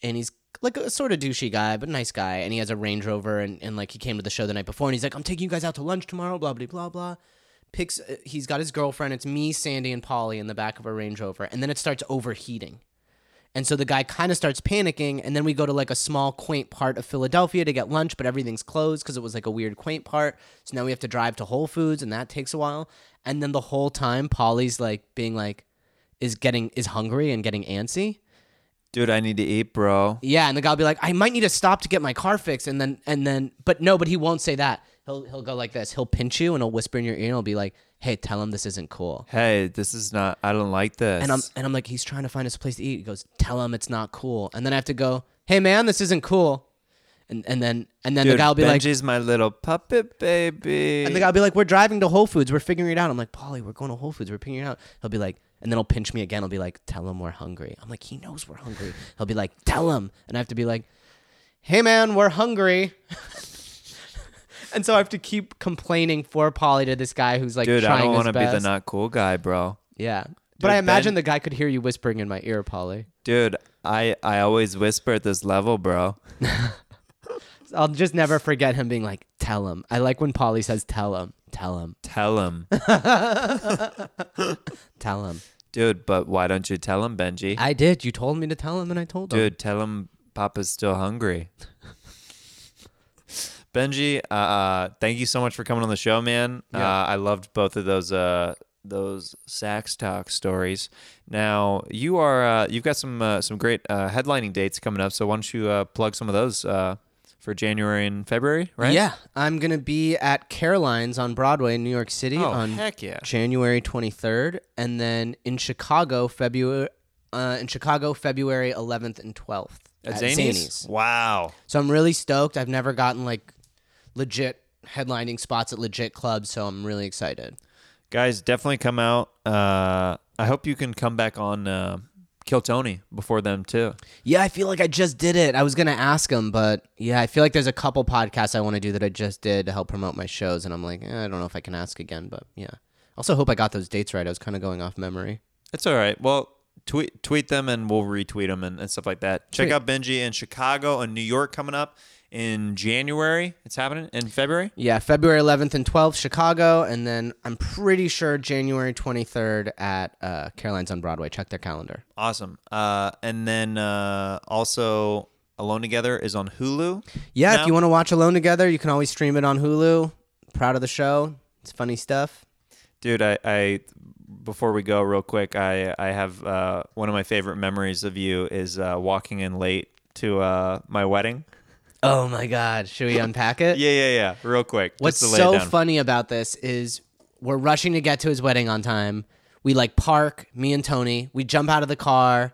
[SPEAKER 6] and he's like a sort of douchey guy, but nice guy. And he has a Range Rover, and, and like he came to the show the night before, and he's like, I'm taking you guys out to lunch tomorrow, blah, blah, blah, blah. Picks, uh, he's got his girlfriend. It's me, Sandy, and Polly in the back of a Range Rover. And then it starts overheating. And so the guy kind of starts panicking, and then we go to like a small, quaint part of Philadelphia to get lunch, but everything's closed because it was like a weird, quaint part. So now we have to drive to Whole Foods, and that takes a while. And then the whole time, Polly's like being like, is getting is hungry and getting antsy.
[SPEAKER 3] Dude, I need to eat, bro.
[SPEAKER 6] Yeah, and the guy'll be like, I might need to stop to get my car fixed, and then and then, but no, but he won't say that. He'll he'll go like this. He'll pinch you and he'll whisper in your ear and he'll be like, Hey, tell him this isn't cool.
[SPEAKER 3] Hey, this is not I don't like this.
[SPEAKER 6] And I'm and I'm like, he's trying to find us a place to eat. He goes, Tell him it's not cool. And then I have to go, Hey man, this isn't cool. And and then and then
[SPEAKER 3] Dude,
[SPEAKER 6] the guy'll be like,
[SPEAKER 3] Benji's my little puppet baby.
[SPEAKER 6] And the guy'll be like, "We're driving to Whole Foods. We're figuring it out." I'm like, "Polly, we're going to Whole Foods. We're figuring it out." He'll be like, and then he'll pinch me again. He'll be like, "Tell him we're hungry." I'm like, "He knows we're hungry." He'll be like, "Tell him," and I have to be like, "Hey, man, we're hungry." and so I have to keep complaining for Polly to this guy who's like
[SPEAKER 3] Dude,
[SPEAKER 6] trying
[SPEAKER 3] I don't
[SPEAKER 6] his
[SPEAKER 3] want to be the
[SPEAKER 6] best.
[SPEAKER 3] not cool guy, bro.
[SPEAKER 6] Yeah, but
[SPEAKER 3] Dude,
[SPEAKER 6] I imagine
[SPEAKER 3] Ben-
[SPEAKER 6] the guy could hear you whispering in my ear, Polly.
[SPEAKER 3] Dude, I I always whisper at this level, bro.
[SPEAKER 6] I'll just never forget him being like, "Tell him." I like when Polly says, "Tell him, tell him,
[SPEAKER 3] Tell him.
[SPEAKER 6] tell him."
[SPEAKER 3] Dude, but why don't you tell him, Benji?
[SPEAKER 6] I did. You told me to tell him, and I told him.
[SPEAKER 3] Dude, tell him Papa's still hungry. Benji, uh, uh, thank you so much for coming on the show, man. Uh, I loved both of those uh, those sax talk stories. Now you are uh, you've got some uh, some great uh, headlining dates coming up, so why don't you uh, plug some of those uh, for January and February, right?
[SPEAKER 6] Yeah, I'm gonna be at Caroline's on Broadway in New York City
[SPEAKER 3] Oh,
[SPEAKER 6] on
[SPEAKER 3] heck yeah.
[SPEAKER 6] January 23rd, and then in Chicago February uh, in Chicago February 11th and 12th
[SPEAKER 3] At Zanies? Wow.
[SPEAKER 6] So I'm really stoked. I've never gotten like legit headlining spots at legit clubs, so I'm really excited.
[SPEAKER 3] guys definitely come out uh i hope you can come back on uh kill tony before them too
[SPEAKER 6] Yeah, I feel like I just did it. I was gonna ask him, but yeah, I feel like there's a couple podcasts I want to do that I just did to help promote my shows, and I'm like, eh, I don't know if I can ask again, but yeah. Also, hope I got those dates right. I was kind of going off memory.
[SPEAKER 3] it's all right well tweet tweet them and we'll retweet them and, and stuff like that check out benji in chicago and new york coming up in january it's happening in february
[SPEAKER 6] Yeah, February 11th and 12th, Chicago, and then I'm pretty sure January 23rd at uh, Caroline's on Broadway. Check their calendar.
[SPEAKER 3] awesome uh and then uh also Alone Together is on Hulu.
[SPEAKER 6] Yeah,
[SPEAKER 3] No.
[SPEAKER 6] if you want to watch Alone Together, you can always stream it on Hulu. Proud of the show. It's funny stuff.
[SPEAKER 3] Dude, I, I before we go real quick, I I have uh, one of my favorite memories of you is uh, walking in late to uh, my wedding.
[SPEAKER 6] Oh my God. Should we unpack it?
[SPEAKER 3] Yeah, yeah, yeah. Real quick. just
[SPEAKER 6] What's
[SPEAKER 3] to lay it
[SPEAKER 6] so
[SPEAKER 3] down.
[SPEAKER 6] funny about this is we're rushing to get to his wedding on time. We like park, me and Tony. We jump out of the car,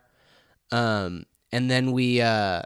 [SPEAKER 6] um, and then we uh,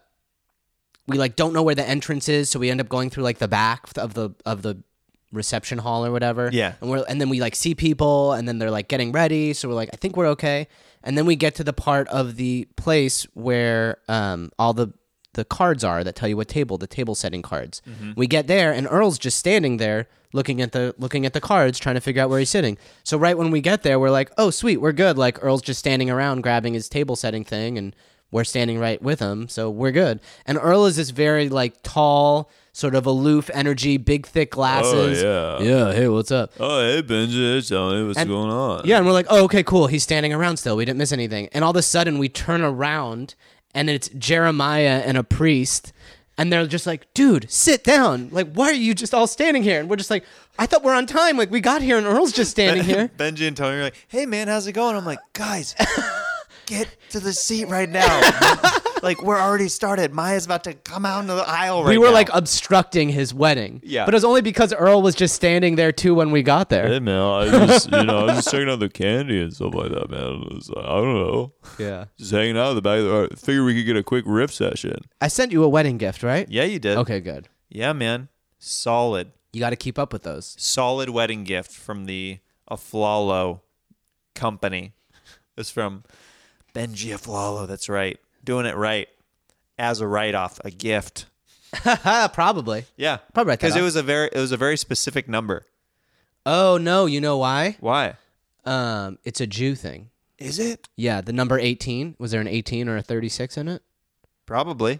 [SPEAKER 6] we like don't know where the entrance is, so we end up going through like the back of the of the reception hall or whatever.
[SPEAKER 3] Yeah.
[SPEAKER 6] and we're and then we like see people, and then they're like getting ready, so we're like, I think we're okay. And then we get to the part of the place where um, all the the cards are that tell you what table, the table setting cards.
[SPEAKER 3] Mm-hmm.
[SPEAKER 5] Mm-hmm.
[SPEAKER 6] We get there and Earl's just standing there looking at the looking at the cards, trying to figure out where he's sitting. So right when we get there, we're like, Oh sweet, we're good. Like Earl's just standing around grabbing his table setting thing and we're standing right with him, so we're good. And Earl is this very like tall, sort of aloof energy, big thick glasses.
[SPEAKER 3] Oh, yeah.
[SPEAKER 6] Yeah, hey, what's up?
[SPEAKER 3] Oh, hey, Benji, it's Tony. What's
[SPEAKER 6] And-
[SPEAKER 3] going on?
[SPEAKER 6] Yeah, and we're like, oh, okay, cool. He's standing around still. We didn't miss anything. And all of a sudden, we turn around and it's Jeremiah and a priest. And they're just like, dude, sit down. Like, why are you just all standing here? And we're just like, I thought we're on time. Like, we got here and Earl's just standing here.
[SPEAKER 3] Benji and Tony are like, hey, man, how's it going? I'm like, guys, get to the seat right now. like, we're already started. Maya's about to come out into the aisle right
[SPEAKER 6] we were
[SPEAKER 3] now.
[SPEAKER 6] like obstructing his wedding.
[SPEAKER 3] Yeah.
[SPEAKER 6] But it was only because Earl was just standing there too when we got there.
[SPEAKER 3] man, I just, you know, I was just checking out the candy and stuff like that, man. I don't know.
[SPEAKER 6] Yeah.
[SPEAKER 3] Just hanging out in the back of the car. Figured we could get a quick riff session.
[SPEAKER 6] I sent you a wedding gift, right?
[SPEAKER 3] Yeah, you did.
[SPEAKER 6] Okay, good.
[SPEAKER 3] Yeah, man. Solid.
[SPEAKER 6] You got to keep up with those.
[SPEAKER 3] solid wedding gift from the Aflalo company. It's from Benji Aflalo. That's right. Doing it right as a write off, a gift.
[SPEAKER 6] Probably.
[SPEAKER 3] Yeah,
[SPEAKER 6] Probably write that
[SPEAKER 3] because it
[SPEAKER 6] off.
[SPEAKER 3] was a very it was a very specific number.
[SPEAKER 6] Oh, no. You know why?
[SPEAKER 3] Why
[SPEAKER 6] Um, It's a Jew thing.
[SPEAKER 3] is it?
[SPEAKER 6] Yeah, the number 18. Was there an 18 or a 36 in it?
[SPEAKER 3] Probably.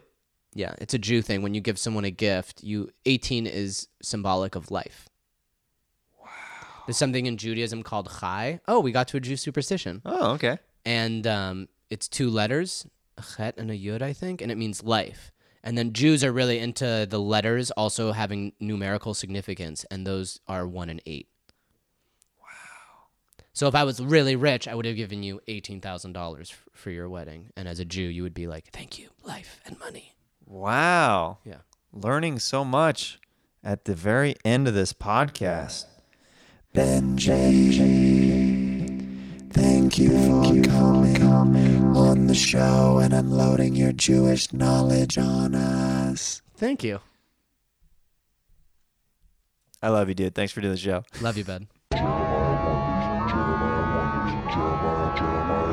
[SPEAKER 6] Yeah, it's a Jew thing. When you give someone a gift, you 18 is symbolic of life. Wow. There's something in Judaism called chai. Oh, we got to a Jew superstition.
[SPEAKER 3] Oh, okay.
[SPEAKER 6] And um, it's two letters, a chet and a yud, I think, and it means life. And then Jews are really into the letters also having numerical significance, and those are one and eight. Wow. So if I was really rich, I would have given you $18,000 f- for your wedding. And as a Jew, you would be like, thank you, life and money.
[SPEAKER 3] Wow.
[SPEAKER 6] Yeah.
[SPEAKER 3] Learning so much at the very end of this podcast.
[SPEAKER 4] Thank you for coming on the show and unloading your Jewish knowledge on us.
[SPEAKER 6] Thank you.
[SPEAKER 3] I love you, dude. Thanks for doing the show.
[SPEAKER 6] Love you, bud.
[SPEAKER 7] Jeremiah, Jeremiah, Jeremiah, Jeremiah,